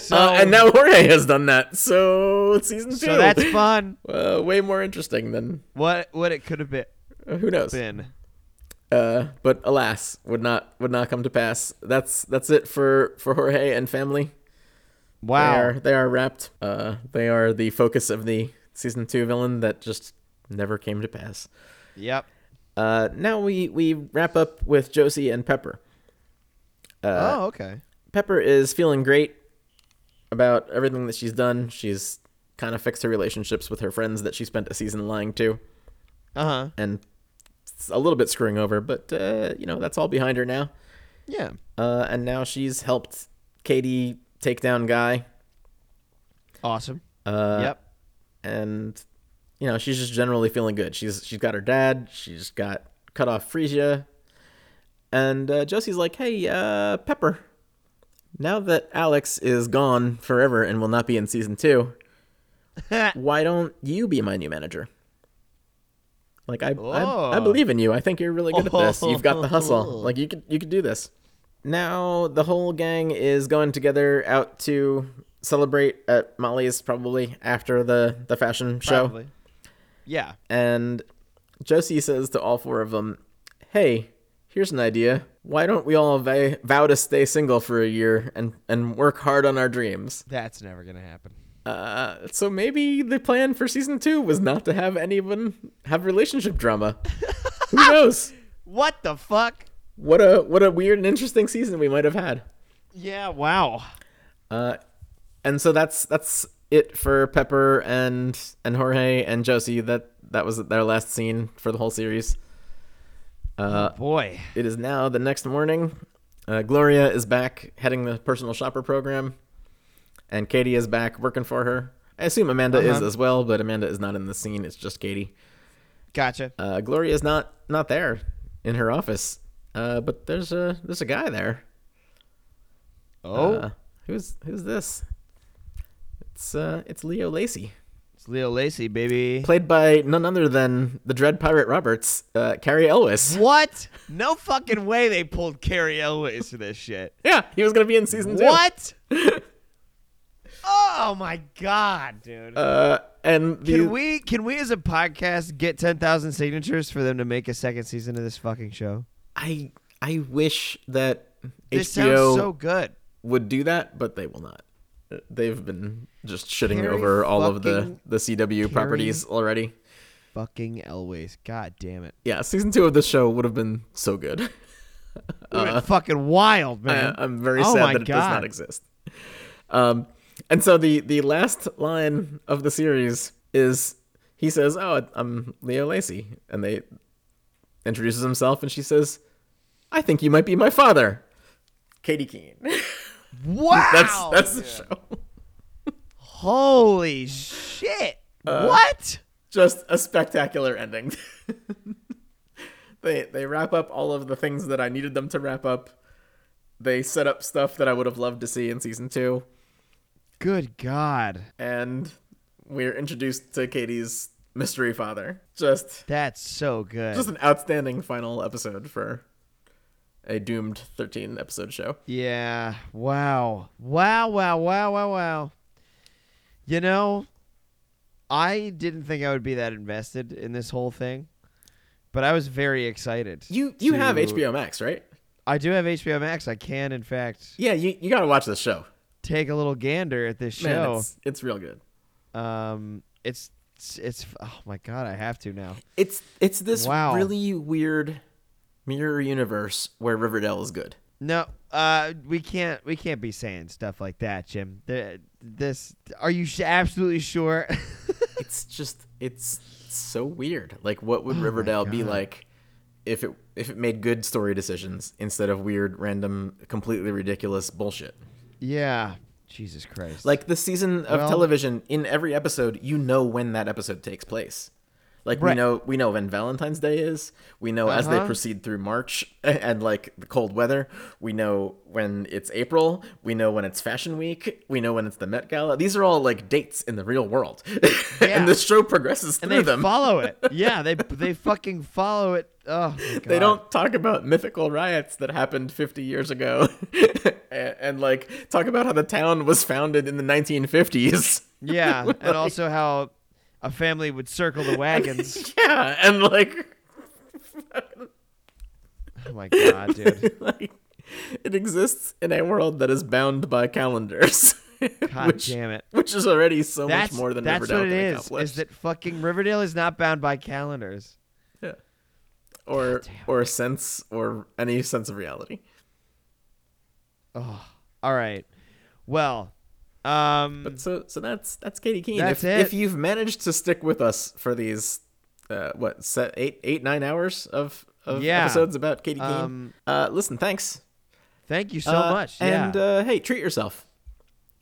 [SPEAKER 1] So,
[SPEAKER 2] Uh, and now Jorge has done that. So season two.
[SPEAKER 1] so that's fun.
[SPEAKER 2] Uh, way more interesting than
[SPEAKER 1] What what it could have been.
[SPEAKER 2] uh, who knows.
[SPEAKER 1] been.
[SPEAKER 2] Uh, but alas, would not would not come to pass. That's that's it for for Jorge and family.
[SPEAKER 1] Wow.
[SPEAKER 2] They are they are wrapped. Uh, they are the focus of the season two villain that just never came to pass.
[SPEAKER 1] Yep.
[SPEAKER 2] Uh, now we we wrap up with Josie and Pepper. Uh,
[SPEAKER 3] oh, okay.
[SPEAKER 2] Pepper is feeling great about everything that she's done. She's kind of fixed her relationships with her friends that she spent a season lying to
[SPEAKER 3] Uh
[SPEAKER 1] Uh-huh.
[SPEAKER 3] huh.
[SPEAKER 2] and s- a little bit screwing over, but uh, you know, that's all behind her now.
[SPEAKER 3] Yeah.
[SPEAKER 2] Uh, and now she's helped Katie take down Guy.
[SPEAKER 3] Awesome.
[SPEAKER 2] Uh,
[SPEAKER 3] yep.
[SPEAKER 2] And you know, she's just generally feeling good. She's she's got her dad. She's got cut off Frisia. And uh, Josie's like, "Hey, uh, Pepper. Now that Alex is gone forever and will not be in season two, why don't you be my new manager? Like I, I, I
[SPEAKER 3] Oh.
[SPEAKER 2] believe in you. I think you're really good at this. You've got the hustle. Like you could you could do this. Now the whole gang is going together out to celebrate at Molly's probably after the the fashion show.
[SPEAKER 3] Probably. Yeah.
[SPEAKER 2] And Josie says to all four of them, "Hey, here's an idea. Why don't we all va- vow to stay single for a year and and work hard on our dreams?"
[SPEAKER 3] That's never gonna happen.
[SPEAKER 2] Uh, so maybe the plan for season two was not to have anyone have relationship drama. Who knows?
[SPEAKER 1] What the fuck?
[SPEAKER 2] What a what a weird and interesting season we might have had.
[SPEAKER 1] Yeah, wow.
[SPEAKER 2] Uh, and so that's that's it for Pepper and and Jorge and Josie. That that was their last scene for the whole series. Uh,
[SPEAKER 1] Boy.
[SPEAKER 2] it is now the next morning. Uh, Gloria is back heading the personal shopper program, and Katie is back working for her. I assume Amanda is as well, but Amanda is not in the scene. It's just Katie.
[SPEAKER 3] Gotcha.
[SPEAKER 2] Uh, Gloria is not not there in her office, uh, but there's a there's a guy there.
[SPEAKER 3] Oh,
[SPEAKER 2] Uh, who's who's this? It's uh, it's Leo Lacey,
[SPEAKER 3] it's Leo Lacey, baby.
[SPEAKER 2] played by none other than the Dread Pirate Roberts, uh, Carrie Elwes.
[SPEAKER 1] What? No fucking way they pulled Carrie Elways for this shit.
[SPEAKER 2] Yeah, he was gonna be in season two.
[SPEAKER 1] What? oh my god, dude.
[SPEAKER 2] Uh, and the,
[SPEAKER 3] Can we can we as a podcast get ten thousand signatures for them to make a second season of this fucking show?
[SPEAKER 2] I I wish that
[SPEAKER 3] This
[SPEAKER 2] HBO
[SPEAKER 3] sounds so good.
[SPEAKER 2] would do that, but they will not. Uh, They've been just shitting
[SPEAKER 3] Carrie
[SPEAKER 2] over all of the
[SPEAKER 3] fucking
[SPEAKER 2] the CW properties already.
[SPEAKER 3] Fucking Elways. God damn it.
[SPEAKER 2] Yeah, season two of this show would have been so good.
[SPEAKER 3] Would've been fucking wild, man.
[SPEAKER 2] Uh, I, I'm very
[SPEAKER 3] Oh my
[SPEAKER 2] sad that it does
[SPEAKER 3] God.
[SPEAKER 2] not exist. Um, and so the the last line of the series is he says, "Oh, I'm Leo Lacey," and they introduces himself, and she says, "I think you might be my father." Katie Keene.
[SPEAKER 3] wow.
[SPEAKER 2] that's that's the show.
[SPEAKER 3] Holy shit.
[SPEAKER 2] Uh,
[SPEAKER 3] what?
[SPEAKER 2] just a spectacular ending. they they wrap up all of the things that I needed them to wrap up. They set up stuff that I would have loved to see in season 2
[SPEAKER 3] Good God.
[SPEAKER 2] and we're introduced to Katie's mystery father. Just
[SPEAKER 3] That's so good.
[SPEAKER 2] just an outstanding final episode for a doomed 13 episode show.
[SPEAKER 3] Yeah. Wow. Wow, wow, wow, wow, wow. You know, I didn't think I would be that invested in this whole thing, but I was very excited.
[SPEAKER 2] You you have
[SPEAKER 3] to-
[SPEAKER 2] HBO Max, right?
[SPEAKER 3] I do have HBO Max. I can, in fact,
[SPEAKER 2] Yeah, you, you got to watch this show.
[SPEAKER 3] take a little gander at this
[SPEAKER 2] Man,
[SPEAKER 3] show.
[SPEAKER 2] it's, it's real good.
[SPEAKER 3] um, it's
[SPEAKER 1] It's, it's oh my god, I have to now.
[SPEAKER 2] It's it's this
[SPEAKER 1] Wow.
[SPEAKER 2] really weird mirror universe where Riverdale is good.
[SPEAKER 1] No, uh, we can't we can't be saying stuff like that, Jim. Th- This are you sh- absolutely sure?
[SPEAKER 2] It's just it's so weird. Like what would Riverdale be
[SPEAKER 1] God.
[SPEAKER 2] like if it if it made good story decisions instead of weird random completely ridiculous bullshit?
[SPEAKER 1] yeah. Jesus Christ.
[SPEAKER 2] Like the season of
[SPEAKER 1] Well-
[SPEAKER 2] television, in every episode, you know when that episode takes place. Like we
[SPEAKER 1] Right.
[SPEAKER 2] know we know when Valentine's Day is. We know as they
[SPEAKER 1] Uh-huh.
[SPEAKER 2] proceed through March and like the cold weather. We know when it's April. We know when it's Fashion Week. We know when it's the Met Gala. These are all like dates in the real world,
[SPEAKER 1] Yeah.
[SPEAKER 2] and the show progresses
[SPEAKER 1] and
[SPEAKER 2] through
[SPEAKER 1] they
[SPEAKER 2] them.
[SPEAKER 1] follow it. Yeah, they they fucking follow it. Oh, my God.
[SPEAKER 2] they don't talk about mythical riots that happened 50 years ago, and, and like talk about how the town was founded in the 1950s.
[SPEAKER 1] Yeah, and also how a family would circle the wagons.
[SPEAKER 2] Yeah, and like,
[SPEAKER 1] oh my god, dude.
[SPEAKER 2] like it exists in a world that is bound by calendars.
[SPEAKER 1] God
[SPEAKER 2] which,
[SPEAKER 1] damn it.
[SPEAKER 2] Which is already so
[SPEAKER 1] That's
[SPEAKER 2] much more than
[SPEAKER 1] that's
[SPEAKER 2] Riverdale
[SPEAKER 1] what it
[SPEAKER 2] can
[SPEAKER 1] is.
[SPEAKER 2] accomplish.
[SPEAKER 1] Is that fucking Riverdale is not bound by calendars.
[SPEAKER 2] Yeah. Or or sense or any sense of reality.
[SPEAKER 1] Oh, all right. Well, um,
[SPEAKER 2] But so so that's that's Katie Keene.
[SPEAKER 1] That's
[SPEAKER 2] if,
[SPEAKER 1] it.
[SPEAKER 2] if you've managed to stick with us for these uh, what set eight eight nine hours of, of
[SPEAKER 1] Yeah.
[SPEAKER 2] episodes about Katie Keene.
[SPEAKER 1] Um,
[SPEAKER 2] uh, listen, thanks
[SPEAKER 1] thank you so
[SPEAKER 2] Uh,
[SPEAKER 1] much. Yeah,
[SPEAKER 2] And uh, hey, treat yourself.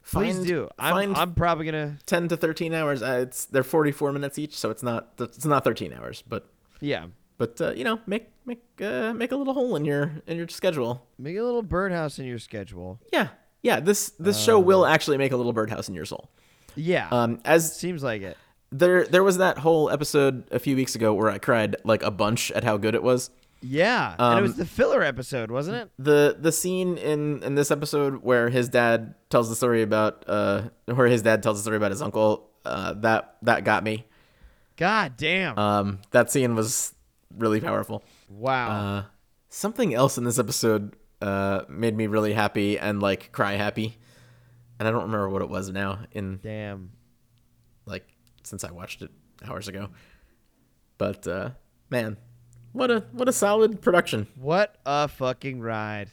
[SPEAKER 1] please
[SPEAKER 2] Find-
[SPEAKER 1] do. I'm,
[SPEAKER 2] find
[SPEAKER 1] I'm probably gonna.
[SPEAKER 2] 10 to 13 hours uh, it's they're 44 minutes each so it's not it's not 13 hours but
[SPEAKER 1] Yeah,
[SPEAKER 2] but uh, you know make make uh, make a little hole in your in your schedule
[SPEAKER 1] make a little birdhouse in your schedule.
[SPEAKER 2] yeah yeah this this show will actually make a little birdhouse in your soul
[SPEAKER 1] Yeah,
[SPEAKER 2] um as
[SPEAKER 1] seems like it.
[SPEAKER 2] there there was that whole episode a few weeks ago where i cried like a bunch at how good it was
[SPEAKER 1] Yeah, and it was
[SPEAKER 2] um,
[SPEAKER 1] the filler episode, wasn't it?
[SPEAKER 2] the the scene in in this episode where his dad tells the story about uh where his dad tells the story about his uncle uh that that got me
[SPEAKER 1] God damn!
[SPEAKER 2] um that scene was really powerful
[SPEAKER 1] wow.
[SPEAKER 2] Uh, something else in this episode uh, made me really happy and like cry happy, and I don't remember what it was now. In
[SPEAKER 1] damn.
[SPEAKER 2] like since I watched it hours ago, but uh, man, what a what a solid production.
[SPEAKER 1] What a fucking ride.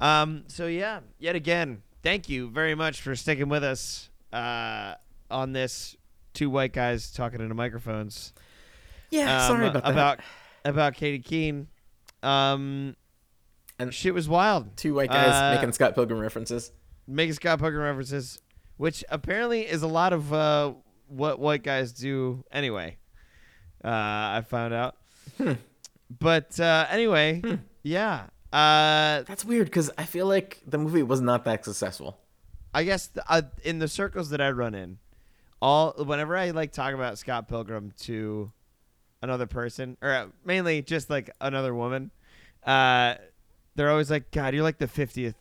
[SPEAKER 1] Um, so yeah, yet again, thank you very much for sticking with us uh, on this two white guys talking into microphones.
[SPEAKER 2] Yeah,
[SPEAKER 1] um,
[SPEAKER 2] sorry about that.
[SPEAKER 1] about about Katie Keene. Um,
[SPEAKER 2] And-
[SPEAKER 1] and shit was wild.
[SPEAKER 2] Two white guys
[SPEAKER 1] uh,
[SPEAKER 2] making Scott Pilgrim references.
[SPEAKER 1] Making Scott Pilgrim references, which apparently is a lot of uh, what white guys do anyway. Uh, I found out. But uh, anyway, yeah. Uh,
[SPEAKER 2] That's weird because I feel like the movie was not that successful.
[SPEAKER 1] I guess th- I, in the circles that I run in, all whenever I like talk about Scott Pilgrim to another person, or uh, mainly just like another woman, uh, they're always like, "God, you're like the fiftieth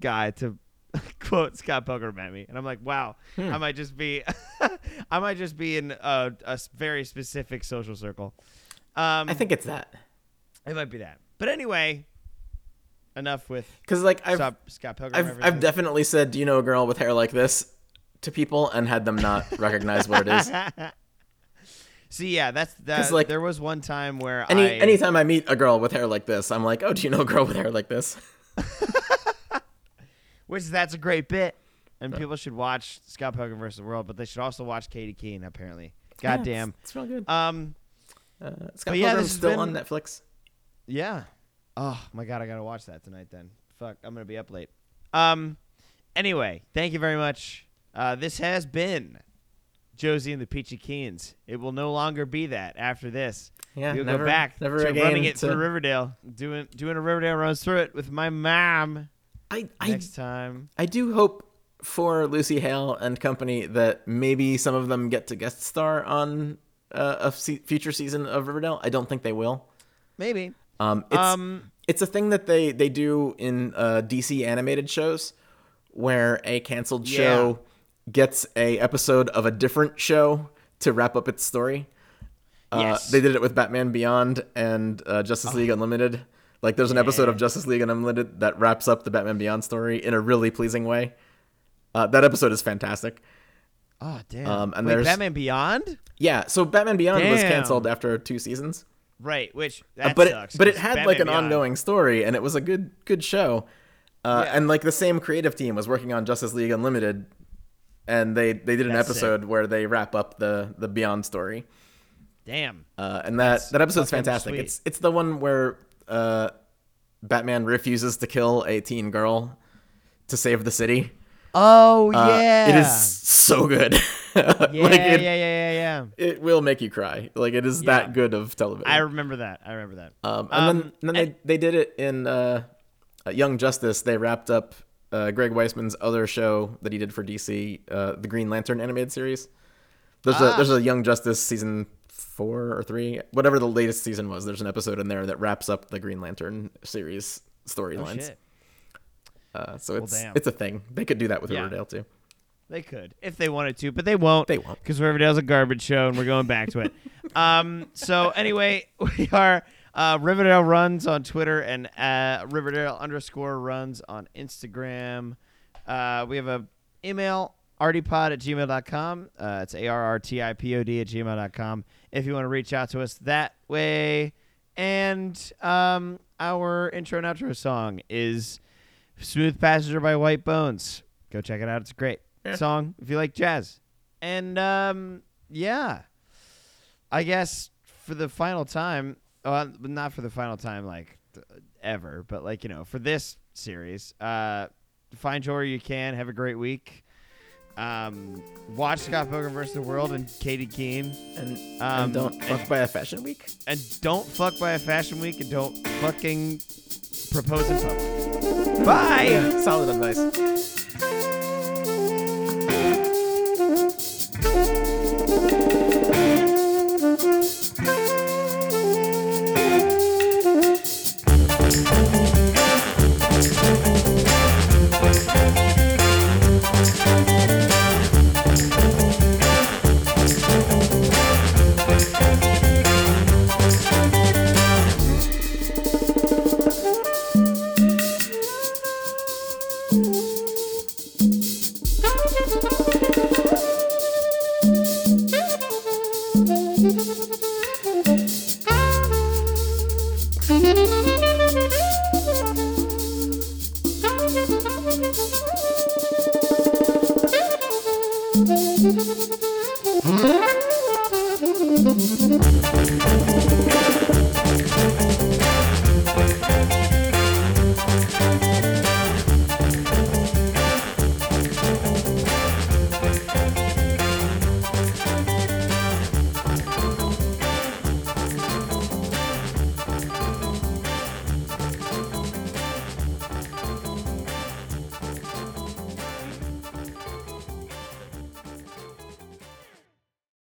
[SPEAKER 1] guy to quote Scott Pilgrim at me," and I'm like, "Wow,
[SPEAKER 2] Hmm.
[SPEAKER 1] I might just be, I might just be in a, a s- very specific social circle." Um,
[SPEAKER 2] I think it's that
[SPEAKER 1] it might be that, but anyway, enough with
[SPEAKER 2] because like I've
[SPEAKER 1] Scott, Scott Pilgrim.
[SPEAKER 2] I've, I've
[SPEAKER 1] references.
[SPEAKER 2] definitely said, "Do you know a girl with hair like this?" to people and had them not recognize what it is.
[SPEAKER 1] See, yeah, that's that.
[SPEAKER 2] 'Cause, like,
[SPEAKER 1] there was one time where
[SPEAKER 2] Any
[SPEAKER 1] I
[SPEAKER 2] anytime I meet a girl with hair like this, I'm like, oh, do you know a girl with hair like this?
[SPEAKER 1] which that's a great bit, and people should watch Scott Pilgrim versus the World, but they should also watch Katie Keene. Apparently, goddamn.
[SPEAKER 2] it's, it's real good.
[SPEAKER 1] Um,
[SPEAKER 2] Uh, Scott
[SPEAKER 1] yeah,
[SPEAKER 2] Pilgrim's
[SPEAKER 1] this has
[SPEAKER 2] still
[SPEAKER 1] been-
[SPEAKER 2] on Netflix.
[SPEAKER 1] yeah. Oh my god, I gotta watch that tonight. Then fuck, I'm gonna be up late. Um, anyway, thank you very much. Uh, this has been Josie and the Peachy Keens. It will no longer be that after this.
[SPEAKER 2] Yeah,
[SPEAKER 1] we'll
[SPEAKER 2] never-
[SPEAKER 1] go back
[SPEAKER 2] never
[SPEAKER 1] to
[SPEAKER 2] again
[SPEAKER 1] running it
[SPEAKER 2] to-
[SPEAKER 1] through Riverdale, doing doing a Riverdale runs through it with my mom.
[SPEAKER 2] I I,
[SPEAKER 1] next time.
[SPEAKER 2] I do hope for Lucy Hale and company that maybe some of them get to guest star on uh, a se- future season of Riverdale. I don't think they will.
[SPEAKER 1] Maybe.
[SPEAKER 2] Um, it's,
[SPEAKER 1] Um,
[SPEAKER 2] it's a thing that they they do in uh, DC animated shows, where a canceled show gets a episode of a different show to wrap up its story. Uh,
[SPEAKER 1] Yes. Oh.
[SPEAKER 2] They did it with Batman Beyond and uh, Justice League Unlimited. Like, there's an episode of Justice League Unlimited that wraps up the Batman Beyond story in a really pleasing way. Uh, that episode is fantastic.
[SPEAKER 3] Oh damn.
[SPEAKER 2] Um, and
[SPEAKER 3] Wait,
[SPEAKER 2] there's-
[SPEAKER 3] Batman Beyond.
[SPEAKER 2] Yeah, so Batman Beyond was
[SPEAKER 3] Damn.
[SPEAKER 2] canceled after two seasons,
[SPEAKER 1] Right, which
[SPEAKER 2] Uh,
[SPEAKER 1] that
[SPEAKER 2] but
[SPEAKER 1] sucks.
[SPEAKER 2] it, but it
[SPEAKER 1] 'cause
[SPEAKER 2] had
[SPEAKER 1] Batman
[SPEAKER 2] like an
[SPEAKER 1] Beyond-
[SPEAKER 2] ongoing story, and it was a good good show. Uh,
[SPEAKER 1] Yeah.
[SPEAKER 2] And like the same creative team was working on Justice League Unlimited, and they they did an
[SPEAKER 1] That's sick.
[SPEAKER 2] episode where they wrap up the the Beyond story.
[SPEAKER 1] Damn.
[SPEAKER 2] Uh, and that that episode's
[SPEAKER 1] fucking
[SPEAKER 2] fantastic.
[SPEAKER 1] sweet.
[SPEAKER 2] It's it's the one where uh, Batman refuses to kill a teen girl to save the city.
[SPEAKER 3] Oh
[SPEAKER 2] Uh,
[SPEAKER 3] yeah.
[SPEAKER 2] It is so good. like
[SPEAKER 3] Yeah, yeah,
[SPEAKER 2] it,
[SPEAKER 3] yeah, yeah, yeah.
[SPEAKER 2] it will make you cry. Like it is
[SPEAKER 1] Yeah.
[SPEAKER 2] that good of television.
[SPEAKER 1] I remember that. I remember that.
[SPEAKER 2] um, and then, then they, they did it in uh, uh, Young Justice. They wrapped up uh, Greg Weisman's other show that he did for DC, uh, the Green Lantern animated series. There's
[SPEAKER 1] Ah.
[SPEAKER 2] a there's a Young Justice season four or three, whatever the latest season was. There's an episode in there that wraps up the Green Lantern series storylines.
[SPEAKER 1] Oh, Shit.
[SPEAKER 2] uh, so it's
[SPEAKER 1] damn.
[SPEAKER 2] it's a thing. They could do that with
[SPEAKER 1] Yeah.
[SPEAKER 2] Riverdale too.
[SPEAKER 1] They could if they wanted to, but they won't.
[SPEAKER 2] They won't.
[SPEAKER 1] because Riverdale's a garbage show, and we're going back to it. um. So anyway, we are uh, Riverdale runs on Twitter and uh, Riverdale underscore runs on Instagram. Uh, we have a email artipod at gmail.com. Uh, it's a r r t i p o d at gmail.com. If you want to reach out to us that way, and um, our intro and outro song is. Smooth Passenger by White Bones. Go check it out. It's a great song if you like jazz. And um, yeah, I guess for the final time, well, not for the final time, like th- ever, but like, you know, for this series, uh, find joy where you can. Have a great week. Um, watch Scott Pilgrim versus the World and Katie Keene.
[SPEAKER 2] And,
[SPEAKER 1] Um,
[SPEAKER 2] and don't fuck by a fashion week.
[SPEAKER 1] And don't fuck by a fashion week and don't fucking propose in public. Bye!
[SPEAKER 2] Solid advice.
[SPEAKER 6] Thank you.